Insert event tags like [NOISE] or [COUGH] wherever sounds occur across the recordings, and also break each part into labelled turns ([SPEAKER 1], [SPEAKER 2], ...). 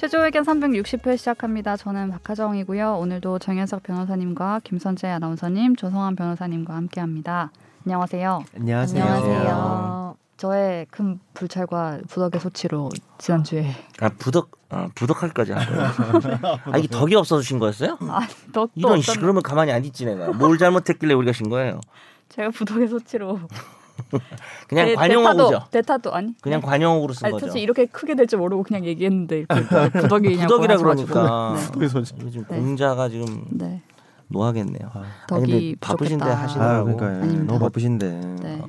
[SPEAKER 1] 시간 360회 시작합니다. 저는 박하정이고요. 오늘도 정현석 변호사님과 김선재 아나운서님, 조성환 변호사님과 함께합니다. 안녕하세요.
[SPEAKER 2] 안녕하세요.
[SPEAKER 1] 아,
[SPEAKER 3] 안녕하세요.
[SPEAKER 1] 저의 큰 불찰과 부덕의 소치로 [LAUGHS] 지난주에
[SPEAKER 2] 아 부덕 아, 부덕할까지 한
[SPEAKER 1] [LAUGHS]
[SPEAKER 2] 거예요. 아 이게 덕이 없어서 신 거였어요?
[SPEAKER 1] 아, 덕도
[SPEAKER 2] 이런 씨
[SPEAKER 1] 어떤-
[SPEAKER 2] 그러면 가만히 안 있지 내가. 뭘 잘못했길래 우리가 신 거예요?
[SPEAKER 1] 제가 부덕의 소치로
[SPEAKER 2] 그냥
[SPEAKER 1] 대-
[SPEAKER 2] 관용어구죠.
[SPEAKER 1] 네, 대타도, 대타도 아니
[SPEAKER 2] 그냥 관용어구로 쓴
[SPEAKER 1] 아니,
[SPEAKER 2] 거죠.
[SPEAKER 1] 사실 이렇게 크게 될 줄 모르고 그냥
[SPEAKER 2] [LAUGHS]
[SPEAKER 1] 얘기했는데 이렇게 부덕이냐고
[SPEAKER 2] 부덕이라
[SPEAKER 1] 하셔가지고.
[SPEAKER 2] 그러니까
[SPEAKER 4] 부덕의 소식.
[SPEAKER 2] 요즘
[SPEAKER 1] 네.
[SPEAKER 2] 공자가 지금
[SPEAKER 1] 네. 네.
[SPEAKER 2] 노하겠네요.
[SPEAKER 1] 덕이
[SPEAKER 2] 아니, 근데 바쁘신데
[SPEAKER 1] 부족했다.
[SPEAKER 4] 아,
[SPEAKER 2] 하시느라고.
[SPEAKER 4] 그러니까 예.
[SPEAKER 1] 아닙니다.
[SPEAKER 4] 너무 바쁘신데.
[SPEAKER 1] 네.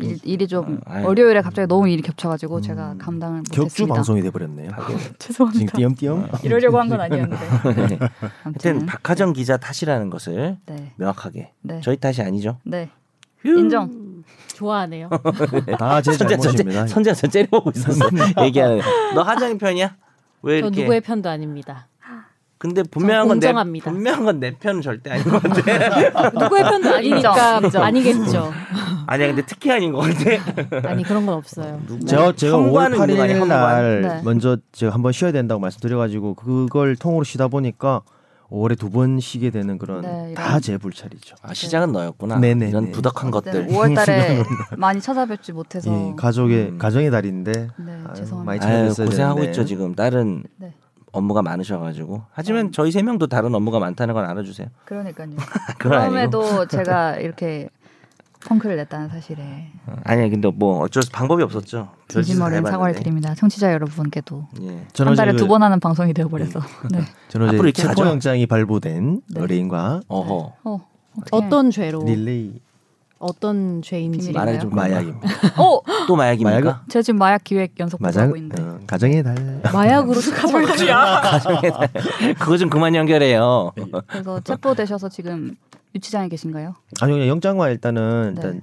[SPEAKER 1] 일, 일이 좀
[SPEAKER 2] 아유.
[SPEAKER 1] 월요일에 갑자기 너무 일이 겹쳐가지고 제가 감당을
[SPEAKER 4] 격주
[SPEAKER 1] 못했습니다. 아,
[SPEAKER 4] 방송이 돼 버렸네요. 지금
[SPEAKER 1] [LAUGHS] 죄송합니다.
[SPEAKER 4] [LAUGHS] 띄엄띄엄.
[SPEAKER 1] 이러려고 한 건 아니었는데.
[SPEAKER 2] 네.
[SPEAKER 1] 아무튼
[SPEAKER 2] 하여튼 박하정 기자 탓이라는 것을
[SPEAKER 1] 네,
[SPEAKER 2] 명확하게
[SPEAKER 1] 네,
[SPEAKER 2] 저희 탓이 아니죠.
[SPEAKER 1] 네. 인정.
[SPEAKER 2] [LAUGHS]
[SPEAKER 3] 좋아하네요.
[SPEAKER 4] 다제
[SPEAKER 2] 선재
[SPEAKER 4] 잘못입니다.
[SPEAKER 2] 선재 선재 저 째려보고 있었어. [LAUGHS] 얘기하는. 거. 너 하정이 편이야? 왜
[SPEAKER 3] 저
[SPEAKER 2] 이렇게?
[SPEAKER 3] 누구의 편도 아닙니다.
[SPEAKER 2] 근데 분명한 건 내
[SPEAKER 3] 공정합니다.
[SPEAKER 2] 분명한 건 내 편은 절대 아닌 것 같아.
[SPEAKER 3] 누구의
[SPEAKER 2] [LAUGHS]
[SPEAKER 3] 편도 아니니까 아니겠죠.
[SPEAKER 2] 아니야, 근데 특히 아닌 것 같아.
[SPEAKER 3] 아니 그런 건 없어요.
[SPEAKER 2] 네.
[SPEAKER 4] 제가 제가 5월
[SPEAKER 2] 청구하는 운동 아니야,
[SPEAKER 4] 8일 날
[SPEAKER 1] 청구하는? 네.
[SPEAKER 4] 먼저 제가 한번 쉬어야 된다고 말씀드려가지고 그걸 통으로 쉬다 보니까 올해 두 번 쉬게 되는 그런
[SPEAKER 1] 네, 이런.
[SPEAKER 4] 다 제 불찰이죠.
[SPEAKER 2] 아, 시작은 너였구나.
[SPEAKER 4] 네네네.
[SPEAKER 2] 이런 부덕한 것들.
[SPEAKER 1] 5월달에 많이 찾아뵙지 못해서
[SPEAKER 4] 예, 가족의
[SPEAKER 2] 음.
[SPEAKER 4] 가정의 달인데
[SPEAKER 1] 네,
[SPEAKER 4] 아유,
[SPEAKER 1] 죄송합니다.
[SPEAKER 4] 많이
[SPEAKER 2] 아유,
[SPEAKER 4] 찾아뵀어야
[SPEAKER 2] 고생하고
[SPEAKER 4] 되는데.
[SPEAKER 2] 있죠 지금 다른
[SPEAKER 1] 네.
[SPEAKER 2] 업무가 많으셔가지고. 하지만 저희 세 명도 다른 업무가 많다는 걸 알아주세요.
[SPEAKER 1] 그러니까요.
[SPEAKER 2] 그건 아니고.
[SPEAKER 1] 그럼에도 제가 이렇게 펑크를 냈다는 사실에
[SPEAKER 2] 아니야, 근데 뭐 어쩔 수 방법이 없었죠. 별짓을
[SPEAKER 1] 진심어린
[SPEAKER 2] 다 해봤는데.
[SPEAKER 1] 사과를 드립니다. 청취자 여러분께도
[SPEAKER 2] 예.
[SPEAKER 1] 한
[SPEAKER 4] 저는
[SPEAKER 1] 달에
[SPEAKER 4] 어제 그
[SPEAKER 1] 두 번 하는 방송이 되어버려서. 네.
[SPEAKER 4] 저는
[SPEAKER 2] 앞으로
[SPEAKER 4] 어제
[SPEAKER 2] 이렇게
[SPEAKER 4] 체포
[SPEAKER 2] 하죠.
[SPEAKER 4] 영장이 발부된
[SPEAKER 1] 네.
[SPEAKER 4] 의뢰인과
[SPEAKER 2] 어허.
[SPEAKER 1] 어, 어떡해.
[SPEAKER 3] 어떤 죄로
[SPEAKER 4] 릴레이
[SPEAKER 3] 어떤 죄인지
[SPEAKER 1] 비밀이에요?
[SPEAKER 2] 말하기 좀
[SPEAKER 4] 마약입니다.
[SPEAKER 1] 어,
[SPEAKER 2] 또 마약입니까?
[SPEAKER 4] 마약은-
[SPEAKER 1] 제가 지금 마약 기획 연속
[SPEAKER 4] 맞아.
[SPEAKER 1] 하고 있는데.
[SPEAKER 4] 어, 가정의 달.
[SPEAKER 2] [LAUGHS]
[SPEAKER 3] 마약으로 수감을
[SPEAKER 2] [LAUGHS]
[SPEAKER 3] [LAUGHS]
[SPEAKER 2] 그거 좀 그만 연결해요.
[SPEAKER 1] 그래서 체포되셔서 지금 유치장에 계신가요?
[SPEAKER 4] 아니 그냥 영장과 일단은
[SPEAKER 1] 네.
[SPEAKER 4] 일단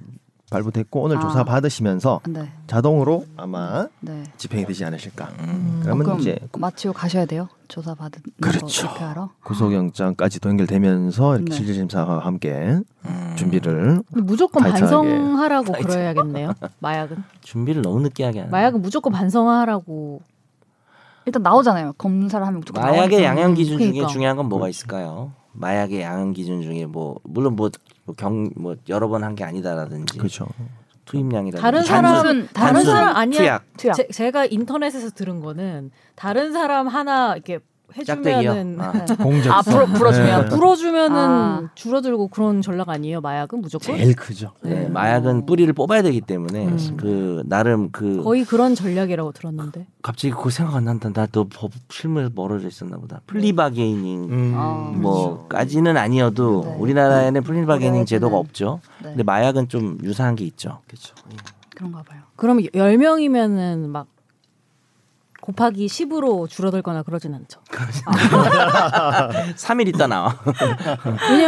[SPEAKER 4] 발부됐고 오늘
[SPEAKER 1] 아.
[SPEAKER 4] 조사 받으시면서
[SPEAKER 1] 네,
[SPEAKER 4] 자동으로 아마
[SPEAKER 1] 네.
[SPEAKER 4] 집행이 되지 않으실까.
[SPEAKER 2] 음.
[SPEAKER 4] 그러면
[SPEAKER 1] 그럼
[SPEAKER 4] 이제
[SPEAKER 1] 마치고 가셔야 돼요. 조사 받은
[SPEAKER 4] 그렇죠.
[SPEAKER 1] 거 입회하러.
[SPEAKER 4] 구속영장까지도 연결되면서 이렇게
[SPEAKER 1] 네.
[SPEAKER 4] 실질심사와 함께 음. 준비를
[SPEAKER 3] 무조건
[SPEAKER 4] 발전하게.
[SPEAKER 3] 반성하라고 그래야겠네요. 마약은
[SPEAKER 2] 준비를 너무 느끼하게 하는.
[SPEAKER 3] 마약은 무조건 반성하라고
[SPEAKER 1] 일단 나오잖아요. 검사를 하면 무조건
[SPEAKER 2] 마약의
[SPEAKER 1] 나오니까.
[SPEAKER 2] 양형 기준 중에
[SPEAKER 3] 그러니까.
[SPEAKER 2] 중요한 건 뭐가 있을까요? 마약의 양형 기준 중에 뭐 물론 뭐경뭐 여러 번 한 게 아니다라든지
[SPEAKER 4] 그렇죠.
[SPEAKER 2] 투입량이라든지
[SPEAKER 3] 다른
[SPEAKER 2] 네. 단순,
[SPEAKER 3] 사람은 다른
[SPEAKER 2] 단순,
[SPEAKER 3] 사람 아니야.
[SPEAKER 2] 투약.
[SPEAKER 1] 투약.
[SPEAKER 3] 제, 제가 인터넷에서 들은 거는 다른 사람 하나 이렇게
[SPEAKER 2] 짝대기요.
[SPEAKER 3] 해주면은
[SPEAKER 2] 아.
[SPEAKER 1] 네.
[SPEAKER 4] 공적
[SPEAKER 1] 아, 불어-
[SPEAKER 4] 네.
[SPEAKER 1] 불어주면.
[SPEAKER 3] 불어주면은
[SPEAKER 1] 아.
[SPEAKER 3] 줄어들고 그런 전략 아니에요. 마약은 무조건
[SPEAKER 4] 제일 크죠.
[SPEAKER 2] 네, 마약은 뿌리를 뽑아야 되기 때문에
[SPEAKER 3] 음.
[SPEAKER 2] 그 나름 그
[SPEAKER 3] 거의 그런 전략이라고 들었는데
[SPEAKER 2] 갑자기 그 생각 안 난다. 나너 실무에서 멀어져 있었나
[SPEAKER 3] 네.
[SPEAKER 2] 보다. 플리바게이닝
[SPEAKER 4] 음.
[SPEAKER 1] 어.
[SPEAKER 4] 뭐,
[SPEAKER 3] 그렇죠.
[SPEAKER 2] 뭐까지는 아니어도
[SPEAKER 1] 네.
[SPEAKER 2] 우리나라에는 플리바게이닝 제도가
[SPEAKER 1] 우리나라에서는-
[SPEAKER 2] 없죠.
[SPEAKER 1] 네.
[SPEAKER 2] 근데 마약은 좀 유사한 게 있죠.
[SPEAKER 4] 그렇죠.
[SPEAKER 1] 그런가 봐요.
[SPEAKER 3] 그럼 10명이면은 막 곱하기 10으로 줄어들거나 그러진 않죠.
[SPEAKER 2] 3일 있다
[SPEAKER 3] [LAUGHS]
[SPEAKER 2] 나와.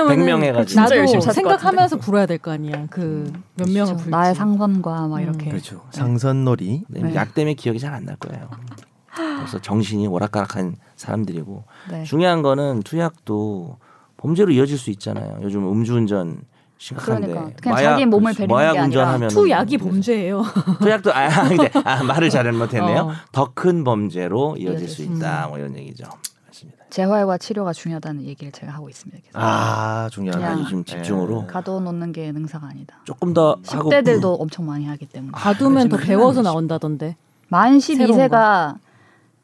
[SPEAKER 3] 왜냐면
[SPEAKER 2] 100명 해가지고.
[SPEAKER 1] 진짜 열심히
[SPEAKER 3] 나도
[SPEAKER 1] 찾을 것
[SPEAKER 3] 생각하면서 불어야 될 거 아니야. 그 몇 명을
[SPEAKER 1] 그렇죠.
[SPEAKER 3] 불지.
[SPEAKER 1] 나의 상관과 막
[SPEAKER 3] 음.
[SPEAKER 1] 이렇게.
[SPEAKER 4] 그렇죠. 상선놀이.
[SPEAKER 2] 네,
[SPEAKER 1] 네.
[SPEAKER 2] 약 때문에 기억이 잘 안 날
[SPEAKER 3] [LAUGHS]
[SPEAKER 2] 거예요. 그래서 정신이 오락가락한 사람들이고
[SPEAKER 1] 네.
[SPEAKER 2] 중요한 거는 투약도 범죄로 이어질 수 있잖아요. 요즘 음주운전 심각한데
[SPEAKER 1] 그러니까 그냥 자기 몸을
[SPEAKER 2] 그렇죠.
[SPEAKER 1] 배리는 게
[SPEAKER 2] 마약
[SPEAKER 1] 아니라
[SPEAKER 2] 운전하면
[SPEAKER 1] [LAUGHS]
[SPEAKER 3] 투약이 범죄예요.
[SPEAKER 2] [LAUGHS] 투약도 아 근데 아, 말을 잘못했네요.
[SPEAKER 3] 어.
[SPEAKER 2] 더 큰 범죄로
[SPEAKER 1] 이어질
[SPEAKER 2] 이어질
[SPEAKER 1] 수
[SPEAKER 2] 수 있다. 뭐 이런 얘기죠.
[SPEAKER 1] 재활과 치료가 중요하다는 얘기를 제가 하고 있습니다. 계속.
[SPEAKER 4] 아 중요한
[SPEAKER 1] 그냥-
[SPEAKER 4] 거죠.
[SPEAKER 2] 요즘 집중으로
[SPEAKER 4] 예.
[SPEAKER 1] 가둬놓는 게 능사가 아니다.
[SPEAKER 2] 조금 더 하고 뭐. 아,
[SPEAKER 1] 10대들도 엄청 많이 하기 때문에.
[SPEAKER 3] 가두면
[SPEAKER 1] 아,
[SPEAKER 3] 더 배워서 나온다던데.
[SPEAKER 1] 만
[SPEAKER 3] 새로운
[SPEAKER 1] 12세가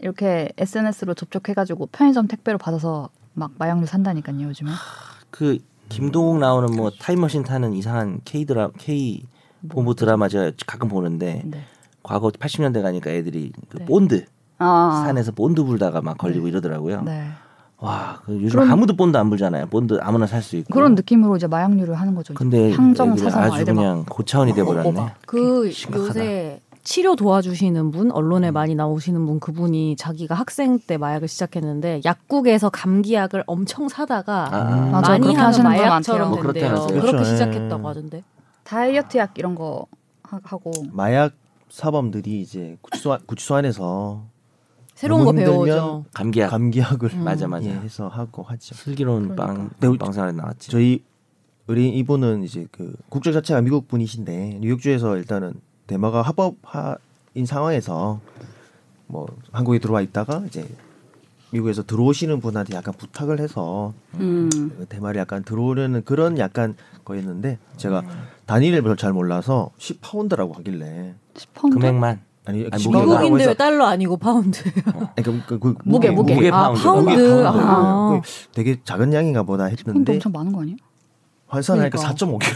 [SPEAKER 1] 이렇게 SNS로 접촉해가지고 편의점 택배로 받아서 막 마약류 산다니까요 요즘에.
[SPEAKER 2] 그 김동욱 나오는 뭐 타임머신 타는 이상한 K 드라 K
[SPEAKER 1] 뭐
[SPEAKER 2] 보모 드라마 제가 가끔 보는데
[SPEAKER 1] 네.
[SPEAKER 2] 과거 80년대 가니까 애들이 그
[SPEAKER 3] 네.
[SPEAKER 2] 본드
[SPEAKER 1] 아,
[SPEAKER 2] 산에서 본드 불다가 막 걸리고 이러더라고요.
[SPEAKER 1] 네.
[SPEAKER 2] 와, 그 요즘
[SPEAKER 1] 그런-
[SPEAKER 2] 아무도 본드 안 불잖아요. 본드 아무나 살 수 있고.
[SPEAKER 1] 그런 느낌으로 이제 마약류를 하는 거죠.
[SPEAKER 2] 근데
[SPEAKER 1] 향정
[SPEAKER 2] 애들이
[SPEAKER 1] 사상
[SPEAKER 2] 아주
[SPEAKER 1] 아이들 막
[SPEAKER 2] 그냥 고차원이 돼
[SPEAKER 1] 뭐,
[SPEAKER 2] 버렸네.
[SPEAKER 3] 그
[SPEAKER 2] 심각하다.
[SPEAKER 3] 요새 치료 도와주시는 분, 언론에 많이 나오시는 분 그분이 자기가 학생 때 마약을 시작했는데 약국에서 감기약을 엄청 사다가
[SPEAKER 2] 아.
[SPEAKER 1] 음. 맞아,
[SPEAKER 3] 많이
[SPEAKER 1] 그렇게
[SPEAKER 3] 하는
[SPEAKER 1] 하시는 분
[SPEAKER 3] 마약처럼
[SPEAKER 1] 많대요.
[SPEAKER 2] 뭐 그렇게
[SPEAKER 3] 된대요.
[SPEAKER 2] 하세요.
[SPEAKER 3] 그렇게
[SPEAKER 4] 그렇죠.
[SPEAKER 3] 시작했다고
[SPEAKER 4] 예.
[SPEAKER 3] 하던데.
[SPEAKER 1] 다이어트 약 이런 거 하- 하고
[SPEAKER 4] 마약 사범들이 이제 구치소 구치소 안에서
[SPEAKER 3] 새로운 거
[SPEAKER 4] 너무 힘들면
[SPEAKER 3] 배우죠.
[SPEAKER 2] 감기약
[SPEAKER 4] 감기약을
[SPEAKER 1] 음.
[SPEAKER 2] 맞아, 맞아.
[SPEAKER 4] 예, 해서 하고 하죠.
[SPEAKER 2] 슬기로운
[SPEAKER 1] 그러니까.
[SPEAKER 2] 빵
[SPEAKER 1] 네,
[SPEAKER 4] 근데
[SPEAKER 2] 빵상에 나왔지.
[SPEAKER 4] 저희 의뢰인 이분은 이제 그 국적 자체가 미국 분이신데 뉴욕주에서 일단은 대마가 합법화인 상황에서 뭐 한국에 들어와 있다가 이제 미국에서 들어오시는 분한테 약간 부탁을 해서
[SPEAKER 1] 음.
[SPEAKER 4] 대마를 약간 들어오려는 그런 약간 거였는데 제가
[SPEAKER 3] 음.
[SPEAKER 4] 단위를 별로 잘 몰라서 10파운드라고 하길래
[SPEAKER 1] 10파운드?
[SPEAKER 2] 금액만
[SPEAKER 4] 아니,
[SPEAKER 2] 아니,
[SPEAKER 4] 10 파운드라고
[SPEAKER 3] 미국인데 왜
[SPEAKER 4] 해서-
[SPEAKER 3] 달러 아니고 파운드?
[SPEAKER 4] 아니, 그, 그, 그
[SPEAKER 3] 무게 무게.
[SPEAKER 2] 무게 네,
[SPEAKER 3] 아
[SPEAKER 2] 파운드.
[SPEAKER 3] 파운드.
[SPEAKER 2] 무게 파운드.
[SPEAKER 3] 아.
[SPEAKER 4] 그게 되게 작은 양인가 보다
[SPEAKER 1] 근데
[SPEAKER 4] 했는데
[SPEAKER 1] 엄청 많은 거 아니에요?
[SPEAKER 4] 환산하니까 네.
[SPEAKER 1] 그러니까.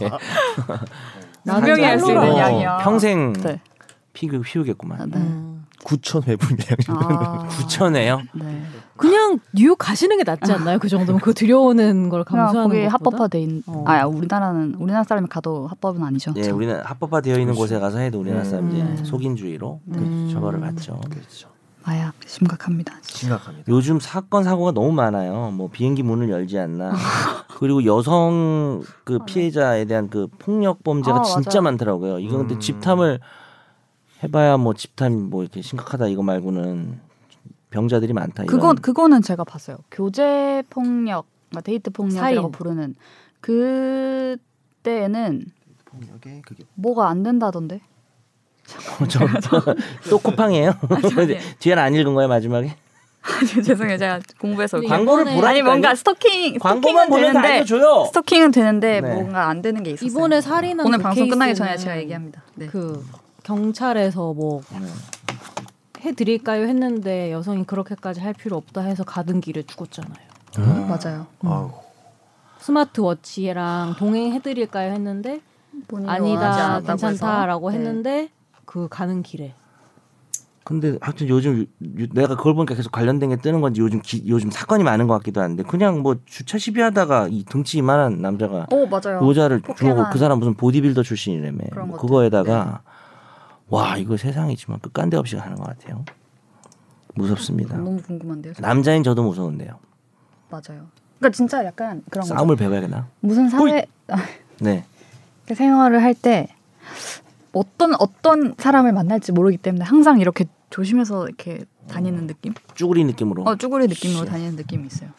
[SPEAKER 4] 4.5kg
[SPEAKER 3] [LAUGHS]
[SPEAKER 2] 예.
[SPEAKER 1] 나중에
[SPEAKER 3] 할수 있는
[SPEAKER 2] 어,
[SPEAKER 1] 양이야.
[SPEAKER 2] 평생
[SPEAKER 1] 네.
[SPEAKER 2] 피우 피우겠구만.
[SPEAKER 1] 아, 네.
[SPEAKER 3] 음.
[SPEAKER 4] 9천 회분 양
[SPEAKER 2] [LAUGHS]
[SPEAKER 1] 아.
[SPEAKER 2] 9천에요?
[SPEAKER 1] 네.
[SPEAKER 3] 그냥 뉴욕 가시는 게 낫지 않나요? 그 정도면 그 들여오는 걸
[SPEAKER 1] 그냥
[SPEAKER 3] 감수하는
[SPEAKER 1] 거기
[SPEAKER 3] 것보다?
[SPEAKER 1] 합법화돼 있는.
[SPEAKER 3] 어.
[SPEAKER 1] 아, 우리나라는 우리나라 사람이 가도 합법은 아니죠. 그렇죠. 네.
[SPEAKER 2] 예, 우리는 합법화 되어 있는 그렇죠. 곳에 가서 해도 우리나라 사람 이제
[SPEAKER 3] 음.
[SPEAKER 2] 속인주의로
[SPEAKER 3] 음.
[SPEAKER 2] 처벌을 받죠.
[SPEAKER 4] 그렇죠
[SPEAKER 1] 마약 심각합니다. 진짜.
[SPEAKER 4] 심각합니다
[SPEAKER 2] 요즘 사건 사고가 너무 많아요. 뭐 비행기 문을 열지 않나.
[SPEAKER 1] [LAUGHS]
[SPEAKER 2] 그리고 여성 그 피해자에 대한 그 폭력 범죄가
[SPEAKER 1] 네. 아,
[SPEAKER 2] 진짜
[SPEAKER 1] 맞아요.
[SPEAKER 2] 많더라고요. 이건 근데
[SPEAKER 4] 음.
[SPEAKER 2] 집탐을 해봐야 뭐 집탐 뭐 이렇게 심각하다 이거 말고는 병자들이 많다. 아, 이런. [LAUGHS]
[SPEAKER 1] 그건 그거는 제가 봤어요. 교제 폭력, 그러니까 데이트 폭력이라고
[SPEAKER 3] 사인.
[SPEAKER 1] 부르는 그 그때는
[SPEAKER 4] 네. 폭력에 그게
[SPEAKER 1] 뭐가 안 된다던데.
[SPEAKER 2] 저- 또 쿠팡이에요.
[SPEAKER 1] 아니에요.
[SPEAKER 2] [LAUGHS] 뒤에는 안 읽은 거예요 마지막에.
[SPEAKER 1] [LAUGHS] 죄송해요. 제가 공부해서
[SPEAKER 3] 근데
[SPEAKER 2] 광고를
[SPEAKER 3] 이번에-
[SPEAKER 2] 보라니까.
[SPEAKER 1] 아니 뭔가 스토킹
[SPEAKER 2] 광고만
[SPEAKER 1] 스토킹은
[SPEAKER 2] 보면 다
[SPEAKER 1] 되는데
[SPEAKER 2] 알려줘요.
[SPEAKER 1] 스토킹은 되는데
[SPEAKER 2] 어. 네.
[SPEAKER 1] 뭔가 안 되는 게 있었어요.
[SPEAKER 3] 이번에 살인한
[SPEAKER 1] 오늘
[SPEAKER 3] 그
[SPEAKER 1] 방송 끝나기
[SPEAKER 3] 케이스는
[SPEAKER 1] 전에 제가 얘기합니다. 네.
[SPEAKER 3] 그 경찰에서 뭐 해드릴까요 했는데 여성이 그렇게까지 할 필요 없다 해서 가던 길에 죽었잖아요.
[SPEAKER 2] 음?
[SPEAKER 1] 맞아요.
[SPEAKER 4] 아우
[SPEAKER 3] 스마트워치랑 동행해드릴까요 했는데
[SPEAKER 1] 본인이 원하지
[SPEAKER 3] 아니다
[SPEAKER 1] 않았다고 해서.
[SPEAKER 3] 괜찮다라고
[SPEAKER 1] 네.
[SPEAKER 3] 했는데 그 가는 길에
[SPEAKER 2] 근데 하여튼 요즘 유- 유- 내가 그걸 보니까 계속 관련된 게 뜨는 건지 요즘 기- 요즘 사건이 많은 것 같기도 한데 그냥 뭐 주차 시비하다가 이 등치 이만한 남자가
[SPEAKER 1] 오 어, 맞아요.
[SPEAKER 2] 여자를
[SPEAKER 1] 폭행한-
[SPEAKER 2] 주고 그 사람 무슨 보디빌더 출신이라며
[SPEAKER 1] 그런
[SPEAKER 2] 뭐
[SPEAKER 1] 것들. 네.
[SPEAKER 2] 그거에다가 와 이거 세상이지만 끝간데 없이 가는 것 같아요. 무섭습니다.
[SPEAKER 1] 너무 궁금한데요. 저-
[SPEAKER 2] 남자인 저도 무서운데요.
[SPEAKER 1] 맞아요. 그러니까 진짜 약간 그런 거
[SPEAKER 2] 싸움을 배워야겠나?
[SPEAKER 1] 무슨 사회
[SPEAKER 2] 네.
[SPEAKER 1] 그 [LAUGHS] 생활을 할 때 어떤 어떤 사람을 만날지 모르기 때문에 항상 이렇게 조심해서 이렇게 다니는 느낌?
[SPEAKER 2] 쭈구리 느낌으로.
[SPEAKER 1] 어 쭈구리 느낌으로
[SPEAKER 2] 씨.
[SPEAKER 1] 다니는 느낌이 있어요.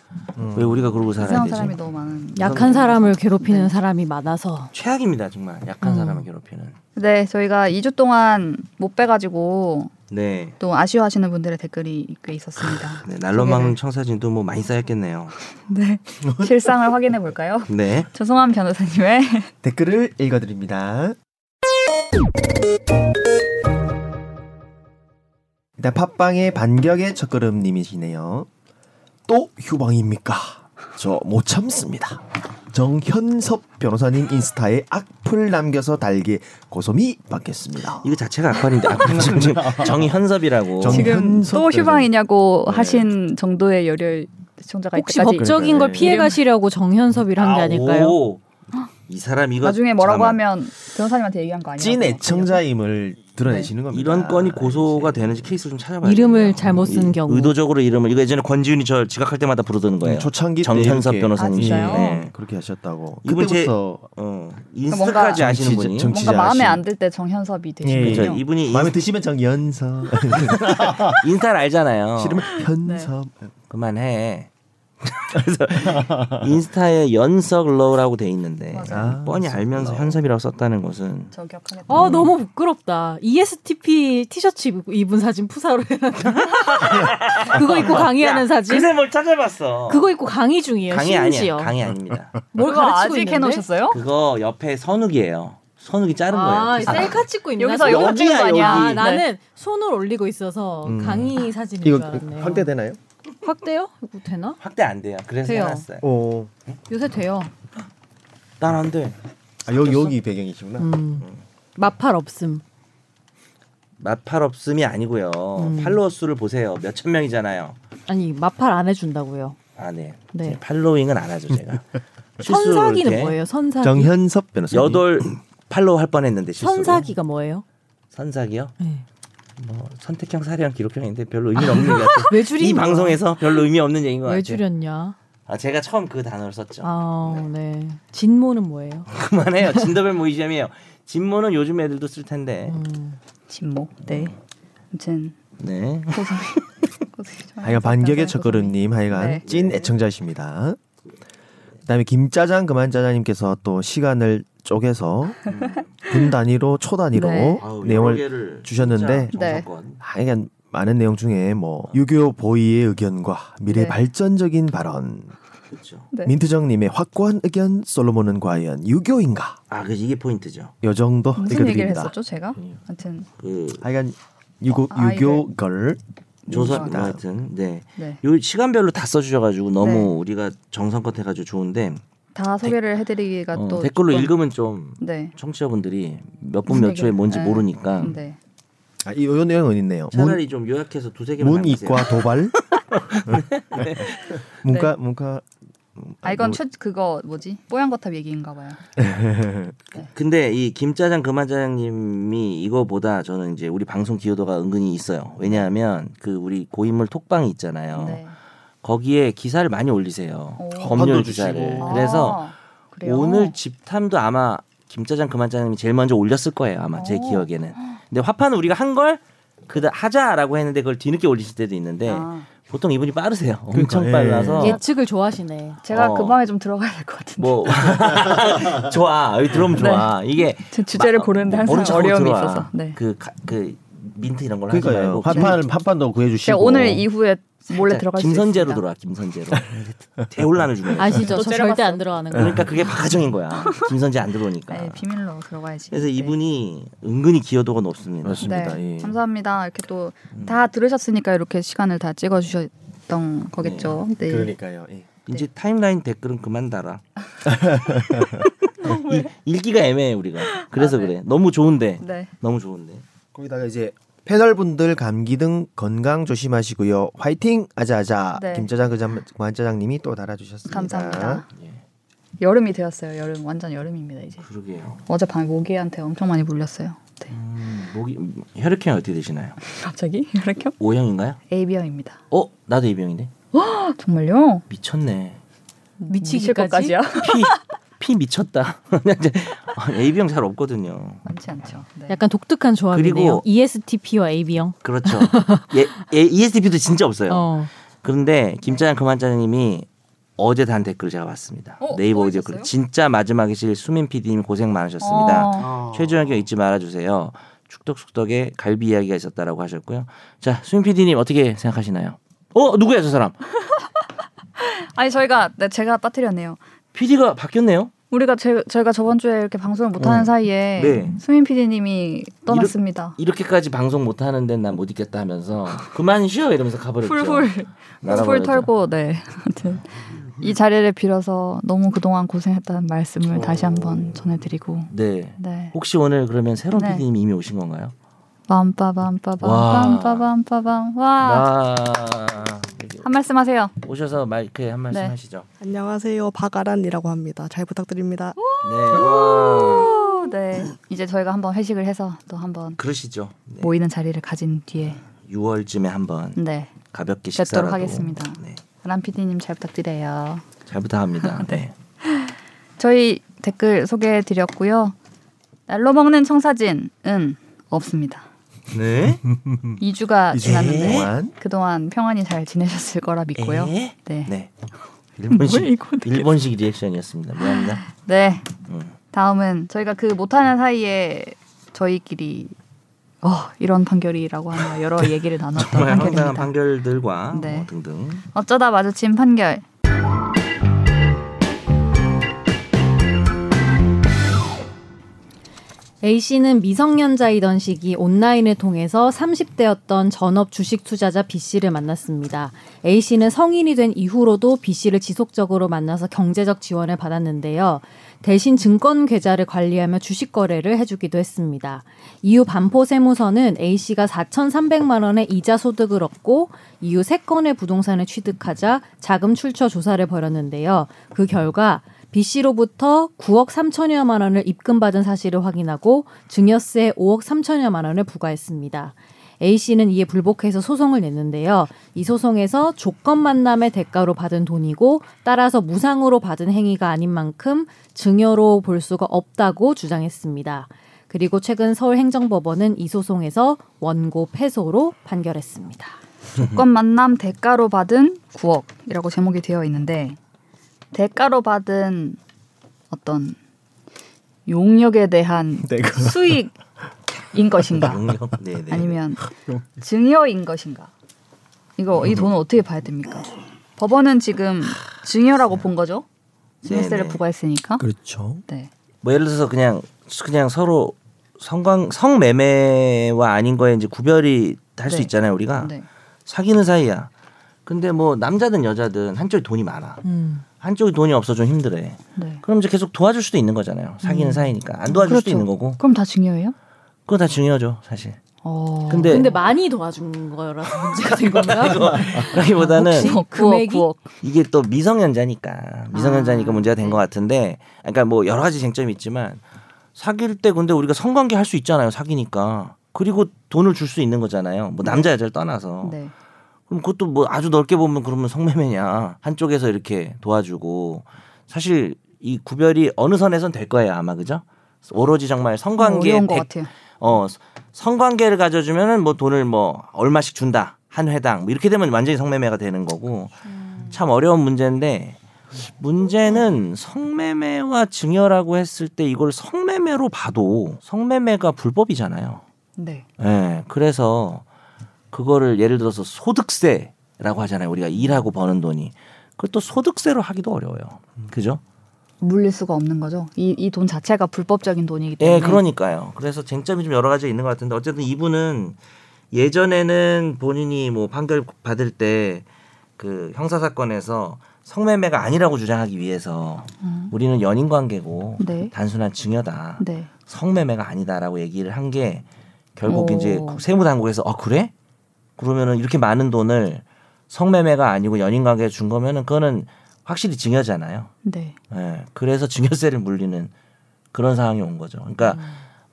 [SPEAKER 2] 왜 우리가 그러고 살아야
[SPEAKER 1] 이상한
[SPEAKER 2] 되지?
[SPEAKER 1] 사람이 너무 많은.
[SPEAKER 3] 약한 사람을 괴롭히는 사람이 많아서
[SPEAKER 2] 최악입니다 정말 약한
[SPEAKER 3] 음.
[SPEAKER 2] 사람을 괴롭히는.
[SPEAKER 1] 네 저희가 2주 동안 못 빼가지고
[SPEAKER 2] 네.
[SPEAKER 1] 또 아쉬워하시는 분들의 댓글이 꽤 있었습니다.
[SPEAKER 2] 네, 날로 막는 청사진도 뭐 많이 [LAUGHS] 쌓였겠네요.
[SPEAKER 1] 네 실상을 확인해
[SPEAKER 2] [LAUGHS]
[SPEAKER 1] 볼까요?
[SPEAKER 2] 네.
[SPEAKER 1] 조성환 변호사님의
[SPEAKER 4] 댓글을 읽어드립니다. 일단 네, 팟빵의 반격의 첫걸음님이시네요. 또 휴방입니까? 저 못 참습니다. 정현섭 변호사님 인스타에 악플 남겨서 달게 고소미 받겠습니다.
[SPEAKER 2] 이거 자체가 악플인데
[SPEAKER 4] [LAUGHS]
[SPEAKER 2] 악플 지금 정현섭이라고.
[SPEAKER 4] 아. 정-
[SPEAKER 1] 지금
[SPEAKER 4] 현석
[SPEAKER 1] 또
[SPEAKER 4] 변호사님.
[SPEAKER 1] 휴방이냐고
[SPEAKER 2] 네.
[SPEAKER 1] 하신 정도의 열혈 시청자가
[SPEAKER 3] 혹시
[SPEAKER 2] 그러니까
[SPEAKER 1] 있다까지
[SPEAKER 3] 법적인 걸
[SPEAKER 4] 네.
[SPEAKER 3] 피해 가시려고 정현섭이를 한 게 아닐까요?
[SPEAKER 2] 오, 이 사람 이거
[SPEAKER 1] 나중에 뭐라고
[SPEAKER 2] 잠깐만.
[SPEAKER 1] 하면 변호사님한테 얘기한 거 아니에요? 네.
[SPEAKER 4] 찐 애청자임을 드러내시는 겁니다.
[SPEAKER 2] 이런 건이 고소가 되는지 케이스를 좀 찾아봐야
[SPEAKER 3] 이름을 잘못 쓴 경우
[SPEAKER 2] 의도적으로 이름을 이거 예전에 권지윤이 저 지각할 때마다 부르던 거예요.
[SPEAKER 4] 초창기 음, 때
[SPEAKER 2] 네, 정현섭
[SPEAKER 1] 아,
[SPEAKER 4] 이렇게-
[SPEAKER 2] 변호사님.
[SPEAKER 1] 진짜요?
[SPEAKER 2] 네.
[SPEAKER 4] 그렇게 하셨다고.
[SPEAKER 2] 이분 제-
[SPEAKER 4] 그때부터
[SPEAKER 2] 어, 인스타까지
[SPEAKER 1] 뭔가-
[SPEAKER 2] 아시는
[SPEAKER 4] 정치적-
[SPEAKER 2] 분이.
[SPEAKER 4] 정치-
[SPEAKER 1] 뭔가
[SPEAKER 4] 진짜
[SPEAKER 1] 마음에
[SPEAKER 4] 아쉬운-
[SPEAKER 1] 안 들 때 정현섭이
[SPEAKER 4] 예,
[SPEAKER 1] 되시군요.
[SPEAKER 2] 그렇죠. 이분이
[SPEAKER 4] 마음에 드시면
[SPEAKER 2] [LAUGHS]
[SPEAKER 4] 정연섭,
[SPEAKER 2] 인스타를 알잖아요.
[SPEAKER 4] 싫으면 현섭.
[SPEAKER 1] 네.
[SPEAKER 4] 네.
[SPEAKER 2] 그만해. [LAUGHS] 그래서 인스타에 연석 러우라고 돼 있는데
[SPEAKER 1] 맞아요.
[SPEAKER 2] 뻔히
[SPEAKER 4] 아,
[SPEAKER 2] 알면서
[SPEAKER 4] 러우.
[SPEAKER 2] 현섭이라고 썼다는 것은
[SPEAKER 1] 저격하겠다.
[SPEAKER 3] 아 너무 부끄럽다. E ESTP 티셔츠 입- 입은 사진 푸사로 해. [LAUGHS] 그거 입고 강의하는 사진.
[SPEAKER 2] 그새 뭘 찾아봤어.
[SPEAKER 3] 그거 입고 강의 중이에요.
[SPEAKER 2] 강의
[SPEAKER 3] 심지어.
[SPEAKER 2] 아니야. 강의 아닙니다.
[SPEAKER 3] 뭘
[SPEAKER 1] 그거
[SPEAKER 3] 가르치고
[SPEAKER 1] 아직
[SPEAKER 3] 있는데?
[SPEAKER 1] 해놓으셨어요?
[SPEAKER 2] 그거 옆에 선욱이에요. 선욱이 자른
[SPEAKER 3] 아,
[SPEAKER 2] 거예요.
[SPEAKER 3] 셀카 찍고
[SPEAKER 4] 그
[SPEAKER 3] 있나?
[SPEAKER 1] 여기서
[SPEAKER 3] 손으로
[SPEAKER 1] 여기
[SPEAKER 3] 찍은 거
[SPEAKER 2] 찍은
[SPEAKER 3] 아니야.
[SPEAKER 2] 여기.
[SPEAKER 1] 네.
[SPEAKER 3] 아, 나는 손을 올리고 있어서
[SPEAKER 4] 음.
[SPEAKER 3] 강의 사진인 줄 알았네요.
[SPEAKER 4] 확대되나요?
[SPEAKER 3] 확대요? 이거 되나?
[SPEAKER 2] 확대 안 돼요. 그래서
[SPEAKER 3] 돼요.
[SPEAKER 2] 해놨어요.
[SPEAKER 4] 어.
[SPEAKER 3] 요새 돼요.
[SPEAKER 2] 난 안 돼.
[SPEAKER 4] 아, 여기 여기 배경이시구나.
[SPEAKER 3] 음. 마팔 없음.
[SPEAKER 2] 마팔 없음이 아니고요. 팔로워 수를 보세요. 몇 천 명이잖아요.
[SPEAKER 3] 아니 마팔 안 해준다고요.
[SPEAKER 2] 아 네.
[SPEAKER 3] 네.
[SPEAKER 2] 제 팔로잉은 안 하죠 제가. 실수로
[SPEAKER 3] [LAUGHS] 선사기는
[SPEAKER 2] 이렇게
[SPEAKER 3] 뭐예요? 선사기.
[SPEAKER 4] 정현섭 변호사님.
[SPEAKER 2] 음. 여덟 팔로우 할 뻔했는데 실수로.
[SPEAKER 3] 선사기가 뭐예요?
[SPEAKER 2] 선사기요?
[SPEAKER 3] 네.
[SPEAKER 2] 뭐 선택형, 사례형, 기록형인데 별로 의미는 없는 것 같아요.
[SPEAKER 3] 왜
[SPEAKER 2] 이
[SPEAKER 3] [LAUGHS] 줄인 거야?
[SPEAKER 2] 방송에서 별로 의미 없는 얘기인 것 같아요.
[SPEAKER 3] 왜 줄였냐?
[SPEAKER 2] 아 제가 처음 그 단어를 썼죠.
[SPEAKER 3] 아, 네. 진모는 뭐예요?
[SPEAKER 2] [LAUGHS] 그만해요. 진더벨 모이점이에요. 진모는 요즘 애들도 쓸 텐데.
[SPEAKER 3] 음.
[SPEAKER 1] 진모. 네. 아무튼
[SPEAKER 3] [LAUGHS]
[SPEAKER 2] 네.
[SPEAKER 1] 고소미.
[SPEAKER 4] 하여간 아, 반격의 첫걸음님 하여간
[SPEAKER 1] 아, 네.
[SPEAKER 4] 찐 애청자이십니다. 그다음에 김짜장 그만짜장님께서 또 시간을 쪼개서
[SPEAKER 2] 음.
[SPEAKER 1] [LAUGHS]
[SPEAKER 4] 분 단위로 초 단위로
[SPEAKER 1] 네.
[SPEAKER 4] 내용을 주셨는데
[SPEAKER 1] 네.
[SPEAKER 2] 정성권.
[SPEAKER 4] 하여간 많은 내용 중에 뭐 유교 보이의 의견과 미래
[SPEAKER 1] 네.
[SPEAKER 4] 발전적인 발언,
[SPEAKER 2] 그렇죠.
[SPEAKER 1] 네.
[SPEAKER 4] 민트정님의 확고한 의견, 솔로몬은 과연 유교인가?
[SPEAKER 2] 아, 그 이게 포인트죠.
[SPEAKER 4] 요 정도
[SPEAKER 1] 무슨 얘기를
[SPEAKER 4] 읽어드립니다. 음.
[SPEAKER 1] 했었죠 제가? 하여튼
[SPEAKER 2] 그
[SPEAKER 4] 하여간 유교
[SPEAKER 1] 아,
[SPEAKER 4] 유교 걸
[SPEAKER 2] 조선
[SPEAKER 1] 맞아요.
[SPEAKER 2] 하여튼 네.
[SPEAKER 1] 네.
[SPEAKER 2] 요 시간별로 다 써주셔가지고 너무
[SPEAKER 1] 네.
[SPEAKER 2] 우리가 정성껏 해가지고 좋은데
[SPEAKER 1] 다 소개를 해드리기가
[SPEAKER 2] 어,
[SPEAKER 1] 또
[SPEAKER 2] 댓글로
[SPEAKER 1] 조금-
[SPEAKER 2] 읽으면 좀
[SPEAKER 1] 네.
[SPEAKER 2] 청취자분들이 몇 분
[SPEAKER 1] 무슨
[SPEAKER 2] 몇 초에
[SPEAKER 1] 얘기를-
[SPEAKER 2] 뭔지
[SPEAKER 1] 네.
[SPEAKER 2] 모르니까
[SPEAKER 1] 네.
[SPEAKER 4] 아, 이 이런 내용은 있네요. 문,
[SPEAKER 2] 차라리 좀 요약해서 두세 개만 남기세요. 네.
[SPEAKER 4] 문이과
[SPEAKER 2] [LAUGHS]
[SPEAKER 4] 도발 문과
[SPEAKER 1] 네.
[SPEAKER 4] 문과
[SPEAKER 1] 아
[SPEAKER 2] 뭐-
[SPEAKER 1] 이건 첫 그거 뭐지 뽀얀 거탑 얘기인가 봐요.
[SPEAKER 2] 근데 이 김짜장 금화짜장님이 이거보다 저는 이제 우리 방송 기여도가 은근히 있어요. 왜냐하면 그 우리 고인물 톡방이 있잖아요.
[SPEAKER 1] 네.
[SPEAKER 2] 거기에 기사를 많이 올리세요.
[SPEAKER 1] 오.
[SPEAKER 2] 법률
[SPEAKER 4] 헌도
[SPEAKER 2] 기사를.
[SPEAKER 4] 주시고.
[SPEAKER 2] 그래서
[SPEAKER 1] 아, 그래요?
[SPEAKER 2] 오늘 집탐도 아마 김짜장 금화짜장님이 제일 먼저 올렸을 거예요. 아마 제
[SPEAKER 1] 오.
[SPEAKER 2] 기억에는. 근데 화판은 우리가 한 걸 그다 하자라고 했는데 그걸 뒤늦게 올리실 때도 있는데
[SPEAKER 1] 아,
[SPEAKER 2] 보통 이분이 빠르세요. 엄청
[SPEAKER 4] 그러니까, 예.
[SPEAKER 2] 빨라서
[SPEAKER 3] 어. 예측을 좋아하시네.
[SPEAKER 1] 제가
[SPEAKER 2] 어.
[SPEAKER 1] 그 방에 좀 들어가야 될 것 같은데.
[SPEAKER 2] 뭐 [LAUGHS] 좋아 여기 들어오면 좋아 이게
[SPEAKER 1] [LAUGHS] 제 네. 주제를
[SPEAKER 2] 마- 뭐,
[SPEAKER 1] 고르는데
[SPEAKER 2] 머리
[SPEAKER 1] 항상
[SPEAKER 2] 차고
[SPEAKER 1] 어려움이
[SPEAKER 2] 들어와.
[SPEAKER 1] 있어서. 네.
[SPEAKER 2] 그, 가- 그 민트 이런 걸 하지
[SPEAKER 4] 그러니까요.
[SPEAKER 2] 말고
[SPEAKER 4] 판판 판판도
[SPEAKER 1] 제가
[SPEAKER 4] 구해주시고
[SPEAKER 1] 오늘 이후에 몰래 들어갈 수
[SPEAKER 2] 김선재로
[SPEAKER 1] 있습니다.
[SPEAKER 2] 들어와 김선재로 대혼란을 주는 거야.
[SPEAKER 3] 아시죠?
[SPEAKER 1] 또
[SPEAKER 3] 저
[SPEAKER 1] 째려봤어.
[SPEAKER 3] 절대 안 들어가는 거.
[SPEAKER 2] 그러니까 그게 파가정인 거야. 김선재 안 들어오니까.
[SPEAKER 1] 네, 비밀로 들어가야지.
[SPEAKER 2] 그래서
[SPEAKER 1] 네.
[SPEAKER 2] 이분이 은근히 기여도가 높습니다. 음.
[SPEAKER 4] 맞습니다.
[SPEAKER 1] 네,
[SPEAKER 4] 예.
[SPEAKER 1] 감사합니다. 이렇게 또 다 들으셨으니까 이렇게 시간을 다 찍어 주셨던 거겠죠. 네.
[SPEAKER 4] 그러니까요. 예.
[SPEAKER 2] 이제 타임라인 댓글은 그만
[SPEAKER 1] [LAUGHS]
[SPEAKER 2] 달아. 이- 읽기가 애매해 우리가. 그래서
[SPEAKER 1] 어, 아, 네.
[SPEAKER 2] 그래. 너무 좋은데.
[SPEAKER 1] 네.
[SPEAKER 2] 너무 좋은데.
[SPEAKER 4] 거기다가 이제 패널분들 감기 등 건강 조심하시고요. 화이팅 아자아자.
[SPEAKER 1] 네.
[SPEAKER 4] 김짜장 그장 관짜장님이 또 달아주셨습니다.
[SPEAKER 1] 감사합니다.
[SPEAKER 2] 예.
[SPEAKER 1] 여름이 되었어요. 여름 완전 여름입니다 이제.
[SPEAKER 2] 그러게요.
[SPEAKER 1] 어젯밤에 모기한테 엄청 많이 물렸어요. 네.
[SPEAKER 2] 음, 목이 음, 혈액형 어떻게 되시나요?
[SPEAKER 1] 갑자기 [LAUGHS] 이렇게
[SPEAKER 2] O형인가요?
[SPEAKER 1] AB형입니다.
[SPEAKER 2] 어 나도 A형인데
[SPEAKER 1] 아, 정말요?
[SPEAKER 2] 미쳤네.
[SPEAKER 1] 미칠
[SPEAKER 3] 미치기까지.
[SPEAKER 1] 것까지요?
[SPEAKER 2] 피, 피 미쳤다. [LAUGHS] AB형 잘 없거든요.
[SPEAKER 1] 많지 않죠. 네.
[SPEAKER 3] 약간 독특한 조합이네요. E
[SPEAKER 2] 그리고-
[SPEAKER 3] ESTP와 AB형.
[SPEAKER 2] 그렇죠. 예, 예, ESTP도 진짜 없어요.
[SPEAKER 3] 어.
[SPEAKER 2] 그런데 김짜장 그만짜장님이 어제 단 댓글 제가 봤습니다.
[SPEAKER 1] 어,
[SPEAKER 2] 네이버
[SPEAKER 1] 또
[SPEAKER 2] 오디오
[SPEAKER 1] 있었어요?
[SPEAKER 2] 글 진짜 마지막에 실 수민 PD님 고생 많으셨습니다.
[SPEAKER 1] 어,
[SPEAKER 2] 최주환경 잊지 말아주세요. 축덕축덕에 갈비 이야기가 있었다라고 하셨고요. 자 수민 PD님 어떻게 생각하시나요? 어 누구야 저 사람?
[SPEAKER 1] 아니 저희가 네, 제가 빠뜨렸네요.
[SPEAKER 2] PD가 바뀌었네요.
[SPEAKER 1] 우리가 제, 저희가 저번 주에 이렇게 방송을 못하는
[SPEAKER 2] 어.
[SPEAKER 1] 사이에
[SPEAKER 2] 네.
[SPEAKER 1] 수민 PD님이 떠났습니다.
[SPEAKER 2] 이렇게까지 방송 못 하는데 난 못 있겠다 하면서 그만 쉬어 이러면서 가버렸죠.
[SPEAKER 1] 풀풀 풀
[SPEAKER 2] 날아버렸죠.
[SPEAKER 1] 털고 네. 아무튼 이 자리를 빌어서 너무 그동안 고생했다는 말씀을 다시
[SPEAKER 2] 어.
[SPEAKER 1] 한번 전해드리고
[SPEAKER 2] 네.
[SPEAKER 1] 네.
[SPEAKER 2] 혹시 오늘 그러면 새로운
[SPEAKER 1] 네.
[SPEAKER 2] PD님이 이미 오신 건가요? 와.
[SPEAKER 1] 빰빠밤빠밤 빰빠밤빠밤 와한
[SPEAKER 2] 아.
[SPEAKER 1] 말씀 하세요.
[SPEAKER 2] 오셔서 마이크에 한 말씀
[SPEAKER 1] 네.
[SPEAKER 2] 하시죠.
[SPEAKER 5] 안녕하세요. 박아란이라고 합니다. 잘 부탁드립니다.
[SPEAKER 2] 네. 와.
[SPEAKER 1] 오, 네. 이제 저희가 한번 회식을 해서 또 한번
[SPEAKER 2] 그러시죠. 네.
[SPEAKER 1] 모이는 자리를 가진 뒤에
[SPEAKER 2] 6월쯤에 한번
[SPEAKER 1] 네.
[SPEAKER 2] 가볍게 식사라도
[SPEAKER 1] 뵙도록 하겠습니다.
[SPEAKER 2] 네.
[SPEAKER 1] 람 PD님 잘 부탁드려요.
[SPEAKER 2] 잘
[SPEAKER 1] [LAUGHS]
[SPEAKER 2] 부탁합니다. 네.
[SPEAKER 1] 저희 댓글 소개해 드렸고요. 날로 먹는 청사진은 없습니다.
[SPEAKER 2] 네.
[SPEAKER 1] 2주가
[SPEAKER 4] 이주
[SPEAKER 1] 지났는데
[SPEAKER 4] 동안
[SPEAKER 1] 그동안 평안히 잘 지내셨을 거라 믿고요.
[SPEAKER 2] 에?
[SPEAKER 1] 네. 네.
[SPEAKER 2] [LAUGHS] 네. 일본식
[SPEAKER 1] 뭐야, 이거 어떻게
[SPEAKER 2] 일본식 리액션이었습니다. 미안합니다. 음.
[SPEAKER 1] 네. 다음은 저희가 그 못하는 사이에 저희끼리 어, 이런 판결이라고 하며 여러 얘기를 나눴던
[SPEAKER 2] [LAUGHS] 정말 황당한
[SPEAKER 1] 판결입니다.
[SPEAKER 2] 판결들과
[SPEAKER 1] 네.
[SPEAKER 2] 뭐 [LAUGHS] 등등.
[SPEAKER 1] 어쩌다 마주친 판결.
[SPEAKER 3] A씨는 미성년자이던 시기 온라인을 통해서 30대였던 전업 주식 투자자 B씨를 만났습니다. A씨는 성인이 된 이후로도 B씨를 지속적으로 만나서 경제적 지원을 받았는데요. 대신 증권 계좌를 관리하며 주식 거래를 해주기도 했습니다. 이후 반포 세무서는 A씨가 4,300만 원의 이자 소득을 얻고 이후 세건의 부동산을 취득하자 자금 출처 조사를 벌였는데요. 그 결과 B씨로부터 9억 3천여만 원을 입금받은 사실을 확인하고 증여세 5억 3천여만 원을 부과했습니다. A씨는 이에 불복해서 소송을 냈는데요. 이 소송에서 조건 만남의 대가로 받은 돈이고 따라서 무상으로 받은 행위가 아닌 만큼 증여로 볼 수가 없다고 주장했습니다. 그리고 최근 서울행정법원은 이 소송에서 원고 패소로 판결했습니다.
[SPEAKER 1] 조건 만남 대가로 받은 9억이라고 제목이 되어 있는데 대가로 받은 어떤 용역에 대한
[SPEAKER 4] 내가
[SPEAKER 1] 수익 인 것인가?
[SPEAKER 2] 용역. 네네.
[SPEAKER 1] 아니면 증여인 것인가? 이거 이 돈을 어떻게 봐야 됩니까? 법원은 지금 증여라고 본 거죠? 증여세를
[SPEAKER 2] 네네.
[SPEAKER 1] 부과했으니까.
[SPEAKER 6] 그렇죠.
[SPEAKER 1] 네.
[SPEAKER 2] 뭐 예를 들어서 그냥 그냥 서로 성관 성매매와 아닌 거에 이제 구별이 할 수
[SPEAKER 1] 네.
[SPEAKER 2] 있잖아요 우리가
[SPEAKER 1] 네.
[SPEAKER 2] 사귀는 사이야. 근데 뭐 남자든 여자든 한쪽이 돈이 많아.
[SPEAKER 3] 음.
[SPEAKER 2] 한쪽이 돈이 없어 좀 힘들해.
[SPEAKER 1] 네.
[SPEAKER 2] 그럼 이제 계속 도와줄 수도 있는 거잖아요. 사귀는 사이니까 안 도와줄 수도
[SPEAKER 1] 그렇죠.
[SPEAKER 2] 있는 거고.
[SPEAKER 1] 그럼 다 증여예요?
[SPEAKER 2] 그건 다 중요하죠 사실.
[SPEAKER 1] 어.
[SPEAKER 2] 근데,
[SPEAKER 3] 근데 많이 도와준 거라서 문제가 된 건가?
[SPEAKER 2] [LAUGHS] 그러기보다는
[SPEAKER 3] 혹시?
[SPEAKER 1] 어,
[SPEAKER 3] 금액이?
[SPEAKER 1] 구억, 구억.
[SPEAKER 2] 이게 또 미성년자니까 미성년자니까
[SPEAKER 1] 아,
[SPEAKER 2] 문제가 된
[SPEAKER 1] 네.
[SPEAKER 2] 것 같은데 그러니까 뭐 여러 가지 쟁점이 있지만 사귈 때 근데 우리가 성관계 할 수 있잖아요 사귀니까 그리고 돈을 줄 수 있는 거잖아요 뭐 남자 여자를 떠나서
[SPEAKER 1] 네.
[SPEAKER 2] 그럼 그것도 뭐 아주 넓게 보면 그러면 성매매냐 한쪽에서 이렇게 도와주고 사실 이 구별이 어느 선에선 될 거예요 아마 그죠 오로지 정말 성관계
[SPEAKER 1] 어려운 것
[SPEAKER 2] 백-
[SPEAKER 1] 같아요.
[SPEAKER 2] 어 성관계를 가져주면은 뭐 돈을 뭐 얼마씩 준다 한 회당 뭐 이렇게 되면 완전히 성매매가 되는 거고 참 어려운 문제인데 문제는 성매매와 증여라고 했을 때 이걸 성매매로 봐도 성매매가 불법이잖아요.
[SPEAKER 1] 네.
[SPEAKER 2] 예. 그래서 그거를 예를 들어서 소득세라고 하잖아요. 우리가 일하고 버는 돈이 그것도 소득세로 하기도 어려워요. 그죠?
[SPEAKER 1] 물릴 수가 없는 거죠. 이 이 돈 자체가 불법적인 돈이기 때문에.
[SPEAKER 2] 예, 그러니까요. 그래서 쟁점이 좀 여러 가지 있는 것 같은데 어쨌든 이분은 예전에는 본인이 뭐 판결 받을 때 그 형사 사건에서 성매매가 아니라고 주장하기 위해서
[SPEAKER 1] 음.
[SPEAKER 2] 우리는 연인 관계고
[SPEAKER 1] 네.
[SPEAKER 2] 단순한 증여다.
[SPEAKER 1] 네.
[SPEAKER 2] 성매매가 아니다라고 얘기를 한 게 결국
[SPEAKER 1] 오.
[SPEAKER 2] 이제 세무 당국에서 어 그래? 그러면은 이렇게 많은 돈을 성매매가 아니고 연인 관계에 준 거면은 그거는 확실히 증여잖아요.
[SPEAKER 1] 네.
[SPEAKER 2] 예, 그래서 증여세를 물리는 그런 상황이 온 거죠. 그러니까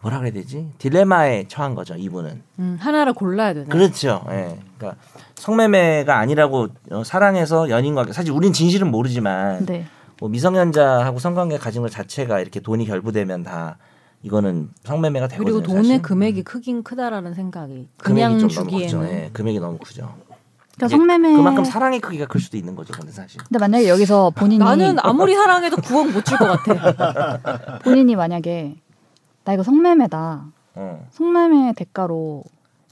[SPEAKER 2] 뭐라 그래야 되지? 딜레마에 처한 거죠. 이분은.
[SPEAKER 3] 음, 하나를 골라야 되네.
[SPEAKER 2] 그렇죠. 예. 그러니까 성매매가 아니라고 어, 사랑해서 연인관계 사실 우린 진실은 모르지만
[SPEAKER 1] 네.
[SPEAKER 2] 뭐 미성년자하고 성관계 가진 것 자체가 이렇게 돈이 결부되면 다 이거는 성매매가 되거든요.
[SPEAKER 3] 그리고 돈의
[SPEAKER 2] 사실. 음.
[SPEAKER 3] 금액이 크긴 크다라는 생각이
[SPEAKER 2] 금액이
[SPEAKER 3] 그냥
[SPEAKER 2] 좀
[SPEAKER 3] 주기에는 음.
[SPEAKER 2] 너무 크죠. 예, 금액이 너무 크죠.
[SPEAKER 1] 그러니까 성매매.
[SPEAKER 2] 그만큼 사랑의 크기가 클 수도 있는 거죠. 근데 사실.
[SPEAKER 1] 근데 만약에 여기서 본인이
[SPEAKER 3] 나는 아무리 사랑해도 9억 못 줄 것 같아.
[SPEAKER 1] 본인이 만약에 나 이거 성매매다.
[SPEAKER 2] 어.
[SPEAKER 1] 성매매 대가로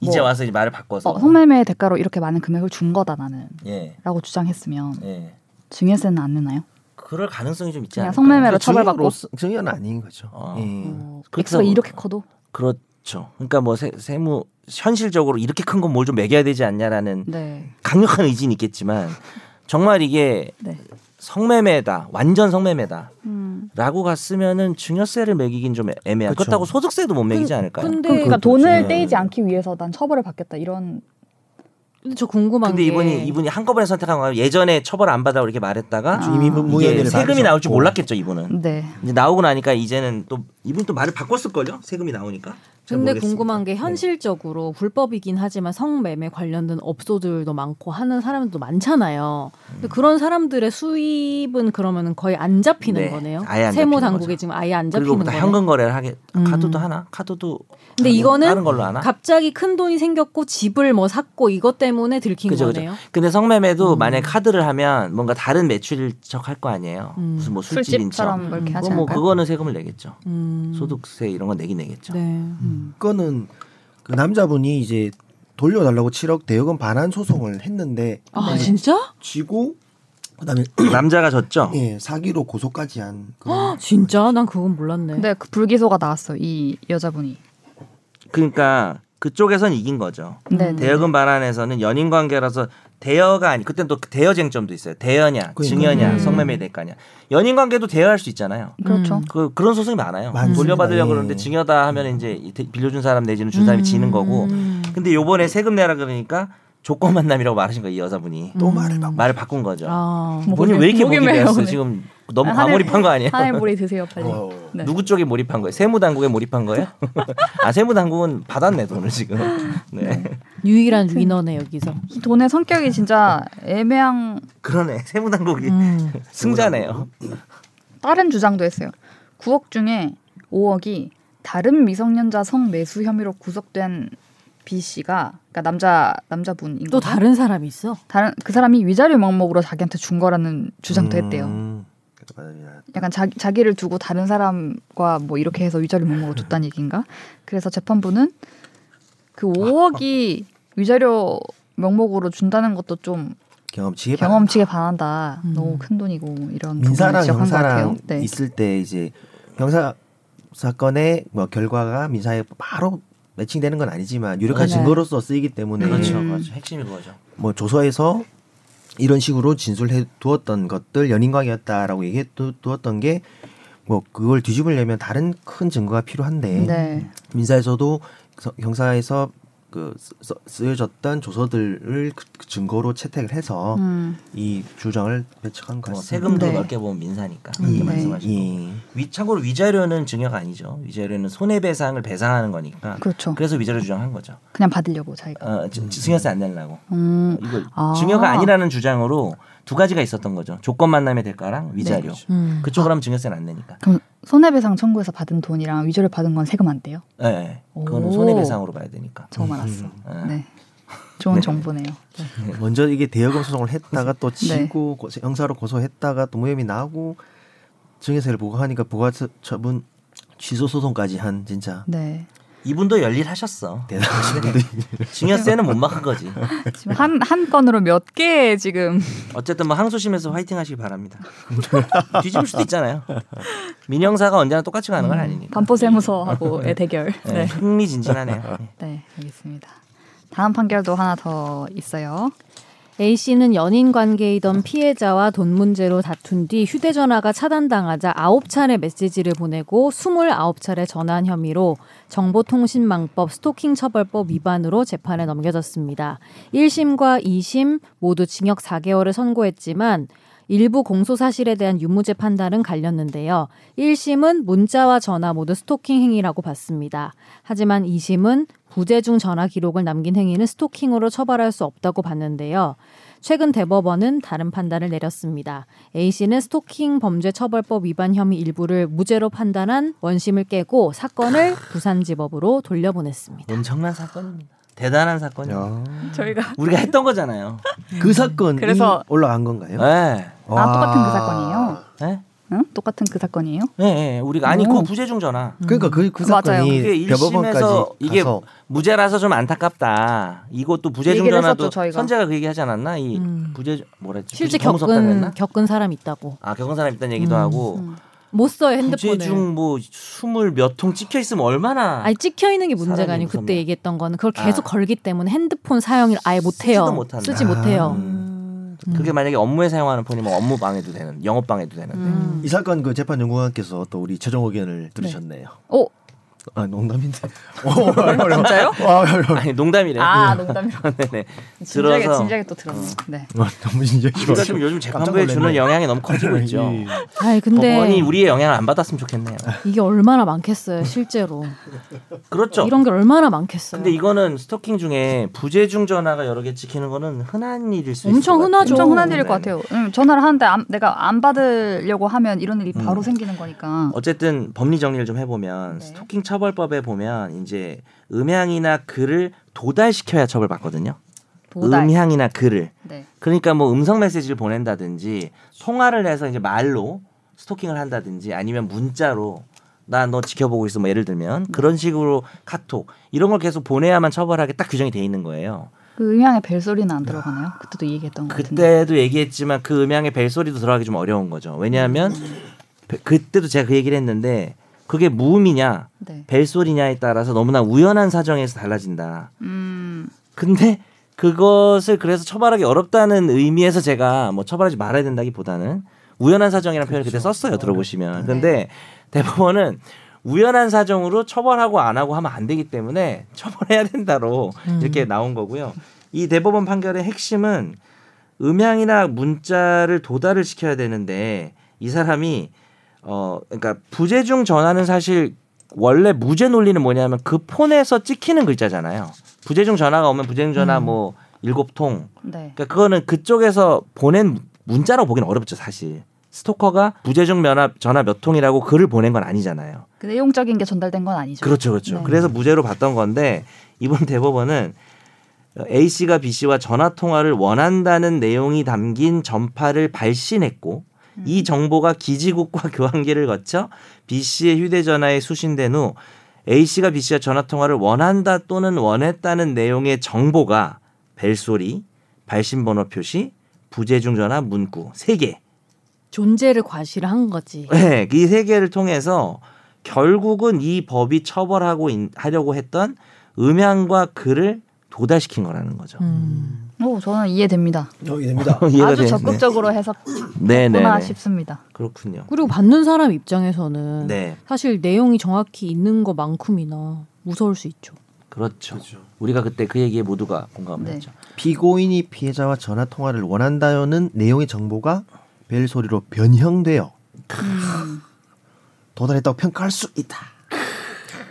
[SPEAKER 2] 이제
[SPEAKER 1] 뭐,
[SPEAKER 2] 와서 이제 말을 바꿔서.
[SPEAKER 1] 어, 성매매 대가로 이렇게 많은 금액을 준 거다 나는.
[SPEAKER 2] 예.
[SPEAKER 1] 라고 주장했으면
[SPEAKER 2] 예.
[SPEAKER 1] 증여세는 안 내나요?
[SPEAKER 2] 그럴 가능성이 좀 있지
[SPEAKER 1] 그냥
[SPEAKER 2] 않을까?
[SPEAKER 1] 성매매로 처벌받고
[SPEAKER 4] 증여는 아닌 거죠.
[SPEAKER 2] 어.
[SPEAKER 4] 예.
[SPEAKER 1] 어,
[SPEAKER 2] 그렇죠.
[SPEAKER 1] 엑스가 이렇게 커도
[SPEAKER 2] 그렇죠. 그러니까 뭐 세, 세무 현실적으로 이렇게 큰 건 뭘 좀 매겨야 되지 않냐라는
[SPEAKER 1] 네.
[SPEAKER 2] 강력한 의지는 있겠지만 정말 이게
[SPEAKER 1] 네.
[SPEAKER 2] 성매매다 완전 성매매다라고
[SPEAKER 1] 음.
[SPEAKER 2] 갔으면은 증여세를 매기긴 좀 애매한.
[SPEAKER 6] 그쵸.
[SPEAKER 2] 그렇다고 소득세도 못 매기지 않을까요?
[SPEAKER 3] [LAUGHS] 근데
[SPEAKER 1] 그러니까 돈을
[SPEAKER 2] 음.
[SPEAKER 1] 떼이지 않기 위해서 난 처벌을 받겠다 이런
[SPEAKER 3] 근데 저 궁금한
[SPEAKER 2] 근데
[SPEAKER 3] 게
[SPEAKER 2] 이분이 이분이 한꺼번에 선택한 거예요. 예전에 처벌 안 받아 이렇게 말했다가
[SPEAKER 1] 아.
[SPEAKER 4] 이미
[SPEAKER 2] 이게
[SPEAKER 4] 무예를
[SPEAKER 2] 세금이 나올 줄 몰랐겠죠 이분은.
[SPEAKER 1] 네.
[SPEAKER 2] 이제 나오고 나니까 이제는 또 이분 또 말을 바꿨을 걸요. 세금이 나오니까. 잘
[SPEAKER 3] 근데
[SPEAKER 2] 모르겠습니다.
[SPEAKER 3] 궁금한 게
[SPEAKER 2] 네.
[SPEAKER 3] 현실적으로 불법이긴 하지만 성매매 관련된 업소들도 많고 하는 사람들도 많잖아요.
[SPEAKER 2] 음.
[SPEAKER 3] 근데 그런 사람들의 수입은 그러면은 거의 안 잡히는
[SPEAKER 2] 네,
[SPEAKER 3] 거네요.
[SPEAKER 2] 아예 안
[SPEAKER 3] 세무
[SPEAKER 2] 잡히는
[SPEAKER 3] 당국에
[SPEAKER 2] 거죠.
[SPEAKER 3] 지금 아예 안
[SPEAKER 2] 그리고
[SPEAKER 3] 잡히는
[SPEAKER 2] 다
[SPEAKER 3] 거예요.
[SPEAKER 2] 현금 거래를 하게
[SPEAKER 3] 음.
[SPEAKER 2] 카드도 하나 카드도
[SPEAKER 3] 근데
[SPEAKER 2] 아니,
[SPEAKER 3] 이거는
[SPEAKER 2] 다른 걸로 하나
[SPEAKER 3] 갑자기 큰 돈이 생겼고 집을 뭐 샀고 이것 때문에 들킨
[SPEAKER 2] 그죠, 그죠.
[SPEAKER 3] 거네요.
[SPEAKER 2] 근데 성매매도 만약 카드를 하면 뭔가 다른 매출일 척할 거 아니에요
[SPEAKER 3] 음.
[SPEAKER 2] 무슨 뭐 술집인 척
[SPEAKER 1] 술집처럼 그렇게 하지
[SPEAKER 2] 그럼 뭐
[SPEAKER 1] 않을까요?
[SPEAKER 2] 그거는 세금을 내겠죠
[SPEAKER 3] 음.
[SPEAKER 2] 소득세 이런 건 내긴 내겠죠
[SPEAKER 3] 네.
[SPEAKER 1] 음.
[SPEAKER 6] 그거는 그 남자분이 이제 돌려달라고 7억 대여금 반환 소송을 했는데
[SPEAKER 2] 네.
[SPEAKER 3] 아 진짜?
[SPEAKER 6] 지고 그다음에 [CLEARS THROAT]
[SPEAKER 2] [CLEARS THROAT] 남자가 졌죠
[SPEAKER 4] 네.
[SPEAKER 6] 예 사기로 고소까지 한
[SPEAKER 3] 아
[SPEAKER 6] 그런
[SPEAKER 3] 진짜? 난 그건 몰랐네.
[SPEAKER 1] 근데 그 불기소가 나왔어 이 여자분이.
[SPEAKER 2] 그러니까 그쪽에선 이긴 거죠
[SPEAKER 1] 네. 네.
[SPEAKER 2] 대여금 반환에서는 연인 관계라서 대여가 아니 그땐 또 대여 쟁점도 있어요 대여냐
[SPEAKER 6] 그러니까.
[SPEAKER 2] 증여냐
[SPEAKER 3] 음.
[SPEAKER 2] 성매매 대가냐 연인 관계도 대여할 수 있잖아요
[SPEAKER 1] 그렇죠.
[SPEAKER 3] 음.
[SPEAKER 2] 그 그런 소송이 많아요.
[SPEAKER 6] 많습니다.
[SPEAKER 2] 돌려받으려고
[SPEAKER 6] 예.
[SPEAKER 2] 그러는데 증여다 하면 이제 이 대- 빌려준 사람 내지는 준그 사람이
[SPEAKER 3] 음.
[SPEAKER 2] 지는 거고. 근데 요번에 세금 내라 그러니까 조건 만남이라고 말하신 거예요, 이 여자분이.
[SPEAKER 6] 또 말을 막
[SPEAKER 2] 말을 바꾼 거죠.
[SPEAKER 3] 아.
[SPEAKER 2] 본인 왜 이렇게
[SPEAKER 1] 뭐 목이
[SPEAKER 2] 몰입이
[SPEAKER 1] 메요, [LAUGHS]
[SPEAKER 2] 했어?
[SPEAKER 1] 오늘.
[SPEAKER 2] 지금 너무
[SPEAKER 1] 아,
[SPEAKER 2] 과몰입한 거 아니에요?
[SPEAKER 1] 하늘 물이 드세요 빨리.
[SPEAKER 6] 어.
[SPEAKER 1] 네.
[SPEAKER 2] 누구 쪽에 몰입한 거예요? 세무 당국에 몰입한 거예요? 아, 세무 당국은 받았네, 돈을 지금. 네.
[SPEAKER 3] 유일한 위너네 여기서.
[SPEAKER 1] 이 돈의 성격이 진짜 애매한
[SPEAKER 2] 그러네. 세무 당국이
[SPEAKER 3] 음.
[SPEAKER 2] 승자네요.
[SPEAKER 1] 다른 주장도 했어요. 9억 중에 5억이 다른 미성년자 성매수 혐의로 구속된 B 씨가 그러니까 남자 남자분인 거
[SPEAKER 3] 또 다른 사람이 있어?
[SPEAKER 2] 음.
[SPEAKER 6] 음,
[SPEAKER 1] 다른 그 사람이 위자료 명목으로 자기한테 준 거라는 주장도 했대요.
[SPEAKER 6] 아니야.
[SPEAKER 1] 약간 자기, 자기를 두고 다른 사람과 뭐 이렇게 해서 위자료 명목을 줬다는 얘기인가? 그래서 재판부는 그 5억이 위자료 명목으로 준다는 것도 좀
[SPEAKER 6] 경험치에
[SPEAKER 1] 경험치에 반한다.
[SPEAKER 3] 음.
[SPEAKER 1] 너무 큰 돈이고 뭐 이런 부분을
[SPEAKER 6] 민사랑
[SPEAKER 1] 지적한 것 같아요.
[SPEAKER 6] 형사랑
[SPEAKER 1] 네.
[SPEAKER 6] 있을 때 이제 형사 사건의 뭐 결과가 민사에 바로 매칭되는 건 아니지만 유력한
[SPEAKER 1] 네.
[SPEAKER 6] 증거로서 쓰이기 때문에
[SPEAKER 2] 그렇죠.
[SPEAKER 1] 음.
[SPEAKER 2] 그렇죠. 핵심이 그거죠.
[SPEAKER 6] 뭐 조서에서 이런 식으로 진술해 두었던 것들 연인관계였다라고 얘기해 두- 두었던 게 뭐 그걸 뒤집으려면 다른 큰 증거가 필요한데
[SPEAKER 1] 네.
[SPEAKER 6] 민사에서도 서- 형사에서 그 쓰- 쓰- 쓰여졌던 조서들을 그- 그 증거로 채택을 해서
[SPEAKER 1] 음.
[SPEAKER 6] 이 주장을 배척한 것
[SPEAKER 2] 뭐
[SPEAKER 6] 같습니다.
[SPEAKER 2] 세금도
[SPEAKER 1] 네.
[SPEAKER 2] 넓게 보면 민사니까
[SPEAKER 1] 음,
[SPEAKER 2] 이렇게
[SPEAKER 1] 네.
[SPEAKER 2] 말씀하시고
[SPEAKER 6] 예.
[SPEAKER 2] 위, 참고로 위자료는 증여가 아니죠. 위자료는 손해배상을 배상하는 거니까
[SPEAKER 1] 그렇죠.
[SPEAKER 2] 그래서 위자료 주장한 거죠.
[SPEAKER 1] 그냥 받으려고 자기가.
[SPEAKER 2] 어, 지- 지- 증여세 안 내려고.
[SPEAKER 6] 어.
[SPEAKER 1] 음.
[SPEAKER 2] 이걸
[SPEAKER 1] 아.
[SPEAKER 2] 증여가 아니라는 주장으로 두 가지가 있었던 거죠. 조건 만남의
[SPEAKER 1] 네.
[SPEAKER 2] 대가랑 위자료.
[SPEAKER 3] 음.
[SPEAKER 2] 그쪽으로 하면 증여세는 안 내니까.
[SPEAKER 1] 그럼 손해배상 청구해서 받은 돈이랑 위자료 받은 건 세금 안 돼요?
[SPEAKER 2] 예. 네, 그거는
[SPEAKER 1] 오.
[SPEAKER 2] 손해배상으로 봐야 되니까.
[SPEAKER 6] 음.
[SPEAKER 1] 저만 알았어.
[SPEAKER 6] 아.
[SPEAKER 2] 예.
[SPEAKER 1] 네. 좋은 정보네요.
[SPEAKER 6] 먼저 이게 대여금 소송을 했다가
[SPEAKER 1] 네.
[SPEAKER 6] 또 치고 고- 형사로 고소했다가 또 무혐의 나고 증여세를 부과하니까 부과처분 취소 소송까지 한 진짜 [LAUGHS]
[SPEAKER 1] 네.
[SPEAKER 2] 이분도 열일하셨어.
[SPEAKER 6] 대단하신
[SPEAKER 2] 근데 증여세는 못 막은 거지.
[SPEAKER 1] 지금 한 한 건으로 몇 개 지금
[SPEAKER 2] 어쨌든 뭐 항소심에서 화이팅 하시기
[SPEAKER 1] [LAUGHS]
[SPEAKER 2] 바랍니다. 뒤집을 수도 있잖아요. 민형사가 언제나 똑같이 가는 건 아니니까.
[SPEAKER 1] 반포세무서하고의 대결.
[SPEAKER 2] 예,
[SPEAKER 1] 음. 네.
[SPEAKER 2] 흥미진진하네요. 예.
[SPEAKER 1] 네, 알겠습니다. 다음 판결도 하나 더 있어요.
[SPEAKER 3] A 씨는 연인 관계이던 피해자와 돈 문제로 다툰 뒤 휴대전화가 차단당하자 9차례 메시지를 보내고 29차례 전화한 혐의로 정보통신망법 스토킹 처벌법 위반으로 재판에 넘겨졌습니다. 1심과 2심 모두 징역 4개월을 선고했지만 일부 공소 사실에 대한 유무죄 판단은 갈렸는데요. 1심은 문자와 전화 모두 스토킹 행위라고 봤습니다. 하지만 2심은 부재중 전화 기록을 남긴 행위는 스토킹으로 처벌할 수 없다고 봤는데요. 최근 대법원은 다른 판단을 내렸습니다. A 씨는 스토킹 범죄 처벌법 위반 혐의 일부를 무죄로 판단한 원심을 깨고 사건을 부산지법으로 돌려보냈습니다.
[SPEAKER 2] 예. 엄청난 사건입니다. 대단한 사건이에요.
[SPEAKER 6] 야.
[SPEAKER 1] 저희가
[SPEAKER 2] 우리가 했던 거잖아요.
[SPEAKER 6] 그 사건이
[SPEAKER 1] 음. 그래서-
[SPEAKER 6] 올라간 건가요?
[SPEAKER 2] 예.
[SPEAKER 1] 아 똑같은 그 사건이에요.
[SPEAKER 2] 예?
[SPEAKER 1] 응? 똑같은 그 사건이에요?
[SPEAKER 2] 예, 예. 우리가 아니 그
[SPEAKER 1] 오.
[SPEAKER 2] 부재중 전화.
[SPEAKER 6] 그러니까 그, 그
[SPEAKER 1] 맞아요.
[SPEAKER 2] 그게
[SPEAKER 6] 사건이
[SPEAKER 2] 일심에서
[SPEAKER 6] 대법원까지
[SPEAKER 2] 이게
[SPEAKER 6] 가서
[SPEAKER 2] 무죄라서 좀 안타깝다. 이것도 부재중
[SPEAKER 1] 얘기를
[SPEAKER 2] 전화도
[SPEAKER 1] 했었죠, 저희가.
[SPEAKER 2] 선재가 그 얘기 하지 않았나? 이
[SPEAKER 3] 음.
[SPEAKER 2] 부재 뭐라 했지?
[SPEAKER 3] 실제
[SPEAKER 2] 경무섭단
[SPEAKER 3] 겪은
[SPEAKER 2] 그랬나?
[SPEAKER 3] 겪은 사람 있다고
[SPEAKER 2] 아, 겪은 사람 있다는 얘기도
[SPEAKER 3] 음,
[SPEAKER 2] 하고
[SPEAKER 3] 못 써요 핸드폰을.
[SPEAKER 2] 부재중 뭐 스물 몇 통 찍혀 있으면 얼마나
[SPEAKER 3] 아니 찍혀 있는 게 문제가
[SPEAKER 2] 사람이
[SPEAKER 3] 아니고 그때
[SPEAKER 2] 무섭네.
[SPEAKER 3] 얘기했던 거는 그걸 계속
[SPEAKER 2] 아.
[SPEAKER 3] 걸기 때문에 핸드폰 사용을 아예 못 해요.
[SPEAKER 2] 쓰지도 못한다.
[SPEAKER 3] 쓰지 못해요.
[SPEAKER 2] 음.
[SPEAKER 3] 음.
[SPEAKER 2] 그게 만약에 업무에 사용하는 폰이면 업무 방해도 되는 영업 방해도 되는데.
[SPEAKER 3] 음.
[SPEAKER 6] 이 사건 그 재판 연구관께서 또 우리 최종 의견을 들으셨네요.
[SPEAKER 3] 어,
[SPEAKER 1] 오,
[SPEAKER 6] 아 농담인데.
[SPEAKER 2] [LAUGHS] 어,
[SPEAKER 4] 어,
[SPEAKER 1] 진짜요?
[SPEAKER 2] [LAUGHS] 아니 농담이래. 요
[SPEAKER 1] 아, 농담이야.
[SPEAKER 2] [LAUGHS] 네네.
[SPEAKER 1] 진지하게
[SPEAKER 2] 네. 들어서-
[SPEAKER 1] 진지하게 또 들었네. 네.
[SPEAKER 4] 어.
[SPEAKER 6] 와, 너무 진지하시고.
[SPEAKER 2] 우리가 지금 요즘 재판부에
[SPEAKER 6] 깜짝
[SPEAKER 2] 주는
[SPEAKER 6] 놀랐네.
[SPEAKER 2] 영향이 너무 커지고 있죠.
[SPEAKER 6] 예.
[SPEAKER 4] 어,
[SPEAKER 3] 아니 근데
[SPEAKER 2] 법원이 우리의 영향을 안 받았으면 좋겠네요.
[SPEAKER 3] 이게 얼마나 많겠어요 실제로.
[SPEAKER 2] 그렇죠.
[SPEAKER 3] 이런 게 얼마나 많겠어요.
[SPEAKER 1] 음.
[SPEAKER 2] 근데 이거는 스토킹 중에 부재중 전화가 여러 개 찍히는 거는 흔한 일일 수 있어요.
[SPEAKER 3] 엄청 흔하죠.
[SPEAKER 1] 엄청 흔한 일일 것
[SPEAKER 2] 네.
[SPEAKER 1] 같아요. 응, 전화를 하는데 안- 내가 안 받으려고 하면 이런 일이 바로 생기는 거니까.
[SPEAKER 2] 음. 네. 어쨌든 법리 정리를 좀 해보면
[SPEAKER 1] 네.
[SPEAKER 2] 스토킹 처벌법에 보면 이제 음향이나 글을 도달시켜야 처벌받거든요.
[SPEAKER 1] 도달.
[SPEAKER 2] 음향이나 글을
[SPEAKER 1] 네.
[SPEAKER 2] 그러니까 뭐 음성 메시지를 보낸다든지 통화를 해서 이제 말로 스토킹을 한다든지 아니면 문자로 나 너 지켜보고 있어 뭐 예를 들면 그런 식으로 카톡 이런 걸 계속 보내야만 처벌하게 딱 규정이 돼 있는 거예요.
[SPEAKER 1] 그 음향의 벨소리는 안
[SPEAKER 2] 아,
[SPEAKER 1] 들어가나요? 그때도 이 얘기했던 것 같은데.
[SPEAKER 2] 그때도 얘기했지만 그 음향의 벨소리도 들어가기 좀 어려운 거죠. 왜냐하면 베- 그때도 제가 그 얘기를 했는데 그게 무음이냐
[SPEAKER 1] 네.
[SPEAKER 2] 벨소리냐에 따라서 너무나 우연한 사정에서 달라진다.
[SPEAKER 1] 음.
[SPEAKER 2] 근데 그것을 그래서 처벌하기 어렵다는 의미에서 제가 뭐 처벌하지 말아야 된다기보다는 우연한 사정이라는 표현을 그때 썼어요. 들어보시면. 근데 대법원은 우연한 사정으로 처벌하고 안 하고 하면 안 되기 때문에 처벌해야 된다로 이렇게 나온 거고요. 이 대법원 판결의 핵심은 음향이나 문자를 도달을 시켜야 되는데 이 사람이 어 그러니까 부재중 전화는 사실 원래 무죄 논리는 뭐냐면 그 폰에서 찍히는 글자잖아요. 부재중 전화가 오면 부재중 전화 뭐 일곱 통.
[SPEAKER 1] 네.
[SPEAKER 2] 그러니까 그거는 그쪽에서 보낸 문자라고 보기는 어렵죠 사실. 스토커가 부재중 면화- 전화 몇 통이라고 글을 보낸 건 아니잖아요.
[SPEAKER 1] 그 내용적인 게 전달된 건 아니죠.
[SPEAKER 2] 그렇죠, 그렇죠.
[SPEAKER 1] 네.
[SPEAKER 2] 그래서 무죄로 봤던 건데 이번 대법원은 A 씨가 B 씨와 전화 통화를 원한다는 내용이 담긴 전파를 발신했고
[SPEAKER 1] 음.
[SPEAKER 2] 이 정보가 기지국과 [LAUGHS] 교환기를 거쳐 B 씨의 휴대전화에 수신된 후 A 씨가 B 씨와 전화 통화를 원한다 또는 원했다는 내용의 정보가 벨소리, 발신번호 표시, 부재중 전화 문구 세 개.
[SPEAKER 3] 존재를
[SPEAKER 2] [LAUGHS]
[SPEAKER 3] 과시한 거지.
[SPEAKER 2] 네, 이 세 개를 통해서 결국은 이 법이 처벌하고 인- 하려고 했던 음향과 글을 도달시킨 거라는 거죠. [LAUGHS]
[SPEAKER 3] 음.
[SPEAKER 1] 오, 저는 이해됩니다.
[SPEAKER 4] 됩니다.
[SPEAKER 2] 이해가
[SPEAKER 1] 아주
[SPEAKER 2] 되네.
[SPEAKER 1] 적극적으로 해석구나
[SPEAKER 2] 네, 네, 네.
[SPEAKER 1] 싶습니다.
[SPEAKER 2] 그렇군요.
[SPEAKER 3] 그리고 받는 사람 입장에서는
[SPEAKER 2] 네,
[SPEAKER 3] 사실 내용이 정확히 있는 것만큼이나 무서울 수 있죠.
[SPEAKER 2] 그렇죠. 우리가 그때 그 얘기에 모두가 공감을
[SPEAKER 1] 네.
[SPEAKER 2] 했죠.
[SPEAKER 4] 피고인이 피해자와 전화 통화를 원한다는 내용의 정보가 벨 소리로 변형되어
[SPEAKER 1] 음.
[SPEAKER 4] 도달했다고 평가할 수 있다.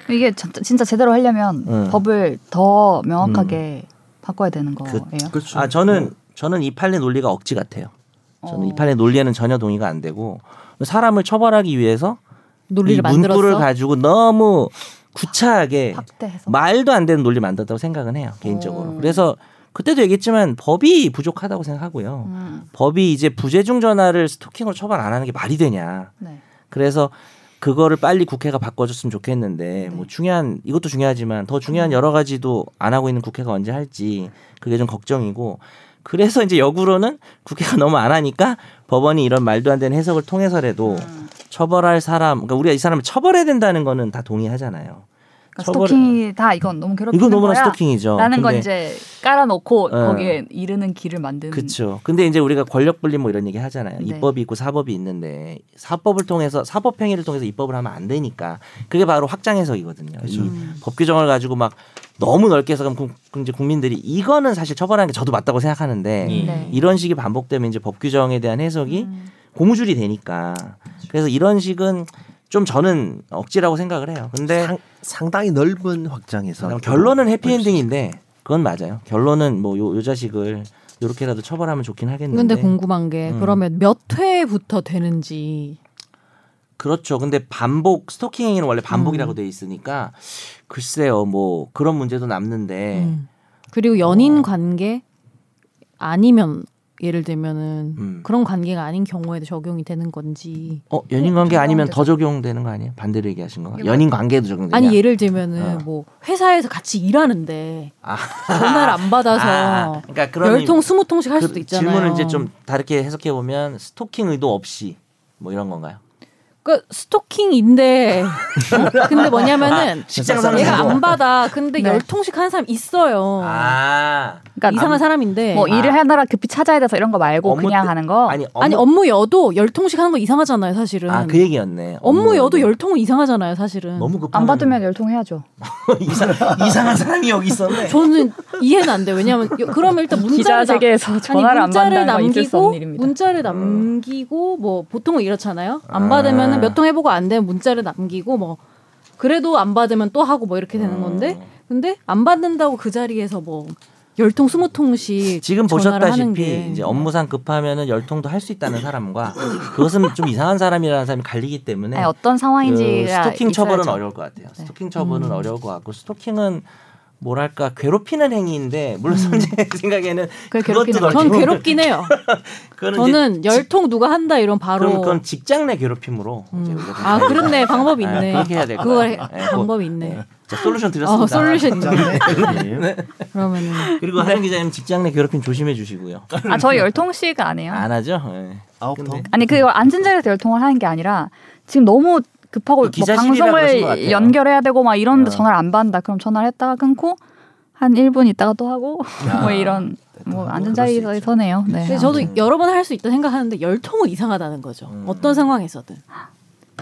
[SPEAKER 1] 이게 저- 진짜 제대로 하려면
[SPEAKER 2] 음.
[SPEAKER 1] 법을 더 명확하게 바꿔야 되는 거예요.
[SPEAKER 4] 그렇죠.
[SPEAKER 2] 아 저는 저는 이 판례 논리가 억지 같아요. 저는 이
[SPEAKER 1] 어.
[SPEAKER 2] 판례 논리에는 전혀 동의가 안 되고 사람을 처벌하기 위해서 이
[SPEAKER 3] 논리를
[SPEAKER 2] 문구를
[SPEAKER 3] 만들었어.
[SPEAKER 2] 가지고 너무 구차하게
[SPEAKER 1] 확대해서
[SPEAKER 2] 말도 안 되는 논리 만들었다고 생각은 해요 개인적으로.
[SPEAKER 1] 어.
[SPEAKER 2] 그래서 그때도 얘기했지만 법이 부족하다고 생각하고요.
[SPEAKER 1] 음.
[SPEAKER 2] 법이 이제 부재중 전화를 스토킹으로 처벌 안 하는 게 말이 되냐.
[SPEAKER 1] 네.
[SPEAKER 2] 그래서 그거를 빨리 국회가
[SPEAKER 1] 네.
[SPEAKER 2] 바꿔줬으면 좋겠는데 뭐 중요한 이것도 중요하지만 더
[SPEAKER 1] 음.
[SPEAKER 2] 중요한 여러 가지도 안 하고 있는 국회가 언제 할지 그게 좀 걱정이고 그래서 이제 역으로는 국회가 [LAUGHS] 너무 안 하니까 법원이 이런 말도 안 되는 해석을 통해서라도
[SPEAKER 1] 음.
[SPEAKER 2] 처벌할 사람 그러니까 우리가 이 사람을 처벌해야 된다는 거는 다 동의하잖아요.
[SPEAKER 1] 그러니까
[SPEAKER 2] 처벌-
[SPEAKER 1] 스토킹이다 이건 너무 괴롭히는
[SPEAKER 2] 이거 너무나
[SPEAKER 1] 거야.
[SPEAKER 2] 스토킹이죠.
[SPEAKER 1] 라는 건
[SPEAKER 2] 근데
[SPEAKER 1] 이제 깔아놓고
[SPEAKER 2] 어.
[SPEAKER 1] 거기에 이르는 길을 만드는
[SPEAKER 2] 그렇죠. 근데 이제 우리가 권력 분립 뭐 이런 얘기 하잖아요.
[SPEAKER 1] 네.
[SPEAKER 2] 입법이 있고 사법이 있는데 사법을 통해서 사법 행위를 통해서 입법을 하면 안 되니까 그게 바로 확장 해석이거든요.
[SPEAKER 1] 그렇죠.
[SPEAKER 2] 이 법 규정을 가지고 막 너무 넓게 해서 그럼 국- 그럼 이제 국민들이 이거는 사실 처벌하는 게 저도 맞다고 생각하는데
[SPEAKER 1] 네. 음.
[SPEAKER 2] 이런 식이 반복되면 이제 법 규정에 대한 해석이 고무줄이 되니까
[SPEAKER 1] 그렇죠.
[SPEAKER 2] 그래서 이런 식은 좀 저는 억지라고 생각을 해요. 근데
[SPEAKER 4] 상, 상당히 넓은 확장에서
[SPEAKER 2] 결론은 해피엔딩인데 그건 맞아요. 결론은 뭐 요 자식을 요렇게라도 처벌하면 좋긴 하겠는데.
[SPEAKER 3] 근데 궁금한 게
[SPEAKER 2] 음.
[SPEAKER 3] 그러면 몇 회부터 되는지
[SPEAKER 2] 그렇죠. 근데 반복 스토킹 행위는 원래
[SPEAKER 3] 음.
[SPEAKER 2] 반복이라고 돼 있으니까 글쎄요. 뭐 그런 문제도 남는데 음.
[SPEAKER 3] 음. 그리고 연인
[SPEAKER 2] 어.
[SPEAKER 3] 관계 아니면 예를 들면은
[SPEAKER 2] 음.
[SPEAKER 3] 그런 관계가 아닌 경우에도 적용이 되는 건지
[SPEAKER 2] 어 연인 관계
[SPEAKER 3] 그
[SPEAKER 2] 아니면 더 적용되는 거 아니에요? 반대로 얘기하신 거. 연인 관계도 적용되냐?
[SPEAKER 3] 아니 예를 들면은
[SPEAKER 2] 네. 어.
[SPEAKER 3] 뭐 회사에서 같이 일하는데
[SPEAKER 2] 아.
[SPEAKER 3] 전화를 안
[SPEAKER 2] 아,
[SPEAKER 3] 받아서
[SPEAKER 2] 그러니까 그런
[SPEAKER 3] 열 통 스무 통씩 할
[SPEAKER 2] 그
[SPEAKER 3] 수도 있잖아요.
[SPEAKER 2] 질문을 이제 좀 다르게 해석해 보면 스토킹 의도 없이 뭐 이런 건가요?
[SPEAKER 3] 그
[SPEAKER 2] [LAUGHS]
[SPEAKER 3] 스토킹인데 근데 뭐냐면은
[SPEAKER 2] 직장
[SPEAKER 3] 얘가
[SPEAKER 2] 아, 상사도.
[SPEAKER 3] 안 받아. 근데
[SPEAKER 1] 네.
[SPEAKER 3] 열 통씩 하는 사람 있어요.
[SPEAKER 2] 아.
[SPEAKER 1] 그러니까
[SPEAKER 3] 이상한 사람인데
[SPEAKER 1] 뭐
[SPEAKER 2] 아.
[SPEAKER 1] 일을 하느라 급히 찾아야 돼서 이런 거 말고
[SPEAKER 2] 업무
[SPEAKER 1] 그냥
[SPEAKER 2] 때-
[SPEAKER 1] 하는 거
[SPEAKER 2] 아니 업무
[SPEAKER 3] 아니 업무여도 열 통씩 하는 거 이상하잖아요, 사실은.
[SPEAKER 2] 아, 그 얘기였네.
[SPEAKER 3] 업무여도
[SPEAKER 2] 업무여도.
[SPEAKER 3] 열 통은 이상하잖아요, 사실은.
[SPEAKER 2] 너무 급한
[SPEAKER 1] 안 받으면 열통해야죠.
[SPEAKER 2] [LAUGHS] 이상, 이상한 사람이 여기 있었네.
[SPEAKER 3] 저는 이해는 안 돼. 요 왜냐면 여- 그러면 일단
[SPEAKER 1] 기자
[SPEAKER 3] 문자를 남-
[SPEAKER 1] 세계에서 전화를
[SPEAKER 3] 아니,
[SPEAKER 1] 안
[SPEAKER 3] 문자를
[SPEAKER 1] 받는다는 건 있을 수
[SPEAKER 3] 남기고
[SPEAKER 1] 없는 일입니다. 음.
[SPEAKER 3] 문자를 남기고 뭐 보통은 이렇잖아요. 안
[SPEAKER 2] 아.
[SPEAKER 3] 받으면 몇 통 해보고 안 되면 문자를 남기고 뭐 그래도 안 받으면 또 하고 뭐 이렇게
[SPEAKER 2] 음.
[SPEAKER 3] 되는 건데 근데 안 받는다고 그 자리에서 뭐 열통 스무 통씩
[SPEAKER 2] 지금
[SPEAKER 3] 전화를 하는 게. 뭐.
[SPEAKER 2] 보셨다시피 이제 업무상 급하면은 열통도 할 수 있다는 사람과 그것은 좀 이상한 사람이라는 사람이 갈리기 때문에
[SPEAKER 1] 아니, 어떤
[SPEAKER 2] 그
[SPEAKER 1] 상황인지
[SPEAKER 2] 스토킹 처벌은 어려울 것
[SPEAKER 3] 네.
[SPEAKER 2] 같아요. 스토킹 처벌은
[SPEAKER 3] 음.
[SPEAKER 2] 어려울 것 같고 스토킹은 뭐랄까 괴롭히는 행위인데 물론 선재 [LAUGHS] 생각에는
[SPEAKER 1] 그게
[SPEAKER 2] 그것도
[SPEAKER 1] 괴롭히는
[SPEAKER 2] 넓고
[SPEAKER 3] 저는 음. 괴롭긴 해요.
[SPEAKER 2] [LAUGHS] 그거는 이제
[SPEAKER 3] 저는 열통 누가 한다 이런
[SPEAKER 2] 그럼
[SPEAKER 3] 바로
[SPEAKER 2] 그건 직장 내 괴롭힘으로 이제
[SPEAKER 3] 음.
[SPEAKER 2] 우리가 좀
[SPEAKER 3] 아
[SPEAKER 2] 해야
[SPEAKER 3] 그렇네 방법이
[SPEAKER 2] [LAUGHS] 아,
[SPEAKER 3] 있네.
[SPEAKER 2] 그렇게 해야 될것
[SPEAKER 3] 그거
[SPEAKER 2] 같아요. 예, 그거-
[SPEAKER 3] 방법이 있네.
[SPEAKER 2] 자, 솔루션 드렸습니다.
[SPEAKER 3] 어 솔루션 있네.
[SPEAKER 4] 네.
[SPEAKER 3] 그러면
[SPEAKER 2] [LAUGHS] 그리고 하영 기자님 직장 내 괴롭힘 조심해 주시고요.
[SPEAKER 1] 아, 저 열통씩 안 해요.
[SPEAKER 2] 안 하죠? 예.
[SPEAKER 4] 아홉 통.
[SPEAKER 1] 아니 그걸 앉은 자리에서 열통을 하는 게 아니라 지금 너무 급하고 뭐
[SPEAKER 2] 기자실이라 그러신 것
[SPEAKER 1] 방송을
[SPEAKER 2] 같아요.
[SPEAKER 1] 연결해야 되고 막 이런데
[SPEAKER 2] 어.
[SPEAKER 1] 전화를 안 받는다. 그럼 전화를 했다가 끊고 한 1분 있다가 또 하고
[SPEAKER 2] 야.
[SPEAKER 1] [LAUGHS] 뭐 이런 뭐 앉은 자리에서네요. 네.
[SPEAKER 3] 근데 저도 여러 번 할 수 있다 생각하는데 열통은 이상하다는 거죠.
[SPEAKER 2] 음.
[SPEAKER 3] 어떤 상황에서든.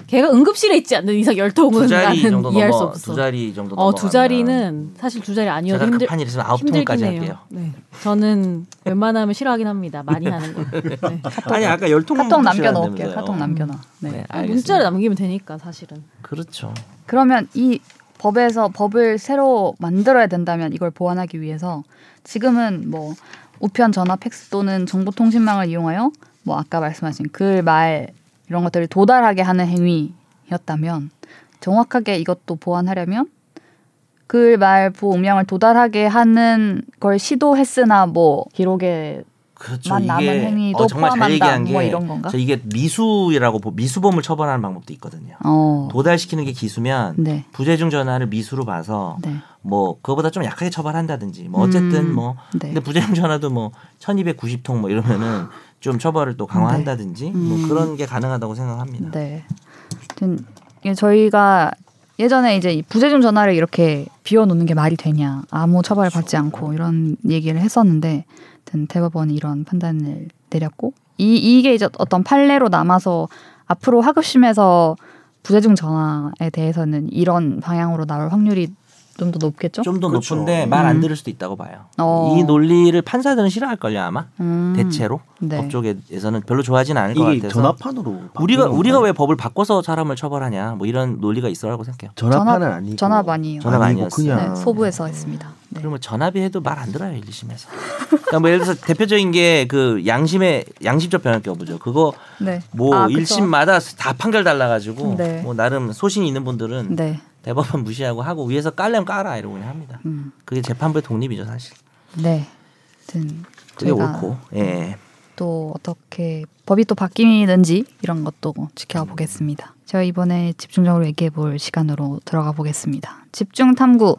[SPEAKER 3] 걔가 응급실에 있지 않는 이상 열통은
[SPEAKER 2] 두 자리
[SPEAKER 3] 나는
[SPEAKER 2] 정도
[SPEAKER 3] 이해할 수
[SPEAKER 2] 넘어
[SPEAKER 3] 없어.
[SPEAKER 2] 두 자리 정도 넘어.
[SPEAKER 3] 어, 두 자리는 사실 두 자리 아니어도
[SPEAKER 2] 제가
[SPEAKER 3] 힘들
[SPEAKER 2] 급한 일 있으면 아홉 통까지
[SPEAKER 3] 힘들긴
[SPEAKER 2] 할게요.
[SPEAKER 3] 해요. 네. 저는 웬만하면 싫어하긴 합니다. 많이 하는 거.
[SPEAKER 2] [LAUGHS]
[SPEAKER 3] 네.
[SPEAKER 2] 아니 아까 열통
[SPEAKER 1] 카톡 남겨 놓을게요. 카톡 남겨 놔. 네.
[SPEAKER 2] 어. 네,
[SPEAKER 3] 아,
[SPEAKER 2] 알겠습니다.
[SPEAKER 3] 문자를 남기면 되니까 사실은.
[SPEAKER 2] 그렇죠.
[SPEAKER 1] 그러면 이 법에서 법을 새로 만들어야 된다면 이걸 보완하기 위해서 지금은 뭐 우편 전화 팩스 또는 정보통신망을 이용하여 뭐 아까 말씀하신 글 말 이런 것들을 도달하게 하는 행위였다면 정확하게 이것도 보완하려면 글 말 부음량을 도달하게 하는 걸 시도했으나 뭐 기록에
[SPEAKER 2] 그렇죠.
[SPEAKER 1] 만 남은
[SPEAKER 2] 이게
[SPEAKER 1] 행위도
[SPEAKER 2] 어, 정말 잘
[SPEAKER 1] 포함한다,
[SPEAKER 2] 얘기한 게
[SPEAKER 1] 뭐 이런 건가?
[SPEAKER 2] 저 이게 미수라고 보- 미수범을 처벌하는 방법도 있거든요.
[SPEAKER 1] 어.
[SPEAKER 2] 도달시키는 게 기수면
[SPEAKER 1] 네.
[SPEAKER 2] 부재중 전화를 미수로 봐서
[SPEAKER 1] 네.
[SPEAKER 2] 뭐 그거보다 좀 약하게 처벌한다든지 뭐 어쨌든
[SPEAKER 1] 음,
[SPEAKER 2] 뭐
[SPEAKER 1] 네.
[SPEAKER 2] 근데 부재중 전화도 뭐 1290통 뭐 이러면은 좀 처벌을 또 강화한다든지
[SPEAKER 1] 음.
[SPEAKER 2] 뭐 그런 게 가능하다고 생각합니다.
[SPEAKER 1] 네. 아무튼 이게 저희가 예전에 이제 이 부재중 전화를 이렇게 비워놓는 게 말이 되냐, 아무 처벌을 받지
[SPEAKER 2] 그렇죠.
[SPEAKER 1] 않고 이런 얘기를 했었는데, 아무튼 대법원이 이런 판단을 내렸고, 이 이게 이제 어떤 판례로 남아서 앞으로 하급심에서 부재중 전화에 대해서는 이런 방향으로 나올 확률이 좀 더 높겠죠?
[SPEAKER 2] 좀 더
[SPEAKER 4] 그렇죠.
[SPEAKER 2] 높은데 말 안
[SPEAKER 1] 음.
[SPEAKER 2] 들을 수도 있다고 봐요.
[SPEAKER 1] 어.
[SPEAKER 2] 이 논리를 판사들은 싫어할 걸요 아마
[SPEAKER 1] 음.
[SPEAKER 2] 대체로
[SPEAKER 1] 네.
[SPEAKER 2] 법 쪽에서는 별로 좋아하진 않을 것
[SPEAKER 4] 이게
[SPEAKER 2] 같아서
[SPEAKER 4] 전화판으로
[SPEAKER 2] 우리가
[SPEAKER 4] 바꾸는
[SPEAKER 2] 우리가
[SPEAKER 4] 건가요?
[SPEAKER 2] 왜 법을 바꿔서 사람을 처벌하냐 뭐 이런 논리가 있어라고 생각해요.
[SPEAKER 4] 전화판은 아니고
[SPEAKER 1] 전압 아니에요.
[SPEAKER 2] 전압
[SPEAKER 4] 아니고
[SPEAKER 2] 아니었어요.
[SPEAKER 4] 그냥
[SPEAKER 1] 네, 소부에서 했습니다. 네.
[SPEAKER 2] 음. 그러면 전압이 해도 말 안 들어요 1, 2심에서. 그러니까 뭐 예를 들어서 대표적인 게 그 양심의 양심적 변환교부죠. 그거
[SPEAKER 1] 네.
[SPEAKER 2] 뭐
[SPEAKER 1] 아, 그쵸.
[SPEAKER 2] 일심마다 다 판결 달라가지고
[SPEAKER 1] 네.
[SPEAKER 2] 뭐 나름 소신 있는 분들은
[SPEAKER 1] 네.
[SPEAKER 2] 대법원 무시하고 하고 위에서 깔려면 깔아 이러고 그냥 합니다.
[SPEAKER 1] 음.
[SPEAKER 2] 그게 재판부의 독립이죠 사실.
[SPEAKER 1] 네. 아무튼
[SPEAKER 2] 그게
[SPEAKER 1] 저희가
[SPEAKER 2] 옳고 예.
[SPEAKER 1] 또 어떻게 법이 또 바뀌는지 이런 것도 지켜보겠습니다. 제가 이번에 집중적으로 얘기해 볼 시간으로 들어가 보겠습니다. 집중 탐구.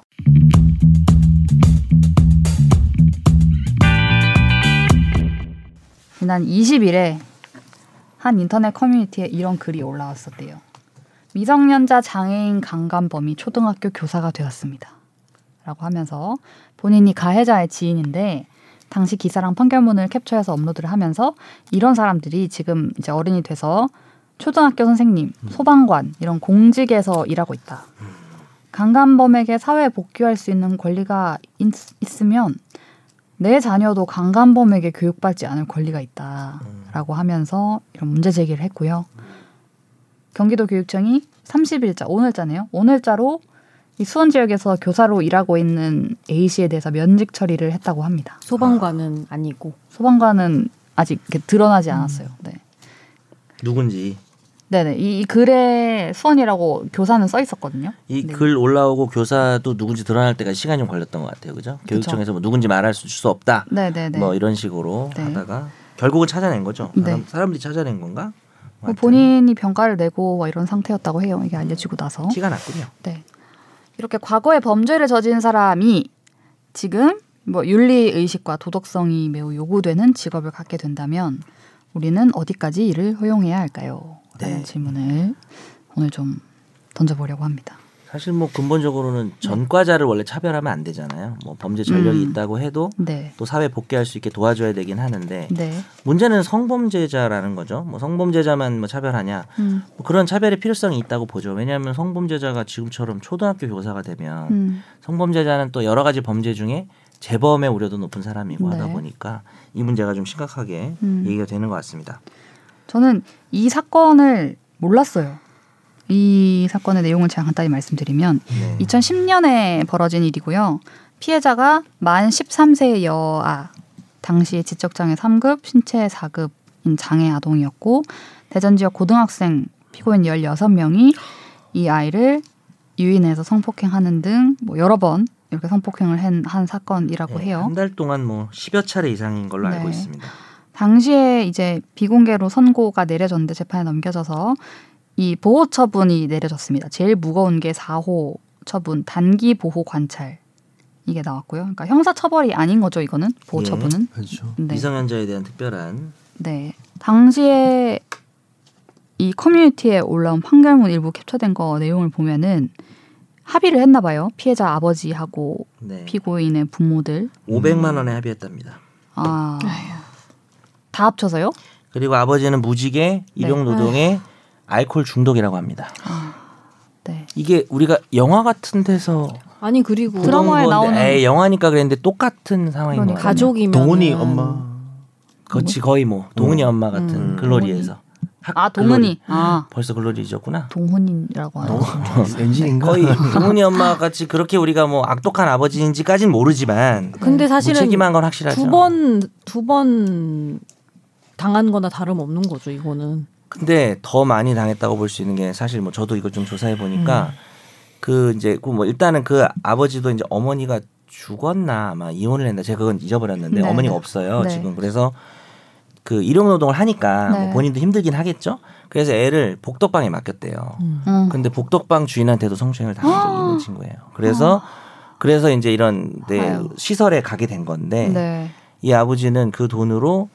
[SPEAKER 1] 지난 20일에 한 인터넷 커뮤니티에 이런 글이 올라왔었대요. 미성년자 장애인 강간범이 초등학교 교사가 되었습니다. 라고 하면서 본인이 가해자의 지인인데 당시 기사랑 판결문을 캡처해서 업로드를 하면서 이런 사람들이 지금 이제 어른이 돼서 초등학교 선생님, 소방관 이런 공직에서 일하고 있다. 강간범에게 사회에 복귀할 수 있는 권리가 있, 있으면 내 자녀도 강간범에게 교육받지 않을 권리가 있다라고 하면서 이런 문제 제기를 했고요. 경기도 교육청이 30일자 오늘자네요. 오늘자로 이 수원 지역에서 교사로 일하고 있는 A 씨에 대해서 면직 처리를 했다고 합니다.
[SPEAKER 3] 소방관은 아니고
[SPEAKER 1] 소방관은 아직 이렇게 드러나지 않았어요. 네.
[SPEAKER 2] 누군지
[SPEAKER 1] 네네. 이, 이 글에 수원이라고 교사는 써 있었거든요.
[SPEAKER 2] 이
[SPEAKER 1] 네.
[SPEAKER 2] 글 올라오고 교사도 누군지 드러날 때까지 시간이 좀 걸렸던 것 같아요, 그죠? 교육청에서 뭐 누군지 말할 수, 수 없다.
[SPEAKER 1] 네네네.
[SPEAKER 2] 뭐 이런 식으로
[SPEAKER 1] 네.
[SPEAKER 2] 하다가 결국은 찾아낸 거죠.
[SPEAKER 1] 네.
[SPEAKER 2] 사람, 사람들이 찾아낸 건가?
[SPEAKER 1] 뭐 본인이 병가를 내고 뭐 이런 상태였다고 해요. 이게 알려지고 나서.
[SPEAKER 2] 티가 났군요.
[SPEAKER 1] 네. 이렇게 과거에 범죄를 저지른 사람이 지금 뭐 윤리 의식과 도덕성이 매우 요구되는 직업을 갖게 된다면 우리는 어디까지 이를 허용해야 할까요? 라는
[SPEAKER 2] 네.
[SPEAKER 1] 질문을 오늘 좀 던져보려고 합니다.
[SPEAKER 2] 사실 뭐 근본적으로는 전과자를 원래 차별하면 안 되잖아요. 뭐 범죄 전력이
[SPEAKER 1] 음.
[SPEAKER 2] 있다고 해도
[SPEAKER 1] 네.
[SPEAKER 2] 또 사회 복귀할 수 있게 도와줘야 되긴 하는데
[SPEAKER 1] 네.
[SPEAKER 2] 문제는 성범죄자라는 거죠. 뭐 성범죄자만 뭐 차별하냐?
[SPEAKER 1] 음.
[SPEAKER 2] 뭐 그런 차별의 필요성이 있다고 보죠. 왜냐하면 성범죄자가 지금처럼 초등학교 교사가 되면
[SPEAKER 1] 음.
[SPEAKER 2] 성범죄자는 또 여러 가지 범죄 중에 재범의 우려도 높은 사람이고
[SPEAKER 1] 네.
[SPEAKER 2] 하다 보니까 이 문제가 좀 심각하게
[SPEAKER 1] 음.
[SPEAKER 2] 얘기가 되는 것 같습니다.
[SPEAKER 1] 저는 이 사건을 몰랐어요. 이 사건의 내용을 제가 간단히 말씀드리면
[SPEAKER 2] 네.
[SPEAKER 1] 2010년에 벌어진 일이고요. 피해자가 만 13세 여아, 당시에 지적장애 3급, 신체 4급인 장애 아동이었고 대전 지역 고등학생 피고인 16명이 이 아이를 유인해서 성폭행하는 등 뭐 여러 번 이렇게 성폭행을 한, 한 사건이라고 해요.
[SPEAKER 2] 네. 한 달 동안 뭐 10여 차례 이상인 걸로 알고
[SPEAKER 1] 네.
[SPEAKER 2] 있습니다.
[SPEAKER 1] 당시에 이제 비공개로 선고가 내려졌는데 재판에 넘겨져서 이 보호 처분이 내려졌습니다. 제일 무거운 게 4호 처분 단기 보호 관찰 이게 나왔고요. 그러니까 형사 처벌이 아닌 거죠, 이거는 보호
[SPEAKER 2] 예.
[SPEAKER 1] 처분은.
[SPEAKER 4] 그렇죠.
[SPEAKER 1] 네.
[SPEAKER 2] 미성년자에 대한 특별한
[SPEAKER 1] 네. 당시에 이 커뮤니티에 올라온 판결문 일부 캡처된 거 내용을 보면은 합의를 했나 봐요. 피해자 아버지하고
[SPEAKER 2] 네.
[SPEAKER 1] 피고인의 부모들. 음.
[SPEAKER 2] 500만 원에 합의했답니다.
[SPEAKER 1] 아. 다 합쳐서요?
[SPEAKER 2] 그리고 아버지는 무직에 일용 노동에
[SPEAKER 1] 아.
[SPEAKER 2] 알코올 중독이라고 합니다.
[SPEAKER 1] 네.
[SPEAKER 2] 이게 우리가 영화 같은 데서
[SPEAKER 3] 아니 그리고
[SPEAKER 1] 그럼- 드라마에
[SPEAKER 2] 보던 건데
[SPEAKER 1] 나오는-
[SPEAKER 2] 에이, 영화니까 그랬는데 똑같은 상황인 거예요.
[SPEAKER 1] 그러니까요.
[SPEAKER 3] 가족이면
[SPEAKER 4] 동훈이
[SPEAKER 1] 음.
[SPEAKER 4] 엄마
[SPEAKER 2] 그렇지 거의 뭐 동훈이 엄마 같은
[SPEAKER 3] 음.
[SPEAKER 2] 글로리에서 학-
[SPEAKER 1] 아,
[SPEAKER 2] 글로리.
[SPEAKER 1] 동은이. 아.
[SPEAKER 2] 벌써 글로리 잊었구나.
[SPEAKER 1] 동훈이라고 하죠.
[SPEAKER 4] 아, 엔진인가? 그렇죠.
[SPEAKER 2] 거의 동훈이 엄마 같이 그렇게 우리가 뭐 악독한 아버지인지까진
[SPEAKER 1] 네.
[SPEAKER 2] 모르지만
[SPEAKER 3] 근데 사실은
[SPEAKER 2] 무책임한 건 확실하죠.
[SPEAKER 3] 두 번 두 번 당한 거나 다름없는 거죠, 이거는.
[SPEAKER 2] 근데 더 많이 당했다고 볼 수 있는 게 사실
[SPEAKER 3] 음.
[SPEAKER 2] 뭐 저도 그 이거 좀 조사해 보니까 그 이제 그뭐 일단은 그 아버지도 이제 어머니가 죽었나 아마 이혼을 했나 제가 그건 잊어버렸는데
[SPEAKER 1] 네.
[SPEAKER 2] 어머니가 없어요
[SPEAKER 1] 네.
[SPEAKER 2] 지금 그래서 그 일용 노동을 하니까
[SPEAKER 1] 네.
[SPEAKER 2] 뭐 본인도 힘들긴 하겠죠. 그래서 애를 복덕방에 맡겼대요.
[SPEAKER 1] 음.
[SPEAKER 2] 근데 복덕방 주인한테도 성추행을 당한 적이 있는 친구예요. 그래서 그래서 이제 이런 네,
[SPEAKER 1] 아유.
[SPEAKER 2] 시설에 가게 된 건데
[SPEAKER 1] 네.
[SPEAKER 2] 이 아버지는 그 돈으로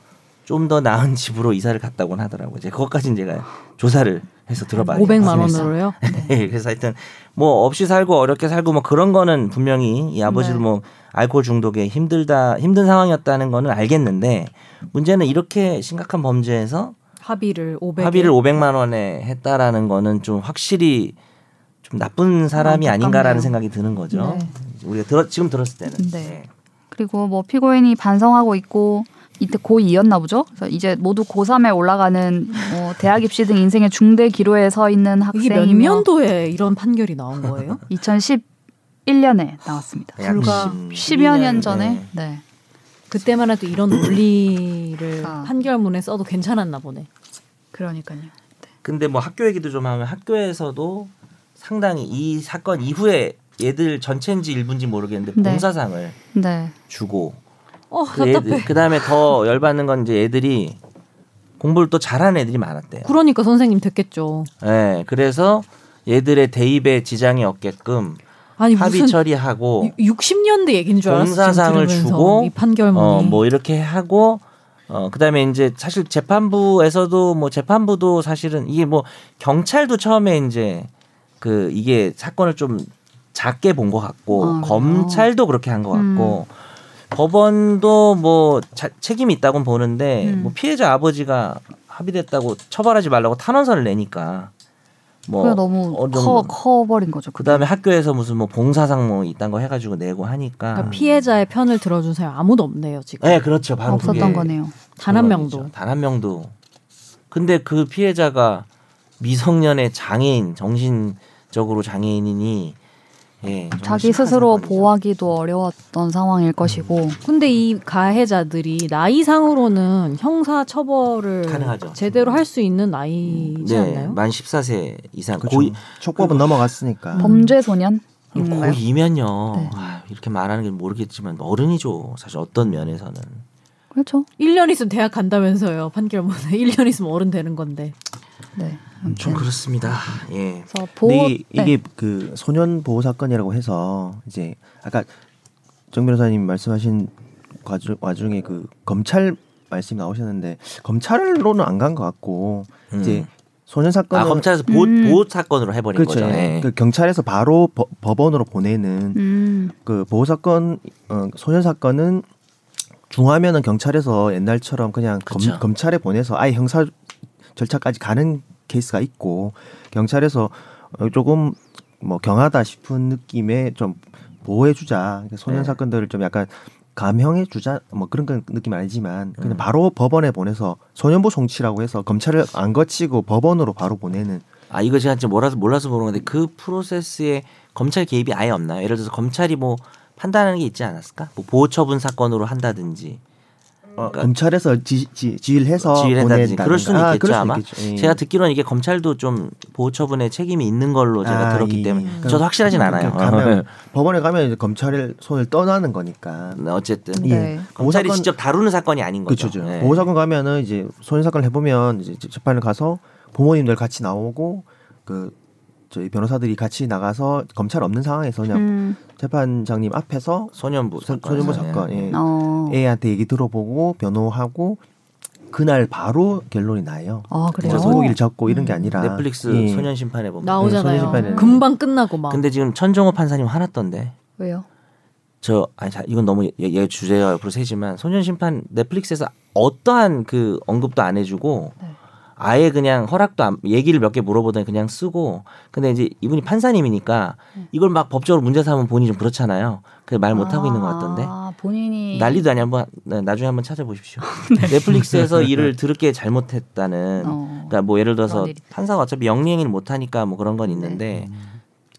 [SPEAKER 2] 좀 더 나은 집으로 이사를 갔다고는 하더라고요. 이제 그것까지는 제가 조사를 해서 들어봐요.
[SPEAKER 3] 500만 원으로요.
[SPEAKER 2] 네, [LAUGHS] 그래서 하여튼 뭐 없이 살고 어렵게 살고 뭐 그런 거는 분명히 이 아버지도
[SPEAKER 1] 네.
[SPEAKER 2] 뭐 알코올 중독에 힘들다 힘든 상황이었다는 거는 알겠는데 문제는 이렇게 심각한 범죄에서
[SPEAKER 3] 합의를 500. 에.
[SPEAKER 2] 합의를 500만 원에 했다라는 거는 좀 확실히 좀 나쁜 사람이
[SPEAKER 1] 안타깝네요.
[SPEAKER 2] 아닌가라는 생각이 드는 거죠.
[SPEAKER 1] 네.
[SPEAKER 2] 우리가 들어, 지금 들었을 때는
[SPEAKER 1] 네. 그리고 뭐 피고인이 반성하고 있고 이때 고2였나 보죠. 그래서 이제 모두 고3에 올라가는 어, 대학 입시 등 인생의 중대 기로에 서 있는
[SPEAKER 3] 이게 몇
[SPEAKER 1] 학생이며
[SPEAKER 3] 년도에 이런 판결이 나온
[SPEAKER 2] [LAUGHS]
[SPEAKER 3] 거예요?
[SPEAKER 1] 2011년에 나왔습니다.
[SPEAKER 2] 약
[SPEAKER 3] 불과
[SPEAKER 1] 10여 년 전에.
[SPEAKER 2] 네.
[SPEAKER 1] 네.
[SPEAKER 3] 그때만 해도 이런 논리를
[SPEAKER 1] 아.
[SPEAKER 3] 판결문에 써도 괜찮았나 보네.
[SPEAKER 1] 그러니까요.
[SPEAKER 2] 근데 뭐 학교 얘기도 좀 하면 학교에서도 상당히 이 사건 이후에 얘들 전체인지 일부인지 모르겠는데
[SPEAKER 1] 네.
[SPEAKER 2] 봉사상을
[SPEAKER 1] 네.
[SPEAKER 2] 주고
[SPEAKER 3] 어
[SPEAKER 2] 그
[SPEAKER 3] 답답해.
[SPEAKER 2] 다음에더 열받는 건 이제 애들이 공부를 또 잘하는 애들이 많았대요.
[SPEAKER 3] 그러니까 선생님 됐겠죠.
[SPEAKER 2] 예. 그래서 얘들의 대입에 지장이 없게끔
[SPEAKER 3] 아니
[SPEAKER 2] 합의
[SPEAKER 3] 무슨
[SPEAKER 2] 처리하고
[SPEAKER 3] 60년대 얘긴 줄 알았어.
[SPEAKER 2] 공사상을 뭐 주고,
[SPEAKER 3] 이 판결문이
[SPEAKER 2] 어
[SPEAKER 1] 음.
[SPEAKER 2] 뭐 이렇게 하고 어 그다음에 이제 사실 재판부에서도 뭐 재판부도 사실은 이게 뭐 경찰도 처음에 이제 그 이게 사건을 좀 작게 본 것 같고
[SPEAKER 1] 아, 그래요? 음.
[SPEAKER 2] 검찰도 그렇게 한 것 같고 법원도 뭐 자- 책임이 있다고 보는데
[SPEAKER 1] 음.
[SPEAKER 2] 뭐 피해자 아버지가 합의됐다고 처벌하지 말라고 탄원서를 내니까
[SPEAKER 1] 그게
[SPEAKER 2] 뭐
[SPEAKER 1] 너무
[SPEAKER 2] 어느
[SPEAKER 1] 커,
[SPEAKER 2] 정도.
[SPEAKER 1] 커버린 거죠.
[SPEAKER 2] 그다음에 학교에서 무슨 뭐 봉사상 뭐 이딴 거 해가지고 내고 하니까
[SPEAKER 3] 그러니까 피해자의 편을 들어준 사람 아무도 없네요 지금.
[SPEAKER 2] 네, 그렇죠. 바로
[SPEAKER 1] 없었던
[SPEAKER 2] 그게
[SPEAKER 1] 거네요.
[SPEAKER 3] 단 한
[SPEAKER 2] 그거죠.
[SPEAKER 3] 명도.
[SPEAKER 2] 단한 명도. 근데 그 피해자가 미성년의 장애인, 정신적으로 장애인이니 예, 정말
[SPEAKER 1] 자기
[SPEAKER 2] 심각한
[SPEAKER 1] 스스로
[SPEAKER 2] 사건이죠. 음.
[SPEAKER 1] 보호하기도 어려웠던 상황일 것이고
[SPEAKER 3] 근데 이 가해자들이 나이상으로는 형사 처벌을
[SPEAKER 2] 가능하죠.
[SPEAKER 3] 제대로 할 수 있는 나이지
[SPEAKER 2] 네,
[SPEAKER 3] 않나요?
[SPEAKER 2] 만 14세 이상
[SPEAKER 4] 그렇죠.
[SPEAKER 2] 고이
[SPEAKER 4] 촉법은 넘어갔으니까.
[SPEAKER 1] 범죄 소년.
[SPEAKER 2] 음.
[SPEAKER 1] 인가요?
[SPEAKER 2] 고이면요.
[SPEAKER 1] 네.
[SPEAKER 2] 아유, 이렇게 말하는 게 모르겠지만 어른이죠. 사실 어떤 면에서는.
[SPEAKER 1] 그렇죠.
[SPEAKER 3] 1년 있으면 대학 간다면서요. [LAUGHS] 판결문에 뭐, 1년 있으면 어른 되는 건데.
[SPEAKER 1] 네.
[SPEAKER 2] 좀 그렇습니다. 예.
[SPEAKER 1] 그래서 보호
[SPEAKER 4] 근데 이-
[SPEAKER 1] 네.
[SPEAKER 4] 이게 그 소년 보호 사건이라고 해서 이제 아까 정 변호사님 말씀하신 과중, 와중에 그 검찰 말씀 나오셨는데 검찰로는 안 간 것 같고
[SPEAKER 2] 음.
[SPEAKER 4] 이제 소년 사건은
[SPEAKER 2] 아 검찰에서 보호,
[SPEAKER 1] 음.
[SPEAKER 2] 보호 사건으로 해버린
[SPEAKER 4] 그렇죠.
[SPEAKER 2] 거죠. 예.
[SPEAKER 4] 그 경찰에서 바로 버- 법원으로 보내는
[SPEAKER 1] 음,
[SPEAKER 4] 그 보호 사건 어, 소년 사건은 중하면은 경찰에서 옛날처럼 그냥
[SPEAKER 2] 그쵸.
[SPEAKER 4] 검, 찰에 보내서 아예 형사 절차까지 가는 케이스가 있고 경찰에서 어, 조금 뭐 경하다 싶은 느낌에 좀 보호해주자 그러니까 소년
[SPEAKER 2] 네.
[SPEAKER 4] 사건들을 좀 약간 감형해주자 뭐 그런 건 느낌 아니지만 그냥
[SPEAKER 2] 음.
[SPEAKER 4] 바로 법원에 보내서 소년보 송치라고 해서 검찰을 안 거치고 법원으로 바로 보내는
[SPEAKER 2] 아 이거 제가 진짜 몰라서 몰라서 모르는데 그 프로세스에 검찰 개입이 아예 없나요? 예를 들어서 검찰이 뭐 판단하는 게 있지 않았을까? 뭐 보호처분 사건으로 한다든지 그러니까
[SPEAKER 4] 검찰에서 지, 지, 지휘해서
[SPEAKER 2] 지휘한다든지
[SPEAKER 4] 어, 보낸다
[SPEAKER 2] 그럴 수는 있겠죠 아마.
[SPEAKER 4] 있겠죠. 예.
[SPEAKER 2] 제가 듣기로는 이게 검찰도 좀 보호처분에 책임이 있는 걸로 제가
[SPEAKER 4] 아,
[SPEAKER 2] 들었기
[SPEAKER 4] 이-
[SPEAKER 2] 때문에
[SPEAKER 4] 음.
[SPEAKER 2] 저도 확실하진 않아요. 네.
[SPEAKER 4] 그러니까
[SPEAKER 2] [LAUGHS]
[SPEAKER 4] 가면 법원에 가면 이제 검찰의 손을 떠나는 거니까.
[SPEAKER 2] 네, 어쨌든
[SPEAKER 1] 네.
[SPEAKER 2] 검찰이
[SPEAKER 4] 예. 보호사건-
[SPEAKER 2] 직접 다루는 사건이 아닌 거죠.
[SPEAKER 4] 그렇죠. 죠
[SPEAKER 2] 네.
[SPEAKER 4] 보호사건 가면은 이제 소년 사건을 해보면 이제 재- 재판을 가서 부모님들 같이 나오고 그 저희 변호사들이 같이 나가서 검찰 없는 상황에서 그냥
[SPEAKER 1] 음,
[SPEAKER 4] 재판장님 앞에서
[SPEAKER 2] 소년부
[SPEAKER 4] 소-
[SPEAKER 2] 사건. 네.
[SPEAKER 4] 소년부 사건 예.
[SPEAKER 1] 어.
[SPEAKER 4] 애한테 얘기 들어보고 변호하고 그날 바로 결론이 나요.
[SPEAKER 1] 아
[SPEAKER 4] 진짜
[SPEAKER 1] 그래요.
[SPEAKER 4] 소고기를 잡고 이런 게 아니라
[SPEAKER 2] 넷플릭스
[SPEAKER 4] 예.
[SPEAKER 2] 소년 심판에 보면.
[SPEAKER 4] 네,
[SPEAKER 3] 뭐 나오잖아요.
[SPEAKER 4] 소년 심판에.
[SPEAKER 3] 금방 끝나고 막.
[SPEAKER 2] 근데 지금 천종호 판사님 화났던데.
[SPEAKER 1] 왜요?
[SPEAKER 2] 저 아니 자, 이건 너무 얘, 얘 주제가 옆으로 새지만 소년 심판 넷플릭스에서 어떠한 그 언급도 안 해주고
[SPEAKER 1] 네.
[SPEAKER 2] 아예 그냥 허락도 안, 얘기를 몇 개 물어보더니 그냥 쓰고 근데 이제 이분이 판사님이니까
[SPEAKER 1] 음.
[SPEAKER 2] 이걸 막 법적으로 문제 삼으면 본인이 좀 그렇잖아요. 그래서 말 못 하고 있는 것 같던데
[SPEAKER 1] 아, 본인이
[SPEAKER 2] 난리도 아니 한번 네, 나중에
[SPEAKER 1] [LAUGHS]
[SPEAKER 2] 한번 찾아보십시오. 넷플릭스에서 일을 드럽게 잘못했다는
[SPEAKER 1] 네. 어.
[SPEAKER 2] 그러니까 뭐 예를 들어서
[SPEAKER 1] 그런 일이 네.
[SPEAKER 2] 판사가 어차피 영리행위를 못하니까 뭐 그런 건 있는데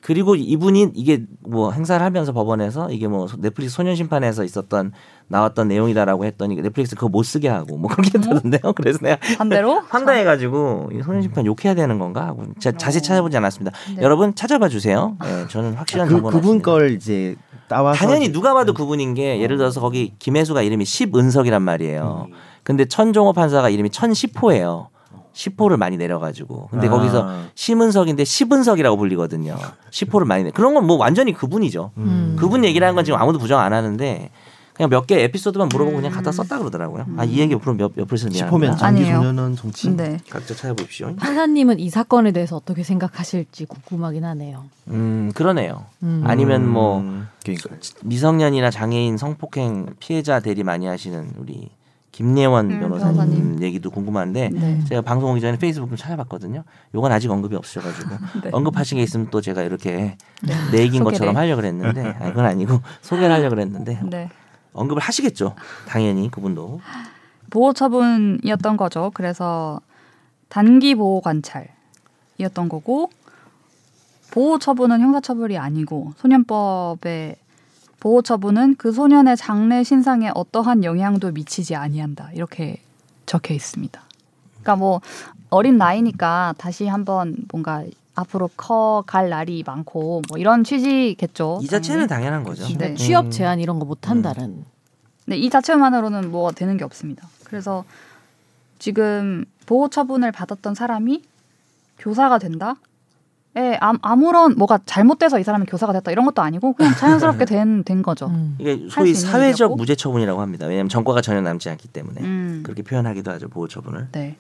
[SPEAKER 2] 그리고 이분이 이게 뭐 행사를 하면서 법원에서 이게 뭐 넷플릭스 소년 심판에서 있었던 나왔던 내용이다라고 했더니 넷플릭스 그거 못 쓰게 하고 뭐
[SPEAKER 1] 어?
[SPEAKER 2] 그렇게 했다던데요. [LAUGHS] 그래서 내가
[SPEAKER 1] 그렇죠. [LAUGHS] 반대로
[SPEAKER 2] 판단해가지고 이 소년 심판 욕해야 되는 건가 하고 자, 세히 찾아보지 않았습니다.
[SPEAKER 1] 어. 네.
[SPEAKER 2] 여러분 찾아봐 주세요. 예, 저는 확실한
[SPEAKER 4] 그
[SPEAKER 2] 정보는
[SPEAKER 4] 그분
[SPEAKER 2] 없습니다.
[SPEAKER 4] 걸 이제 음. 따와서
[SPEAKER 2] 당연히 누가 봐도 구분인 게 예를 들어서 거기 김혜수가 이름이 십은석이란
[SPEAKER 4] 음.
[SPEAKER 2] 말이에요. 근데 천종호 판사가 이름이 천십호예요. 십호를 많이 내려가지고 근데
[SPEAKER 4] 아.
[SPEAKER 2] 거기서 심은석인데 십은석이라고 불리거든요. 십호를 많이 내. 그런 건 뭐 완전히 그분이죠.
[SPEAKER 3] 음.
[SPEAKER 2] 그분 얘기라는 건 지금 아무도 부정 안 하는데 그냥 몇 개 에피소드만 물어보고 그냥
[SPEAKER 4] 음.
[SPEAKER 2] 갖다 썼다 그러더라고요. 아 이 얘기 앞으로 몇 옆으로 쓰면
[SPEAKER 4] 싶으면 장기
[SPEAKER 1] 아니에요.
[SPEAKER 4] 소년은 정치.
[SPEAKER 1] 네.
[SPEAKER 2] 각자 찾아보십시오.
[SPEAKER 3] 판사님은 이 사건에 대해서 어떻게 생각하실지 궁금하긴 하네요.
[SPEAKER 2] 음 그러네요.
[SPEAKER 3] 음.
[SPEAKER 2] 아니면 뭐
[SPEAKER 4] 그러니까
[SPEAKER 1] 음.
[SPEAKER 2] 미성년이나 장애인 성폭행 피해자 대리 많이 하시는 우리 김예원
[SPEAKER 1] 음,
[SPEAKER 2] 변호사님,
[SPEAKER 1] 변호사님.
[SPEAKER 2] 얘기도 궁금한데
[SPEAKER 1] 네.
[SPEAKER 2] 제가 방송 오기 전에 페이스북 좀 찾아봤거든요. 요건 아직 언급이 없으셔가지고
[SPEAKER 1] [LAUGHS] 네.
[SPEAKER 2] 언급하신 게 있으면 또 제가 이렇게 내 얘기인 것처럼
[SPEAKER 1] 소개를.
[SPEAKER 2] 하려고 그랬는데 아니, 그건 아니고 [LAUGHS] 소개를 하려고 그랬는데
[SPEAKER 1] 네.
[SPEAKER 2] 언급을 하시겠죠. 당연히 그분도
[SPEAKER 1] 보호 처분이었던 거죠. 그래서 단기 보호 관찰이었던 거고 보호 처분은 형사 처벌이 아니고 소년법의 보호 처분은 그 소년의 장래 신상에 어떠한 영향도 미치지 아니한다. 이렇게 적혀 있습니다. 그러니까 뭐 어린 나이니까 다시 한번 뭔가 앞으로 커 갈 날이 많고 뭐 이런 취지겠죠.
[SPEAKER 2] 이
[SPEAKER 1] 어, 당연히.
[SPEAKER 2] 자체는 당연한 거죠. 음.
[SPEAKER 1] 네.
[SPEAKER 3] 취업 제한 이런 거 못 한다는.
[SPEAKER 1] 네, 이 자체만으로는 뭐가 되는 게 없습니다. 그래서 지금 보호 처분을 받았던 사람이 교사가 된다? 예, 암- 아무런 뭐가 잘못돼서 이 사람이 교사가 됐다 이런 것도 아니고 그냥 자연스럽게 된, 된 거죠.
[SPEAKER 3] 음.
[SPEAKER 2] 이게
[SPEAKER 1] 할수
[SPEAKER 2] 소위
[SPEAKER 1] 있는
[SPEAKER 2] 사회적
[SPEAKER 1] 일이었고.
[SPEAKER 2] 무죄 처분이라고 합니다. 왜냐하면 전과가 전혀 남지 않기 때문에
[SPEAKER 1] 음.
[SPEAKER 2] 그렇게 표현하기도 하죠 보호 처분을.
[SPEAKER 1] 네.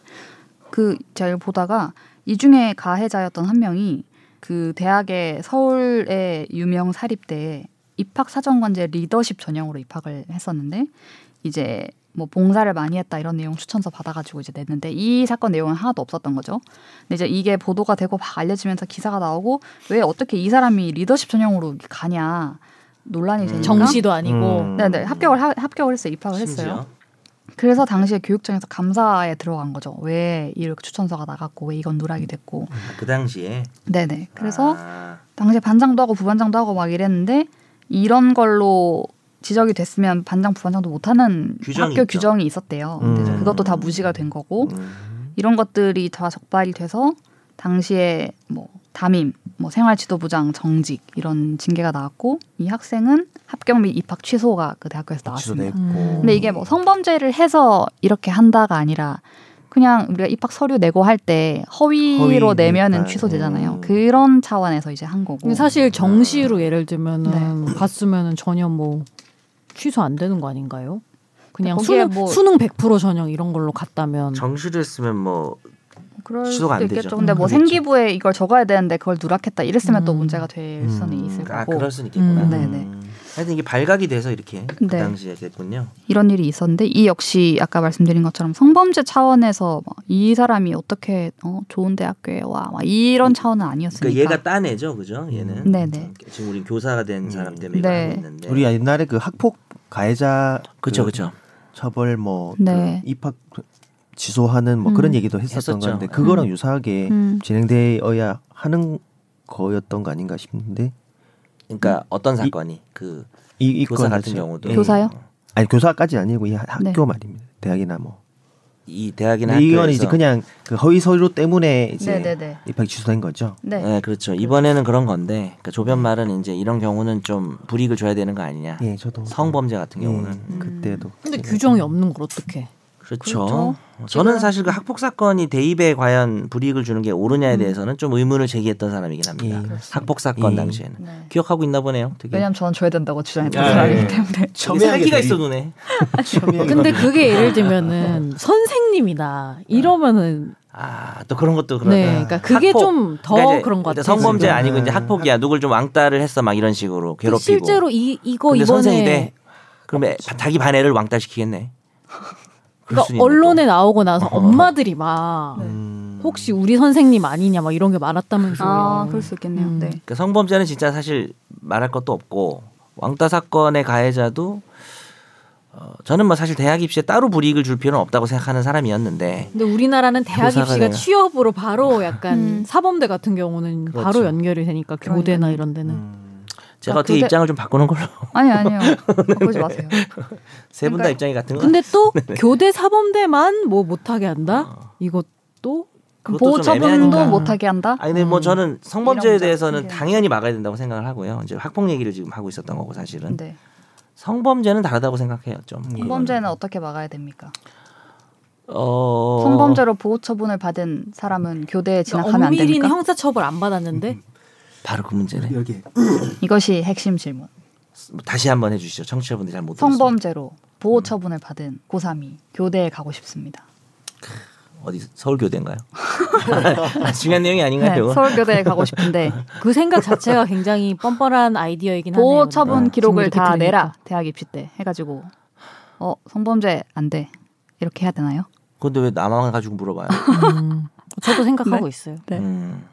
[SPEAKER 1] 그 제가 이걸 보다가 이 중에 가해자였던 한 명이 그 대학의 서울의 유명 사립대에 입학 사정관제 리더십 전형으로 입학을 했었는데 이제 뭐 봉사를 많이 했다 이런 내용 추천서 받아가지고 이제 냈는데 이 사건 내용은 하나도 없었던 거죠. 근데 이제 이게 보도가 되고 막 알려지면서 기사가 나오고 왜 어떻게 이 사람이 리더십 전형으로 이렇게 가냐 논란이 되니까
[SPEAKER 3] 정시도 아니고
[SPEAKER 4] 음.
[SPEAKER 1] 네네 합격을 하- 합격을 했어요 입학을 했어요.
[SPEAKER 2] 심지어
[SPEAKER 1] 그래서 당시에 교육청에서 감사에 들어간 거죠. 왜 이렇게 추천서가 나갔고 왜 이건 누락이 됐고.
[SPEAKER 2] 그 당시에
[SPEAKER 1] 네네. 그래서
[SPEAKER 2] 아,
[SPEAKER 1] 당시에 반장도 하고 부반장도 하고 막 이랬는데 이런 걸로 지적이 됐으면 반장 부반장도 못하는
[SPEAKER 2] 규정이
[SPEAKER 1] 학교
[SPEAKER 2] 있죠.
[SPEAKER 1] 규정이 있었대요. 근데 이제
[SPEAKER 4] 음.
[SPEAKER 1] 그것도 다 무시가 된
[SPEAKER 2] 음.
[SPEAKER 1] 거고 이런 것들이 다 적발이 돼서 당시에 뭐 담임, 뭐 생활지도부장 정직 이런 징계가 나왔고 이 학생은 합격 및 입학 취소가 그 대학교에서
[SPEAKER 2] 아,
[SPEAKER 4] 취소도
[SPEAKER 1] 나왔습니다.
[SPEAKER 4] 했고.
[SPEAKER 3] 음.
[SPEAKER 1] 근데 이게 뭐 성범죄를 해서 이렇게 한다가 아니라 그냥 우리가 입학 서류 내고 할 때 허위로
[SPEAKER 4] 허위니까.
[SPEAKER 1] 내면은 취소되잖아요.
[SPEAKER 4] 음.
[SPEAKER 1] 그런 차원에서 이제 한 거고.
[SPEAKER 3] 근데 사실 정시로 예를
[SPEAKER 1] 네.
[SPEAKER 3] 들면은 봤으면은 전혀 뭐 취소 안 되는 거 아닌가요? 그냥
[SPEAKER 1] 거기에
[SPEAKER 3] 수능
[SPEAKER 1] 뭐-
[SPEAKER 3] 수능 100% 전형 이런 걸로
[SPEAKER 4] 음.
[SPEAKER 3] 갔다면
[SPEAKER 2] 정시를 했으면 뭐
[SPEAKER 1] 그럴
[SPEAKER 2] 취소가 안
[SPEAKER 1] 수도
[SPEAKER 2] 되죠.
[SPEAKER 1] 있겠죠. 근데 뭐
[SPEAKER 2] 그렇겠죠.
[SPEAKER 1] 생기부에 이걸 적어야 되는데 그걸 누락했다 이랬으면 또
[SPEAKER 3] 음.
[SPEAKER 1] 문제가 될
[SPEAKER 4] 음.
[SPEAKER 1] 수는 있을
[SPEAKER 2] 아
[SPEAKER 1] 거고.
[SPEAKER 2] 그럴 수는 있겠구나.
[SPEAKER 3] 음,
[SPEAKER 1] 네네.
[SPEAKER 2] 하여튼 이게 발각이 돼서 이렇게 그
[SPEAKER 1] 네.
[SPEAKER 2] 당시에 됐군요.
[SPEAKER 1] 이런 일이 있었는데 이 역시 아까 말씀드린 것처럼 성범죄 차원에서 막이 사람이 어떻게 어, 좋은 대학교에 와 막 이런 차원은 아니었으니까. 음.
[SPEAKER 2] 그러니까 얘가 따내죠, 그죠? 얘는
[SPEAKER 1] 네네.
[SPEAKER 2] 지금 우린 교사가 된 사람 때문에 이걸
[SPEAKER 1] 네.
[SPEAKER 2] 하고 있는데.
[SPEAKER 4] 음. 우리 옛날에 그 학폭 가해자
[SPEAKER 2] 그렇죠,
[SPEAKER 4] 그
[SPEAKER 2] 그렇죠.
[SPEAKER 4] 처벌 뭐
[SPEAKER 1] 네.
[SPEAKER 4] 그 입학 지소하는 뭐 그런
[SPEAKER 1] 음.
[SPEAKER 4] 얘기도 했었던
[SPEAKER 2] 했었죠.
[SPEAKER 4] 건데 그거랑 유사하게
[SPEAKER 1] 음.
[SPEAKER 4] 진행되어야 하는 거였던 거 아닌가 싶은데 음.
[SPEAKER 2] 그러니까 어떤 사건이 그
[SPEAKER 4] 이, 이
[SPEAKER 2] 교사
[SPEAKER 4] 건
[SPEAKER 2] 같은
[SPEAKER 4] 자체-
[SPEAKER 2] 경우도
[SPEAKER 4] 예.
[SPEAKER 1] 교사요? 네.
[SPEAKER 4] 아니 교사까지 아니고 이 하- 학교 말입니다 대학이나 뭐
[SPEAKER 2] 이 대학이나
[SPEAKER 4] 근데 네, 이건
[SPEAKER 2] 학교에서
[SPEAKER 4] 이제 그냥 그 허위 서류 때문에 이제
[SPEAKER 1] 네네네.
[SPEAKER 4] 입학이 취소된 거죠
[SPEAKER 1] 네.
[SPEAKER 2] 네, 그렇죠. 이번에는 그런 건데 그러니까 조변 말은 이제 이런 경우는 좀 불이익을 줘야 되는 거 아니냐.
[SPEAKER 4] 예 저도
[SPEAKER 2] 성범죄 같은
[SPEAKER 4] 예,
[SPEAKER 2] 경우는
[SPEAKER 4] 그때도
[SPEAKER 1] 음.
[SPEAKER 3] 근데 규정이 없는 걸 어떻게?
[SPEAKER 2] 그렇죠.
[SPEAKER 1] 그렇죠.
[SPEAKER 2] 저는 사실 그 학폭 사건이 대입에 과연 불이익을 주는 게
[SPEAKER 3] 음.
[SPEAKER 2] 옳으냐에 대해서는 좀 의문을 제기했던 사람이긴 합니다.
[SPEAKER 4] 예.
[SPEAKER 2] 학폭 사건
[SPEAKER 4] 예.
[SPEAKER 2] 당시에는
[SPEAKER 1] 네.
[SPEAKER 2] 기억하고 있나 보네요. 되게
[SPEAKER 1] 왜냐면 저는 줘야 된다고 주장했던
[SPEAKER 4] 아,
[SPEAKER 1] 사람이기
[SPEAKER 4] 예.
[SPEAKER 1] 때문에.
[SPEAKER 2] 되게 살기가 있어
[SPEAKER 3] 네.
[SPEAKER 2] 눈에.
[SPEAKER 3] 근데 그게 예를 들면은 선생님이다 이러면은
[SPEAKER 2] 아, 또 그런 것도 그러다.
[SPEAKER 3] 네, 그러니까 그게
[SPEAKER 2] 아, 학폭.
[SPEAKER 3] 좀 더
[SPEAKER 2] 그러니까 이제
[SPEAKER 3] 그런 것 같아요. 네.
[SPEAKER 2] 성범죄 아니고 이제
[SPEAKER 4] 음.
[SPEAKER 2] 학폭이야. 누굴 좀 왕따를 했어 막 이런 식으로 괴롭히고.
[SPEAKER 3] 그 실제로 이 이거
[SPEAKER 2] 근데
[SPEAKER 3] 이번에
[SPEAKER 2] 선생이 돼. 그럼 애, 자기 반 애를 왕따 시키겠네. 그럴 수는
[SPEAKER 3] 그러니까
[SPEAKER 2] 있네, 또.
[SPEAKER 3] 언론에
[SPEAKER 2] 어. 음.
[SPEAKER 3] 나오고 나서 엄마들이 막
[SPEAKER 4] 음,
[SPEAKER 3] 혹시 우리 선생님 아니냐 막 이런 게 많았다면서요.
[SPEAKER 1] 아, 그럴 수 있겠네요.
[SPEAKER 3] 음.
[SPEAKER 1] 네.
[SPEAKER 2] 그러니까 성범죄는 진짜 사실 말할 것도 없고 왕따 사건의 가해자도 어, 저는 뭐 사실 대학 입시에 따로 불이익을 줄 필요는 없다고 생각하는 사람이었는데
[SPEAKER 3] 근데 우리나라는 대학
[SPEAKER 2] 교사가
[SPEAKER 3] 입시가
[SPEAKER 2] 돼요.
[SPEAKER 3] 취업으로 바로 약간
[SPEAKER 1] 음.
[SPEAKER 3] 사범대 같은 경우는 바로
[SPEAKER 2] 그렇죠. 음.
[SPEAKER 3] 연결이 되니까 교대나
[SPEAKER 1] 그러니까요. 음.
[SPEAKER 3] 이런 데는
[SPEAKER 2] 제가
[SPEAKER 1] 아,
[SPEAKER 2] 어떻게
[SPEAKER 1] 교대-
[SPEAKER 2] 입장을 좀 바꾸는 걸로 [LAUGHS]
[SPEAKER 1] 아니 아니요.
[SPEAKER 2] 네.
[SPEAKER 1] 바꾸지 마세요.
[SPEAKER 2] 세 분 다
[SPEAKER 1] 그러니까-
[SPEAKER 2] [LAUGHS] 입장이 같은 거 어.
[SPEAKER 3] 근데 또 교대 사범대만 뭐 못하게 한다 이것도
[SPEAKER 2] 그것도
[SPEAKER 1] 보호
[SPEAKER 2] 좀
[SPEAKER 1] 처분도
[SPEAKER 2] 애매하니까.
[SPEAKER 1] 못하게 한다.
[SPEAKER 2] 아니 근데 뭐
[SPEAKER 3] 음.
[SPEAKER 2] 저는 성범죄에
[SPEAKER 1] 이런
[SPEAKER 2] 대해서는
[SPEAKER 1] 문제.
[SPEAKER 2] 당연히 막아야 된다고 생각을 하고요. 이제 학폭 얘기를 지금 하고 있었던 거고 사실은
[SPEAKER 1] 네.
[SPEAKER 2] 성범죄는 다르다고 생각해요. 좀
[SPEAKER 1] 성범죄는 어떻게 막아야 됩니까?
[SPEAKER 2] 어...
[SPEAKER 1] 성범죄로 보호 처분을 받은 사람은 교대에 진학하면 안
[SPEAKER 3] 그러니까 엄밀히는
[SPEAKER 1] 됩니까?
[SPEAKER 3] 형사처벌
[SPEAKER 2] [LAUGHS]
[SPEAKER 3] 안 받았는데
[SPEAKER 2] 바로 그 문제네.
[SPEAKER 7] 여기
[SPEAKER 1] 이것이 핵심 질문.
[SPEAKER 2] 다시 한번 해주시죠. 청취자분들이 잘 못 들었어요.
[SPEAKER 1] 성범죄로 보호 처분을 받은 고3이 교대에 가고 싶습니다.
[SPEAKER 2] 어디 서울교대인가요? [LAUGHS] 중요한 내용이
[SPEAKER 1] 네,
[SPEAKER 2] 아닌가요?
[SPEAKER 1] 서울 교대에 가고
[SPEAKER 2] [LAUGHS]
[SPEAKER 1] 싶은데
[SPEAKER 3] 그 생각 자체가 굉장히 뻔뻔한 아이디어이긴 하네요.
[SPEAKER 1] 보호
[SPEAKER 3] 근데.
[SPEAKER 1] 처분
[SPEAKER 3] 지금
[SPEAKER 1] 기록을
[SPEAKER 3] 이렇게
[SPEAKER 1] 다
[SPEAKER 3] 들으니까.
[SPEAKER 1] 내라 대학 입시 때 해가지고 어 성범죄 안 돼 이렇게 해야 되나요?
[SPEAKER 2] 근데 왜 나만 가지고 물어봐요?
[SPEAKER 3] 음, 저도 생각하고 있어요.
[SPEAKER 1] [LAUGHS] 네.
[SPEAKER 2] 음.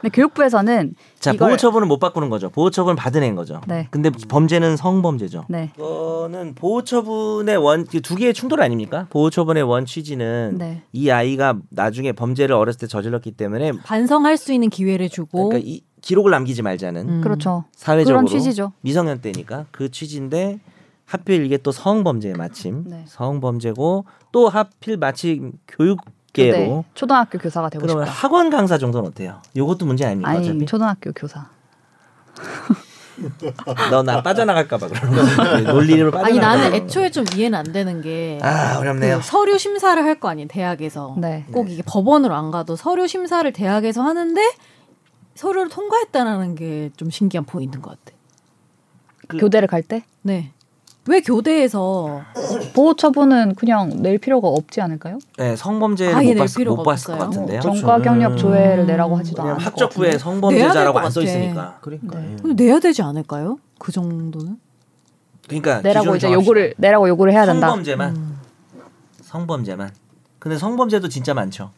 [SPEAKER 1] 근데 교육부에서는
[SPEAKER 2] 자
[SPEAKER 1] 이걸-
[SPEAKER 2] 보호 처분은 못 바꾸는 거죠. 보호 처분 받은 애인 거죠.
[SPEAKER 1] 네.
[SPEAKER 2] 근데 범죄는 성범죄죠.
[SPEAKER 1] 네,
[SPEAKER 2] 이거는 보호 처분의 원 두 개의 충돌 아닙니까? 보호 처분의 원 취지는
[SPEAKER 1] 네,
[SPEAKER 2] 이 아이가 나중에 범죄를 어렸을 때 저질렀기 때문에
[SPEAKER 3] 반성할 수 있는 기회를 주고
[SPEAKER 2] 그러니까 이 기록을 남기지 말자는
[SPEAKER 3] 음.
[SPEAKER 1] 그렇죠.
[SPEAKER 2] 사회적으로
[SPEAKER 1] 그런 취지죠.
[SPEAKER 2] 미성년 때니까 그 취지인데 하필 이게 또 성범죄에 마침
[SPEAKER 1] 네.
[SPEAKER 2] 성범죄고 또 하필 마침 교육계로
[SPEAKER 1] 네, 초등학교 교사가 되고
[SPEAKER 2] 그러면
[SPEAKER 1] 싶다.
[SPEAKER 2] 학원 강사 정도는 어때요? 요것도 문제 아닙니까?
[SPEAKER 1] 아니
[SPEAKER 2] 어차피
[SPEAKER 1] 초등학교 교사.
[SPEAKER 2] 너 나 빠져나갈까봐 그러는 거지. 네, 논리로 빠져나갈까
[SPEAKER 3] 아니 나는 애초에 좀 이해는 안 되는 게
[SPEAKER 2] 아
[SPEAKER 3] 그
[SPEAKER 2] 어렵네요.
[SPEAKER 3] 서류 심사를 할 거 아니에요
[SPEAKER 2] 어.
[SPEAKER 3] 대학에서
[SPEAKER 1] 네.
[SPEAKER 3] 꼭 이게 법원으로 안 가도 서류 심사를 대학에서 하는데 서류를 통과했다라는 게 좀 신기한 포인트인 것 같아.
[SPEAKER 2] 그-
[SPEAKER 1] 교대를 갈 때
[SPEAKER 3] 네. 왜 교대에서
[SPEAKER 1] 보호 처분은 그냥 낼 필요가 없지 않을까요?
[SPEAKER 2] 네, 성범죄를
[SPEAKER 3] 아예
[SPEAKER 2] 못,
[SPEAKER 3] 낼
[SPEAKER 2] 봤,
[SPEAKER 3] 필요가
[SPEAKER 2] 못 봤을 것
[SPEAKER 3] 없을까요?
[SPEAKER 2] 같은데요. 그렇죠.
[SPEAKER 1] 전과 경력 조회를
[SPEAKER 3] 음.
[SPEAKER 1] 내라고 하지도 않아.
[SPEAKER 2] 왜냐면 학적부에 성범죄자라고 안 써
[SPEAKER 3] 내야 될것
[SPEAKER 2] 있으니까.
[SPEAKER 4] 그러니까
[SPEAKER 1] 네.
[SPEAKER 4] 예.
[SPEAKER 3] 그럼 내야 되지 않을까요? 그 정도는?
[SPEAKER 2] 그러니까
[SPEAKER 1] 음. 내라고
[SPEAKER 2] 기준을
[SPEAKER 1] 이제
[SPEAKER 2] 정합시다.
[SPEAKER 1] 요구를 내라고 요구를 해야 된다.
[SPEAKER 2] 성범죄만 성범죄만. 근데 성범죄도 진짜 많죠.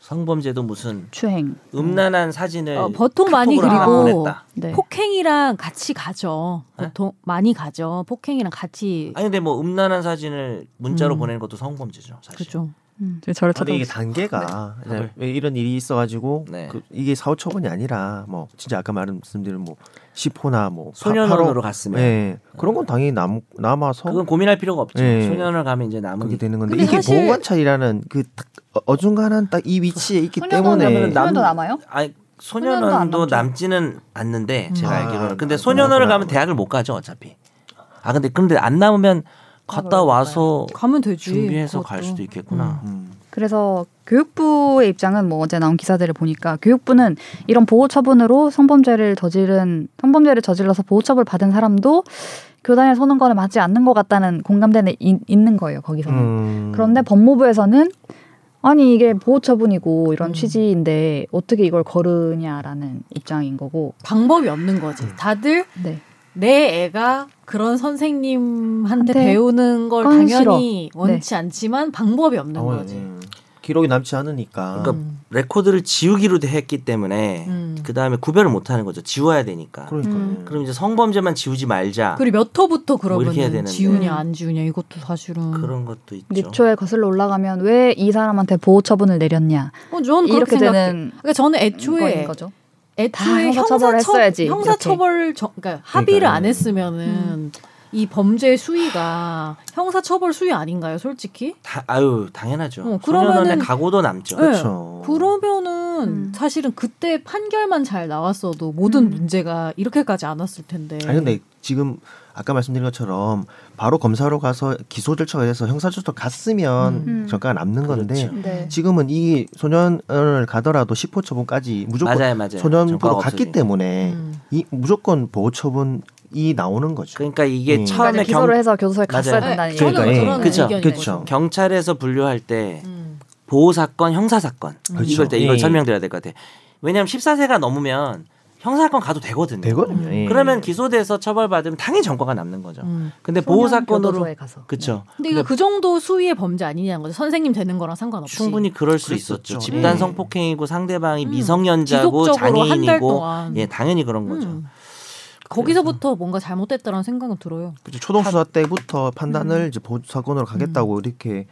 [SPEAKER 2] 성범죄도 무슨
[SPEAKER 1] 추행.
[SPEAKER 2] 음란한 사진을
[SPEAKER 3] 어, 보통 많이
[SPEAKER 2] 카톡으로 하나
[SPEAKER 3] 그리고
[SPEAKER 2] 보냈다.
[SPEAKER 1] 네.
[SPEAKER 3] 폭행이랑 같이 가죠.
[SPEAKER 2] 네?
[SPEAKER 3] 보통 많이 가죠. 폭행이랑 같이
[SPEAKER 2] 아니 근데 뭐 음란한 사진을 문자로
[SPEAKER 3] 음. 그렇죠.
[SPEAKER 2] 보내는 것도 성범죄죠, 사실.
[SPEAKER 3] 그죠.
[SPEAKER 1] 음, 저를
[SPEAKER 4] 근데 이게
[SPEAKER 1] 쳐다보시.
[SPEAKER 4] 단계가
[SPEAKER 1] 네.
[SPEAKER 4] 그냥
[SPEAKER 2] 답을.
[SPEAKER 4] 왜 이런 일이 있어가지고
[SPEAKER 2] 네.
[SPEAKER 4] 그 이게 사후 처분이 아니라 뭐 진짜 아까 말씀드린 뭐 10호나 뭐
[SPEAKER 2] 소년원으로 갔으면 네.
[SPEAKER 4] 예 그런 건 당연히 남 남아서
[SPEAKER 2] 그건 고민할 필요가 없죠.
[SPEAKER 4] 네.
[SPEAKER 2] 소년원을 가면 이제 남은
[SPEAKER 4] 그게
[SPEAKER 2] 게
[SPEAKER 4] 되는 건데
[SPEAKER 3] 근데
[SPEAKER 4] 이게
[SPEAKER 3] 사실-
[SPEAKER 4] 보호관찰이라는 그 딱 어- 어중간한 딱 이 위치에 있기
[SPEAKER 1] 소년원
[SPEAKER 4] 때문에
[SPEAKER 1] 하면은 소년도 남아요?
[SPEAKER 2] 아니
[SPEAKER 1] 소년원도 안
[SPEAKER 2] 소년원도
[SPEAKER 1] 남죠.
[SPEAKER 2] 남지는
[SPEAKER 3] 음.
[SPEAKER 2] 않는데 제가
[SPEAKER 4] 아,
[SPEAKER 2] 알기로는 근데
[SPEAKER 4] 아,
[SPEAKER 2] 소년원을
[SPEAKER 4] 그렇구나.
[SPEAKER 2] 가면 대학을 못 가죠 어차피 아 근데 근데 안 남으면 갔다 와서
[SPEAKER 3] 가면 되지.
[SPEAKER 2] 준비해서
[SPEAKER 3] 그것도.
[SPEAKER 2] 갈 수도 있겠구나
[SPEAKER 4] 음.
[SPEAKER 1] 그래서 교육부의 입장은 뭐 어제 나온 기사들을 보니까 교육부는 이런 보호 처분으로 성범죄를 저지른 성범죄를 저질러서 보호 처벌 받은 사람도 교단에 서는 거는 맞지 않는 것 같다는 공감대는 이- 있는 거예요 거기서는.
[SPEAKER 4] 음.
[SPEAKER 1] 그런데 법무부에서는 아니 이게 보호 처분이고 이런
[SPEAKER 3] 음.
[SPEAKER 1] 취지인데 어떻게 이걸 거르냐라는 입장인 거고.
[SPEAKER 3] 방법이 없는 거지.
[SPEAKER 2] 음.
[SPEAKER 3] 다들
[SPEAKER 1] 네.
[SPEAKER 3] 내 애가 그런 선생님한테
[SPEAKER 1] 한테 네.
[SPEAKER 3] 배우는 걸
[SPEAKER 1] 건
[SPEAKER 3] 당연히 원치 않지만 방법이 없는
[SPEAKER 4] 어,
[SPEAKER 3] 거지.
[SPEAKER 4] 예. 기록이 남지 않으니까
[SPEAKER 2] 그러니까 레코드를 지우기로 돼 했기 때문에
[SPEAKER 3] 음.
[SPEAKER 2] 그 다음에 구별을 못 하는 거죠 지워야 되니까
[SPEAKER 4] 그러니까
[SPEAKER 1] 음.
[SPEAKER 2] 그럼 이제 성범죄만 지우지 말자
[SPEAKER 3] 그리고 몇 호부터
[SPEAKER 2] 뭐 이렇게 해야
[SPEAKER 3] 그러면
[SPEAKER 2] 되는데.
[SPEAKER 3] 지우냐
[SPEAKER 1] 음.
[SPEAKER 3] 안 지우냐 이것도 사실은.
[SPEAKER 2] 그런 것도 있죠
[SPEAKER 1] 6초에 거슬러 올라가면 왜 이 사람한테 보호 처분을 내렸냐
[SPEAKER 3] 어, 저는 그렇게
[SPEAKER 1] 이렇게
[SPEAKER 3] 생각해.
[SPEAKER 1] 되는
[SPEAKER 3] 그러니까 저는
[SPEAKER 1] 거인
[SPEAKER 3] 애초에
[SPEAKER 1] 거죠. 다
[SPEAKER 3] 애초에
[SPEAKER 1] 형사처벌을
[SPEAKER 3] 형사처-
[SPEAKER 1] 했어야지,
[SPEAKER 3] 형사처벌 저, 그러니까 합의를 안 했으면은
[SPEAKER 1] 음.
[SPEAKER 3] 이 범죄 수위가 형사처벌 수위 아닌가요, 솔직히?
[SPEAKER 2] 다, 아유 당연하죠
[SPEAKER 3] 어, 그러면은-
[SPEAKER 2] 소년원의 각오도 남죠
[SPEAKER 3] 네.
[SPEAKER 2] 어.
[SPEAKER 4] 그렇죠.
[SPEAKER 3] 그러면은
[SPEAKER 1] 음.
[SPEAKER 3] 사실은 그때 판결만 잘 나왔어도 모든
[SPEAKER 1] 음.
[SPEAKER 3] 문제가 이렇게까지 안 왔을 텐데.
[SPEAKER 4] 아니 근데 지금 아까 말씀드린 것처럼 바로 검사로 가서 기소 절차를 해서 형사 절차로 갔으면
[SPEAKER 1] 음.
[SPEAKER 4] 전가가 남는 건데
[SPEAKER 2] 그렇죠.
[SPEAKER 1] 네.
[SPEAKER 4] 지금은 이 소년을 가더라도 10호 처분까지 무조건
[SPEAKER 2] 맞아요 맞아요
[SPEAKER 4] 소년부로
[SPEAKER 2] 전과가
[SPEAKER 4] 갔기
[SPEAKER 2] 없으니까.
[SPEAKER 4] 때문에
[SPEAKER 3] 음.
[SPEAKER 4] 이 무조건 보호 처분이 나오는 거죠.
[SPEAKER 2] 그러니까 이게
[SPEAKER 4] 음.
[SPEAKER 1] 그러니까
[SPEAKER 2] 처음에
[SPEAKER 1] 이제
[SPEAKER 2] 경,
[SPEAKER 1] 기소를 해서 교도소에
[SPEAKER 2] 맞아요.
[SPEAKER 1] 갔어야
[SPEAKER 3] 네,
[SPEAKER 1] 된다는
[SPEAKER 3] 저는
[SPEAKER 1] 얘기죠.
[SPEAKER 4] 그러니까, 예.
[SPEAKER 3] 저런
[SPEAKER 2] 그쵸,
[SPEAKER 3] 의견이
[SPEAKER 4] 그쵸.
[SPEAKER 2] 경찰에서 분류할 때
[SPEAKER 3] 음.
[SPEAKER 2] 보호 사건, 형사 사건
[SPEAKER 4] 그렇죠.
[SPEAKER 2] 이걸 때 이걸
[SPEAKER 4] 예.
[SPEAKER 2] 설명드려야 될 것 같아. 요 왜냐하면 14세가 넘으면 형사 사건 가도 되거든요.
[SPEAKER 4] 되거든요.
[SPEAKER 3] 음.
[SPEAKER 4] 예.
[SPEAKER 2] 그러면 기소돼서 처벌받으면 당연히 전과가 남는 거죠.
[SPEAKER 3] 음.
[SPEAKER 2] 근데 그 보호
[SPEAKER 1] 소년
[SPEAKER 2] 사건으로
[SPEAKER 1] 교도소에 가서.
[SPEAKER 2] 그쵸.
[SPEAKER 3] 근데 이거
[SPEAKER 2] 근데
[SPEAKER 3] 그 정도 수위의 범죄 아니냐는 거죠. 선생님 되는 거랑 상관없이.
[SPEAKER 2] 충분히 그럴 수
[SPEAKER 4] 그랬었죠.
[SPEAKER 2] 있었죠.
[SPEAKER 4] 네.
[SPEAKER 2] 집단 성폭행이고 상대방이
[SPEAKER 3] 음.
[SPEAKER 2] 미성년자고
[SPEAKER 3] 지속적으로 한 달
[SPEAKER 2] 장애인이고
[SPEAKER 3] 동안.
[SPEAKER 2] 예 당연히 그런 거죠.
[SPEAKER 3] 음. 거기서부터 뭔가 잘못됐다라는 생각은 들어요.
[SPEAKER 4] 그렇죠. 초동 수사 때부터 판단을
[SPEAKER 6] 음.
[SPEAKER 4] 이제 보호 사건으로 가겠다고 이렇게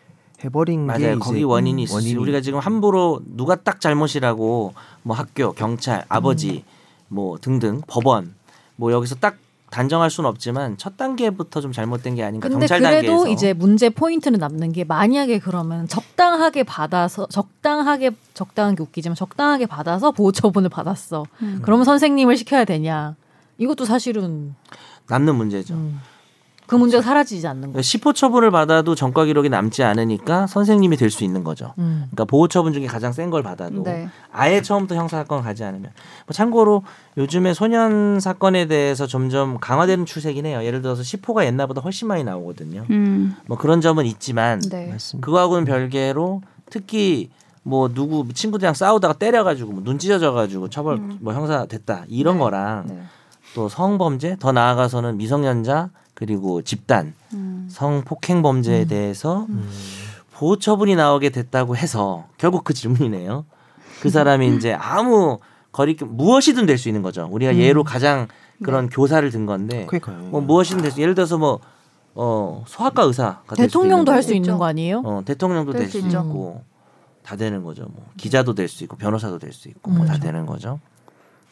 [SPEAKER 4] 해버린 게
[SPEAKER 2] 맞아요.
[SPEAKER 4] 이제
[SPEAKER 2] 거기 원인이 있어요.
[SPEAKER 4] 원인이-
[SPEAKER 2] 우리가 지금 함부로 누가 딱
[SPEAKER 3] 음.
[SPEAKER 2] 잘못이라고 뭐 학교, 경찰, 아버지 뭐 등등 법원 뭐 여기서 딱 단정할 수는 없지만 첫 단계부터 좀 잘못된 게 아닌가
[SPEAKER 3] 근데
[SPEAKER 2] 그러니까 경찰
[SPEAKER 3] 그래도
[SPEAKER 2] 단계에서
[SPEAKER 3] 이제 문제 포인트는 남는 게 만약에 그러면 적당하게 받아서 적당하게 적당한 게 웃기지만 적당하게 받아서 보호 처분을 받았어.
[SPEAKER 2] 음.
[SPEAKER 3] 그러면 선생님을 시켜야 되냐? 이것도 사실은
[SPEAKER 2] 남는 문제죠.
[SPEAKER 3] 음, 그 문제가 사라지지 않는 거.
[SPEAKER 2] 10호 처분을 받아도 전과 기록이 남지 않으니까 선생님이 될 수 있는 거죠.
[SPEAKER 3] 음.
[SPEAKER 2] 그러니까 보호 처분 중에 가장 센 걸 받아도
[SPEAKER 1] 네.
[SPEAKER 2] 아예 처음부터 형사 사건 가지 않으면 뭐 참고로 요즘에 소년 사건에 대해서 점점 강화되는 추세긴 해요. 예를 들어서 10호가 옛날보다 훨씬 많이 나오거든요.
[SPEAKER 1] 음.
[SPEAKER 2] 뭐 그런 점은 있지만
[SPEAKER 1] 네.
[SPEAKER 6] 맞습니다.
[SPEAKER 2] 그거하고는 별개로 특히 뭐 누구 친구들이랑 싸우다가 때려가지고 뭐눈 찢어져가지고 처벌
[SPEAKER 6] 음.
[SPEAKER 2] 뭐 형사 됐다 이런
[SPEAKER 1] 네.
[SPEAKER 2] 거랑
[SPEAKER 1] 네.
[SPEAKER 2] 또 성범죄 더 나아가서는 미성년자 그리고 집단
[SPEAKER 1] 음.
[SPEAKER 2] 성폭행 범죄에
[SPEAKER 6] 음.
[SPEAKER 2] 대해서 보호 처분이 나오게 됐다고 해서 결국 그 질문이네요. 그 사람이 이제 아무 거리 무엇이든 될 수 있는 거죠. 우리가 예로 가장 그런 교사를 든 건데
[SPEAKER 6] 음. 네. 그러니까요.
[SPEAKER 2] 뭐 무엇이든 될 수. 예를 들어서 뭐 어, 소아과 의사가 될 수도 있는
[SPEAKER 3] 대통령도 할
[SPEAKER 2] 거고.
[SPEAKER 3] 수 있는
[SPEAKER 1] 있죠.
[SPEAKER 3] 거 아니에요?
[SPEAKER 2] 어, 대통령도 될 수
[SPEAKER 1] 있죠.
[SPEAKER 2] 있고 다 되는 거죠. 뭐 기자도 될 수 있고 변호사도 될 수 있고 뭐 다
[SPEAKER 1] 음.
[SPEAKER 3] 그렇죠.
[SPEAKER 2] 되는 거죠.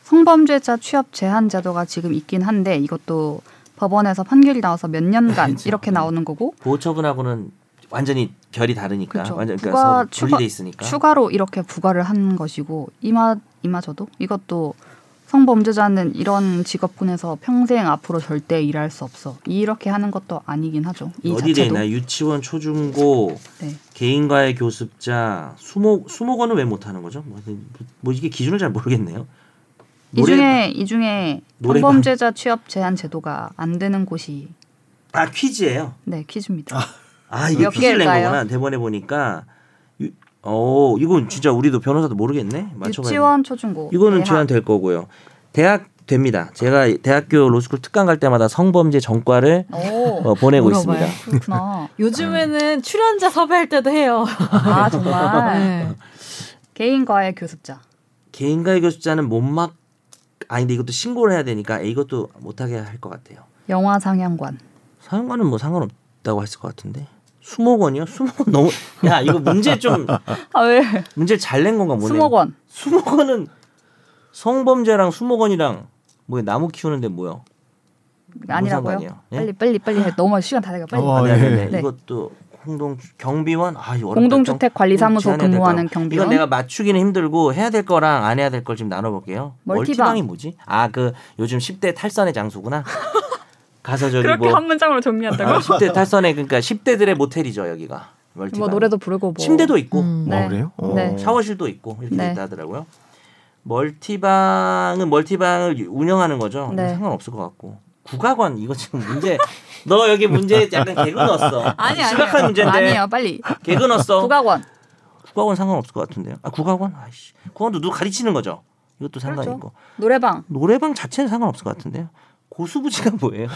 [SPEAKER 1] 성범죄자 취업 제한 제도가 지금 있긴 한데 이것도 법원에서 판결이 나와서 몇
[SPEAKER 2] [LAUGHS]
[SPEAKER 1] 년간 이렇게 나오는 거고
[SPEAKER 2] 보호 처분하고는 완전히 결이 다르니까
[SPEAKER 1] 그렇죠.
[SPEAKER 2] 완전
[SPEAKER 1] 부가
[SPEAKER 2] 그러니까
[SPEAKER 1] 추가-
[SPEAKER 2] 분리돼 있으니까.
[SPEAKER 1] 추가로 이렇게 부과를 한 것이고 이마 이마저도 이것도 성범죄자는 이런 직업군에서 평생 앞으로 절대 일할 수 없어 이렇게 하는 것도 아니긴 하죠. 이
[SPEAKER 2] 어디 돼
[SPEAKER 1] 자체도
[SPEAKER 2] 있나? 유치원, 초중고,
[SPEAKER 1] 네.
[SPEAKER 2] 개인과의 교습자, 수목 수목원은 왜 못 하는 거죠? 뭐, 뭐 이게 기준을 잘 모르겠네요.
[SPEAKER 1] 이
[SPEAKER 2] 노래-
[SPEAKER 1] 중에 이 중에
[SPEAKER 2] 노래방.
[SPEAKER 1] 성범죄자 취업 제한 제도가 안 되는 곳이
[SPEAKER 2] 아 퀴즈예요.
[SPEAKER 1] 네 퀴즈입니다.
[SPEAKER 2] 아 이게
[SPEAKER 1] 몇
[SPEAKER 2] 퀴즈를 낸
[SPEAKER 1] 개일까요?
[SPEAKER 2] 거구나. 대본에 보니까 유- 어 이건 진짜 우리도 변호사도 모르겠네. 맞춰봐야
[SPEAKER 1] 유치원 초중고
[SPEAKER 2] 이거는
[SPEAKER 1] 대학.
[SPEAKER 2] 제한될 거고요. 대학 됩니다. 제가 대학교 로스쿨 특강 갈 때마다 성범죄 전과를
[SPEAKER 1] 오
[SPEAKER 2] 어, 보내고 있습니다.
[SPEAKER 3] 물어봐요.
[SPEAKER 1] 그렇구나.
[SPEAKER 3] 요즘에는 출연자 섭외할 때도 해요.
[SPEAKER 1] 아 [LAUGHS] 정말
[SPEAKER 3] 네.
[SPEAKER 1] 개인과의 교습자.
[SPEAKER 2] 개인가의 교수자는 못막 아 근데 이것도 신고를 해야 되니까 이것도 못하게 할 것 같아요.
[SPEAKER 1] 영화 상영관.
[SPEAKER 2] 사용과는 뭐 상관없다고 했을 것 같은데 수목원이요? 수목원 너무 야 이거 문제 좀
[SPEAKER 1] 아 [LAUGHS] 왜?
[SPEAKER 2] 문제 잘 낸 건가 뭐네.
[SPEAKER 1] 수목원.
[SPEAKER 2] 수목원은 성범죄랑 수목원이랑 뭐 나무 키우는데 뭐요?
[SPEAKER 1] 아니라고요?
[SPEAKER 2] 상관이에요? 예?
[SPEAKER 1] 빨리 빨리 빨리 해. 너무 시간 다 돼가 빨리.
[SPEAKER 4] 어,
[SPEAKER 2] 아니, 아니, 아니.
[SPEAKER 1] 네.
[SPEAKER 2] 이것도 공동 경비원 아, 이거 어렵다.
[SPEAKER 1] 공동주택 관리사무소
[SPEAKER 2] 좀 음, 제한해야
[SPEAKER 1] 근무하는
[SPEAKER 2] 되더라고.
[SPEAKER 1] 경비원.
[SPEAKER 2] 이건 내가 맞추기는 힘들고 해야 될 거랑 안 해야 될 걸 지금 나눠볼게요.
[SPEAKER 1] 멀티방.
[SPEAKER 2] 멀티방이 뭐지? 아 그 요즘 10대
[SPEAKER 1] [LAUGHS]
[SPEAKER 2] 탈선의 장소구나. 가서 저기
[SPEAKER 1] 그렇게
[SPEAKER 2] 뭐
[SPEAKER 1] 한 문장으로 정리한다고?
[SPEAKER 2] 아, 10대 탈선의 그러니까 10대들의 모텔이죠 여기가. 멀티방.
[SPEAKER 1] 뭐 노래도 부르고 뭐.
[SPEAKER 2] 침대도 있고
[SPEAKER 3] 음.
[SPEAKER 1] 네.
[SPEAKER 6] 아, 그래요? 어.
[SPEAKER 1] 네.
[SPEAKER 2] 샤워실도 있고 이렇게
[SPEAKER 1] 네.
[SPEAKER 2] 돼 있다 하더라고요. 멀티방은 멀티방을 운영하는 거죠.
[SPEAKER 1] 네.
[SPEAKER 2] 상관없을 것 같고. 국악원 이거 지금 문제 너 여기 문제 약간 개그 넣었어.
[SPEAKER 1] [LAUGHS] 아니 아니.
[SPEAKER 2] 심각한 문제인데
[SPEAKER 1] 아니에요. 빨리.
[SPEAKER 2] 개그 넣었어.
[SPEAKER 1] 국악원.
[SPEAKER 2] 국악원 상관없을 것 같은데요. 아 국악원 아이씨 국악원도 누가 가르치는 거죠. 이것도 상관
[SPEAKER 1] 그렇죠.
[SPEAKER 2] 있고
[SPEAKER 1] 노래방.
[SPEAKER 2] 노래방 자체는 상관없을 것 같은데요. 고수부지가 뭐예요?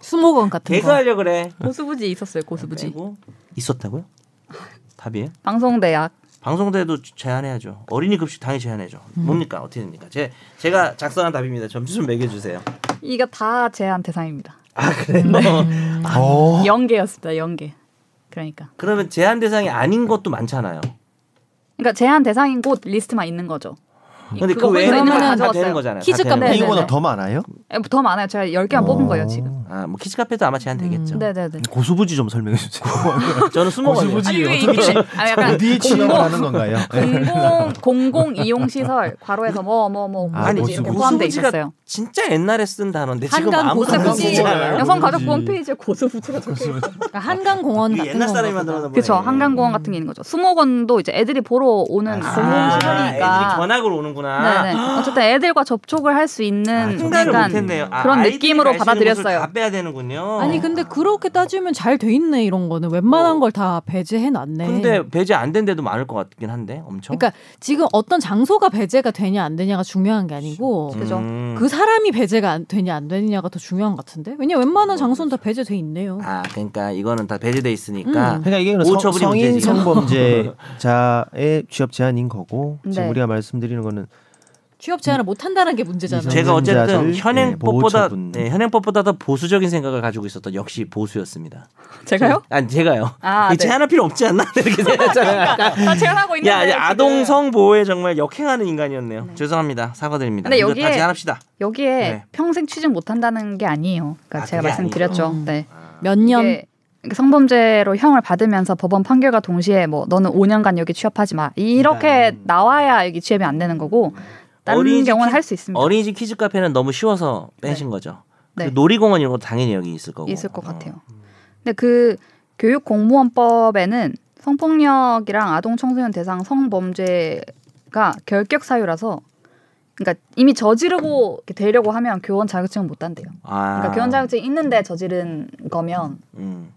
[SPEAKER 3] 수목원 같은
[SPEAKER 2] 개그
[SPEAKER 3] 거.
[SPEAKER 2] 하려 그래.
[SPEAKER 1] 고수부지 있었어요. 고수부지. 아.
[SPEAKER 2] 그리고 있었다고요? 답이에요?
[SPEAKER 1] 방송대학.
[SPEAKER 2] 방송대도 제한해야죠. 어린이 급식 당연히 제한해죠.
[SPEAKER 1] 음.
[SPEAKER 2] 뭡니까 어떻게 됩니까? 제 제가 작성한 답입니다. 점수 좀 매겨주세요.
[SPEAKER 1] 이거 다 제한 대상입니다.
[SPEAKER 4] 어.
[SPEAKER 6] 네,
[SPEAKER 1] 연계였습니다. 연계. 그러니까.
[SPEAKER 2] 그러면 제한 대상이 아닌 것도 많잖아요.
[SPEAKER 1] 그러니까 제한 대상인 곳 리스트만 있는 거죠.
[SPEAKER 2] 근데 그
[SPEAKER 1] 그거
[SPEAKER 2] 외에는
[SPEAKER 1] 거기서 있는
[SPEAKER 2] 다, 다
[SPEAKER 1] 거 가져왔어요.
[SPEAKER 2] 되는 거잖아요. 다
[SPEAKER 3] 키즈
[SPEAKER 2] 되는
[SPEAKER 3] 카페.
[SPEAKER 1] 네,
[SPEAKER 2] 거.
[SPEAKER 4] 이거보다
[SPEAKER 1] 네.
[SPEAKER 4] 더 많아요?
[SPEAKER 1] 에, 더 많아요. 제가 10개만 뽑은 거예요, 지금.
[SPEAKER 2] 아, 뭐 키즈 카페도 아마 제한 되겠죠.
[SPEAKER 1] 음. 네네네.
[SPEAKER 6] 고수부지 좀 설명해 주세요.
[SPEAKER 2] [LAUGHS]
[SPEAKER 4] [LAUGHS]
[SPEAKER 2] 저는 수목원이요.
[SPEAKER 4] 고수부지.
[SPEAKER 1] 아니 왜
[SPEAKER 4] 어떻게
[SPEAKER 1] 이게 아
[SPEAKER 6] 그러니까
[SPEAKER 1] 약간
[SPEAKER 4] 어디에 취업을 하는 건가요?
[SPEAKER 2] [LAUGHS]
[SPEAKER 1] 공공 공공 이용 시설 괄호에서 뭐 뭐 뭐
[SPEAKER 4] 아,
[SPEAKER 1] 아니
[SPEAKER 4] 고수-
[SPEAKER 1] 이렇게 포함돼
[SPEAKER 2] 고수부지가
[SPEAKER 1] 있었어요. 네.
[SPEAKER 2] 진짜 옛날에 쓴 단어인데 지금
[SPEAKER 3] 한강
[SPEAKER 2] 아무도 안
[SPEAKER 3] 고수부지.
[SPEAKER 2] 쓰지 않아요.
[SPEAKER 1] 여성가족부
[SPEAKER 2] 음.
[SPEAKER 1] 홈페이지에 고수부지가 적혀 있어요.
[SPEAKER 3] 그러니까 한강공원
[SPEAKER 2] 이게 아,
[SPEAKER 3] 같은
[SPEAKER 2] 옛날 사람이
[SPEAKER 3] 건가 보다.
[SPEAKER 2] 만들어서
[SPEAKER 1] 그쵸 한강공원 같은 게 있는 거죠. 수목원도 이제 애들이 보러 오는
[SPEAKER 2] 아,
[SPEAKER 1] 그런
[SPEAKER 2] 애들이
[SPEAKER 1] 시설이니까.
[SPEAKER 2] 견학을 오는구나.
[SPEAKER 1] 네네. 어쨌든 애들과 접촉을 할 수 있는
[SPEAKER 2] 아,
[SPEAKER 1] 그러니까
[SPEAKER 2] 생각을
[SPEAKER 1] 약간
[SPEAKER 2] 못했네요. 아,
[SPEAKER 1] 그런
[SPEAKER 2] 아이들이
[SPEAKER 1] 느낌으로
[SPEAKER 2] 마시는
[SPEAKER 1] 받아들였어요.
[SPEAKER 2] 곳을 다 빼야 되는군요.
[SPEAKER 3] 아니 근데 그렇게 따지면 잘 돼 있네 이런 거는 웬만한
[SPEAKER 2] 뭐. 어.
[SPEAKER 3] 걸 다 배제해 놨네.
[SPEAKER 2] 근데 배제 안 된 데도 많을 것 같긴 한데 엄청.
[SPEAKER 3] 그러니까 지금 어떤 장소가 배제가 되냐 안 되냐가 중요한 게 아니고
[SPEAKER 1] 그죠.
[SPEAKER 2] 음.
[SPEAKER 3] 그 사람이 배제가 안 되냐 안 되냐가 더 중요한 것 같은데 왜냐 웬만한 장소는 다 배제돼 있네요.
[SPEAKER 2] 음.
[SPEAKER 1] 어.
[SPEAKER 2] 아 그러니까 이거는 다 배제돼 있으니까.
[SPEAKER 3] 음.
[SPEAKER 6] 그러니까 이게 그냥 성,
[SPEAKER 2] 오처분이
[SPEAKER 6] 성인
[SPEAKER 2] 문제지.
[SPEAKER 6] 성범죄자의 취업 제한인 거고
[SPEAKER 1] 네.
[SPEAKER 6] 지금 우리가 말씀드리는 거는
[SPEAKER 3] 취업 제한을 못 한다는 게 문제잖아요.
[SPEAKER 2] 제가 어쨌든
[SPEAKER 6] 미성년자들, 예,
[SPEAKER 2] 현행법보다
[SPEAKER 6] 보호처분.
[SPEAKER 2] 예, 현행법보다 더 보수적인 생각을 가지고 있었던 역시 보수였습니다.
[SPEAKER 1] 제가요?
[SPEAKER 2] 아니 제가요.
[SPEAKER 1] 아,
[SPEAKER 2] 이제
[SPEAKER 1] 네.
[SPEAKER 2] 하나 필요 없지 않나 이렇게 생각했잖아요.
[SPEAKER 1] 아, 제가 하고 있는데.
[SPEAKER 2] 야, 야,
[SPEAKER 1] 지금.
[SPEAKER 2] 아동 성보호에 정말 역행하는 인간이었네요. 죄송합니다. 사과드립니다.
[SPEAKER 1] 근데
[SPEAKER 2] 이거
[SPEAKER 1] 여기에-
[SPEAKER 2] 다시 안 합시다.
[SPEAKER 1] 여기에
[SPEAKER 2] 네.
[SPEAKER 1] 평생 취직 못 한다는 게 아니에요. 그러니까
[SPEAKER 2] 아,
[SPEAKER 1] 제가
[SPEAKER 2] 그게
[SPEAKER 1] 말씀드렸죠.
[SPEAKER 3] 아니죠.
[SPEAKER 1] 네.
[SPEAKER 3] 몇 년
[SPEAKER 1] 이게 성범죄로 형을 받으면서 법원 판결과 동시에 뭐 너는 5년간 여기 취업하지 마 이렇게 나와야 여기 취업이 안 되는 거고 다른
[SPEAKER 2] 네. 어린이집
[SPEAKER 1] 경우는
[SPEAKER 2] 키-
[SPEAKER 1] 할 수 있습니다.
[SPEAKER 2] 어린이집 키즈 카페는 너무 쉬워서 빼신 거죠.
[SPEAKER 1] 음. 네.
[SPEAKER 2] 그리고 놀이공원 이런 것도 당연히 여기 있을 거고.
[SPEAKER 1] 있을 것
[SPEAKER 2] 어.
[SPEAKER 1] 같아요. 근데 그 교육공무원법에는 성폭력이랑 아동 청소년 대상 성범죄가 결격 사유라서 그러니까 이미 저지르고 이렇게 되려고 하면 교원 자격증은 못 딴대요.
[SPEAKER 2] 아.
[SPEAKER 1] 그러니까 교원 자격증 있는데 저지른 거면
[SPEAKER 2] 음.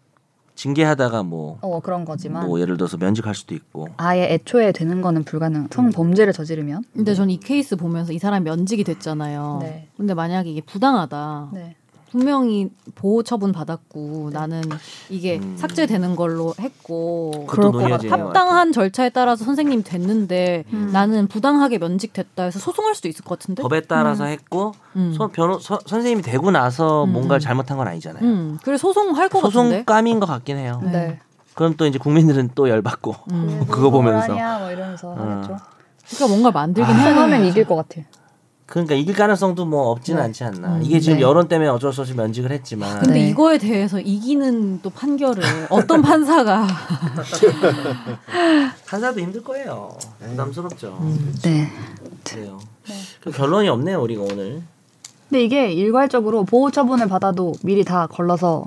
[SPEAKER 2] 징계하다가 뭐,
[SPEAKER 1] 어 그런 거지만
[SPEAKER 2] 뭐 예를 들어서 면직할 수도 있고.
[SPEAKER 1] 아예 애초에 되는 거는 불가능. 성범죄를 저지르면
[SPEAKER 3] 근데 저는 이 케이스 보면서 이 사람이 면직이 됐잖아요.
[SPEAKER 1] 네.
[SPEAKER 3] 근데 만약에 이게 부당하다.
[SPEAKER 1] 네.
[SPEAKER 3] 분명히 보호 처분 받았고 나는 이게
[SPEAKER 2] 음.
[SPEAKER 3] 삭제되는 걸로 했고
[SPEAKER 2] 그것도
[SPEAKER 3] 그럴 것
[SPEAKER 2] 논의하지.
[SPEAKER 3] 같아. 합당한 절차에 따라서 선생님 이 됐는데 나는 부당하게 면직됐다 해서 소송할 수도 있을 것
[SPEAKER 1] 네.
[SPEAKER 3] 같은데.
[SPEAKER 2] 법에 따라서 했고
[SPEAKER 3] 음.
[SPEAKER 2] 소- 변호 서- 선생님이 되고 나서
[SPEAKER 3] 음.
[SPEAKER 2] 뭔가를 잘못한 건 아니잖아요.
[SPEAKER 3] 음. 그래 소송할 것 같은데.
[SPEAKER 2] 소송감인 것 같긴 해요.
[SPEAKER 3] 네.
[SPEAKER 2] 그럼 또 이제 국민들은 또 열받고
[SPEAKER 3] 음.
[SPEAKER 2] 그거 보면서. 어.
[SPEAKER 1] 아니야 뭐 이러면서 하겠죠. 음.
[SPEAKER 3] 그러니까 뭔가 만들긴 해야
[SPEAKER 1] 하면 이길 것 같아요.
[SPEAKER 2] 그러니까 이길 가능성도 뭐 없지는 않지 않나.
[SPEAKER 3] 음,
[SPEAKER 2] 이게 지금
[SPEAKER 1] 네.
[SPEAKER 2] 여론 때문에 어쩔 수 없이 면직을 했지만
[SPEAKER 3] 근데
[SPEAKER 1] 네.
[SPEAKER 3] 이거에 대해서 이기는
[SPEAKER 2] [LAUGHS]
[SPEAKER 3] 또 판결을 어떤 판사가
[SPEAKER 2] 판사도 힘들 거예요. 부담스럽죠.
[SPEAKER 3] 음.
[SPEAKER 1] 네.
[SPEAKER 2] 그래요.
[SPEAKER 3] 네.
[SPEAKER 2] 그 결론이 없네요 우리가 오늘.
[SPEAKER 3] 음.
[SPEAKER 1] 근데 이게 일괄적으로 보호 처분을 받아도 미리 다 걸러서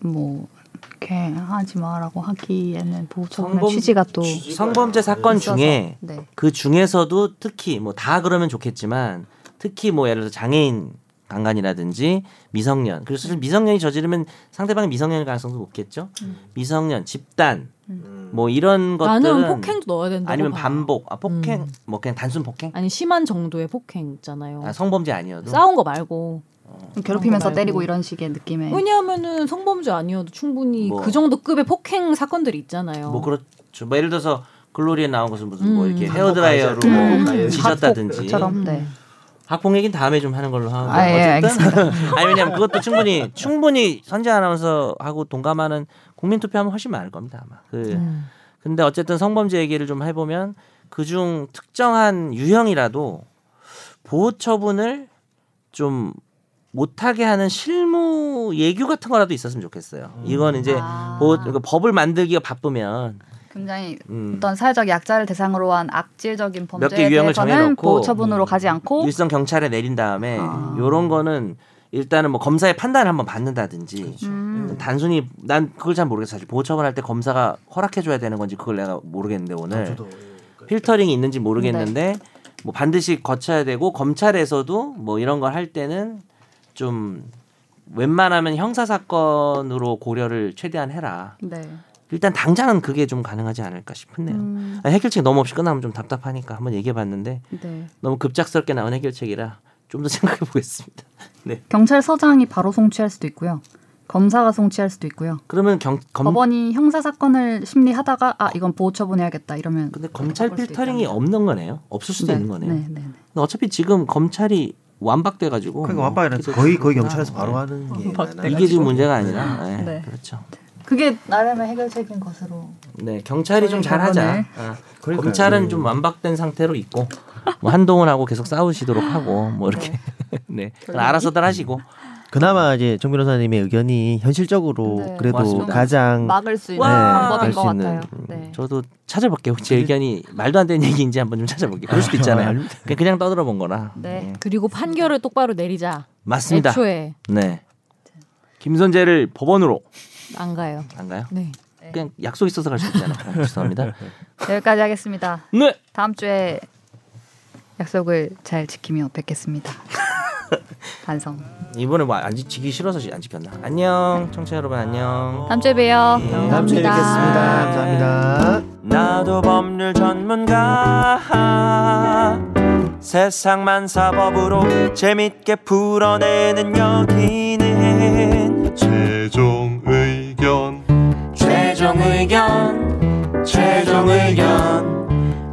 [SPEAKER 1] 뭐 이렇게 하지 마라고 하기에는 보호 처분의
[SPEAKER 2] 성범-
[SPEAKER 1] 취지가 또
[SPEAKER 2] 성범죄 사건
[SPEAKER 3] 음.
[SPEAKER 2] 중에
[SPEAKER 1] 네.
[SPEAKER 2] 그 중에서도 특히 뭐 다 그러면 좋겠지만 특히 뭐 예를 들어 장애인 강간이라든지 미성년 그래서 사실 미성년이 저지르면 상대방이 미성년일 가능성도 높겠죠
[SPEAKER 1] 음.
[SPEAKER 2] 미성년 집단 뭐 이런
[SPEAKER 3] 나는
[SPEAKER 2] 것들은
[SPEAKER 3] 폭행도 넣어야 된다고
[SPEAKER 2] 아니면
[SPEAKER 3] 봐요.
[SPEAKER 2] 반복 아 폭행 뭐 그냥 단순 폭행
[SPEAKER 3] 아니 심한 정도의 폭행 있잖아요.
[SPEAKER 2] 아, 성범죄 아니어도
[SPEAKER 3] 네. 싸운 거 말고
[SPEAKER 1] 괴롭히면서
[SPEAKER 3] 그런 거 말고.
[SPEAKER 1] 때리고 음. 이런 식의 느낌의
[SPEAKER 3] 왜냐하면은 성범죄 아니어도 충분히
[SPEAKER 2] 뭐.
[SPEAKER 3] 그 정도 급의 폭행 사건들이 있잖아요.
[SPEAKER 2] 뭐 그렇죠 뭐 예를 들어서 글로리에 나온 것은 무슨 뭐
[SPEAKER 3] 음.
[SPEAKER 2] 이렇게 헤어드라이어로
[SPEAKER 1] 음.
[SPEAKER 2] 뭐 지졌다든지
[SPEAKER 1] 처럼 네.
[SPEAKER 2] 학폭 얘기는 다음에 좀 하는 걸로 하고
[SPEAKER 1] 아, 예,
[SPEAKER 2] [LAUGHS] 아니 왜냐면 그것도 충분히 충분히 선재 아나운서하고 동감하는 국민 투표하면 훨씬 많을 겁니다 아마 그
[SPEAKER 3] 음.
[SPEAKER 2] 근데 어쨌든 성범죄 얘기를 좀 해보면 그중 특정한 유형이라도 보호 처분을 좀 못하게 하는 실무 예규 같은 거라도 있었으면 좋겠어요 이건 이제
[SPEAKER 1] 아.
[SPEAKER 2] 보호, 그러니까 법을 만들기가 바쁘면
[SPEAKER 1] 굉장히
[SPEAKER 2] 음,
[SPEAKER 1] 어떤 사회적 약자를 대상으로 한 악질적인 범죄에
[SPEAKER 2] 개
[SPEAKER 1] 대해서는
[SPEAKER 2] 유형을 정해놓고 음.
[SPEAKER 1] 보호 처분으로 가지 않고
[SPEAKER 2] 일선 경찰에 내린 다음에 요런 거는 일단은 뭐 검사의 판단을 한번 받는다든지
[SPEAKER 1] 음.
[SPEAKER 2] 단순히 난 그걸 잘 모르겠어 사실 보호 처분할 때 검사가 허락해 줘야 되는 건지 그걸 내가 모르겠는데 오늘 필터링이 있는지 모르겠는데 뭐 반드시 거쳐야 되고 검찰에서도 뭐 이런 걸 할 때는 좀 웬만하면 형사 사건으로 고려를 최대한 해라.
[SPEAKER 1] 네.
[SPEAKER 2] 일단 당장은 그게 좀 가능하지 않을까 싶네요.
[SPEAKER 1] 음.
[SPEAKER 2] 아, 해결책 너무 없이 끝나면 좀 답답하니까 한번 얘기해 봤는데
[SPEAKER 1] 네.
[SPEAKER 2] 너무 급작스럽게 나온 해결책이라 좀 더 [LAUGHS] 생각해 보겠습니다. 네.
[SPEAKER 1] 경찰서장이 바로 송치할 수도 있고요. 검사가 송치할 수도 있고요.
[SPEAKER 2] 그러면 경, 검,
[SPEAKER 1] 법원이 형사 사건을 심리하다가 아 이건 보호 처분해야겠다 이러면
[SPEAKER 2] 근데 검찰
[SPEAKER 1] 바꿀 수도
[SPEAKER 2] 필터링이
[SPEAKER 1] 있답니다.
[SPEAKER 2] 없는 거네요. 없을 수도
[SPEAKER 1] 네,
[SPEAKER 2] 있는 거네요.
[SPEAKER 1] 네, 네, 네.
[SPEAKER 2] 근데 어차피 지금 검찰이 완박돼가지고
[SPEAKER 4] 그러니까
[SPEAKER 2] 뭐
[SPEAKER 4] 완박이라서
[SPEAKER 2] 기소
[SPEAKER 4] 거의 거의
[SPEAKER 2] 처분이나
[SPEAKER 4] 경찰에서 바로 하는 게 많아요.
[SPEAKER 2] 이게 지금 문제가 아니라 네,
[SPEAKER 1] 네.
[SPEAKER 2] 그렇죠.
[SPEAKER 1] 그게 나름의 해결책인 것으로.
[SPEAKER 2] 네 경찰이 좀
[SPEAKER 1] 저는
[SPEAKER 2] 잘하자.
[SPEAKER 1] 결론을-
[SPEAKER 2] 아,
[SPEAKER 4] 그러니까요. 네.
[SPEAKER 2] 검찰은 좀 완박된 상태로 있고 뭐 한동훈하고 계속 싸우시도록 하고 뭐 이렇게 [LAUGHS] 네 알아서들 하시고
[SPEAKER 6] 그나마 이제 정 변호사님의 의견이 현실적으로
[SPEAKER 1] 네.
[SPEAKER 6] 그래도
[SPEAKER 2] 맞습니다.
[SPEAKER 6] 가장
[SPEAKER 1] 막을 수 있는
[SPEAKER 2] 네,
[SPEAKER 1] 방법인
[SPEAKER 2] 막을
[SPEAKER 6] 음. 수
[SPEAKER 1] 것
[SPEAKER 6] 있는,
[SPEAKER 1] 같아요.
[SPEAKER 6] 음,
[SPEAKER 1] 네.
[SPEAKER 2] 저도 찾아볼게요. 제 의견이 말도 안 되는 얘기인지 한번 좀 찾아볼게요. 그럴
[SPEAKER 4] [LAUGHS]
[SPEAKER 2] 수도 있잖아요. 그냥, 그냥 떠들어본 거라.
[SPEAKER 1] 네.
[SPEAKER 3] 그리고 판결을 똑바로 내리자.
[SPEAKER 2] 맞습니다.
[SPEAKER 3] 애초에
[SPEAKER 2] 네. 김선재를 법원으로
[SPEAKER 3] 안 가요.
[SPEAKER 2] 안 가요?
[SPEAKER 3] 네.
[SPEAKER 2] 그냥 약속 있어서 갈 수 있잖아요. 아, 죄송합니다.
[SPEAKER 1] 여기까지 하겠습니다.
[SPEAKER 2] [LAUGHS] 네.
[SPEAKER 1] 다음 주에 약속을 잘 지키며
[SPEAKER 6] [LAUGHS]
[SPEAKER 1] 뵙겠습니다. 반성.
[SPEAKER 2] 이번에 뭐 안 지키기 싫어서 안 지켰나? 안녕, 청취자 여러분 안녕.
[SPEAKER 1] 다음 주에 봬요.
[SPEAKER 6] 예. 다음 주에
[SPEAKER 1] 감사합니다.
[SPEAKER 6] 뵙겠습니다.
[SPEAKER 4] 네.
[SPEAKER 6] 감사합니다.
[SPEAKER 2] 나도 법률 전문가 세상만 사법으로 재밌게 풀어내는 여기는
[SPEAKER 7] 최종 의견
[SPEAKER 2] 최종 의견 최종 의견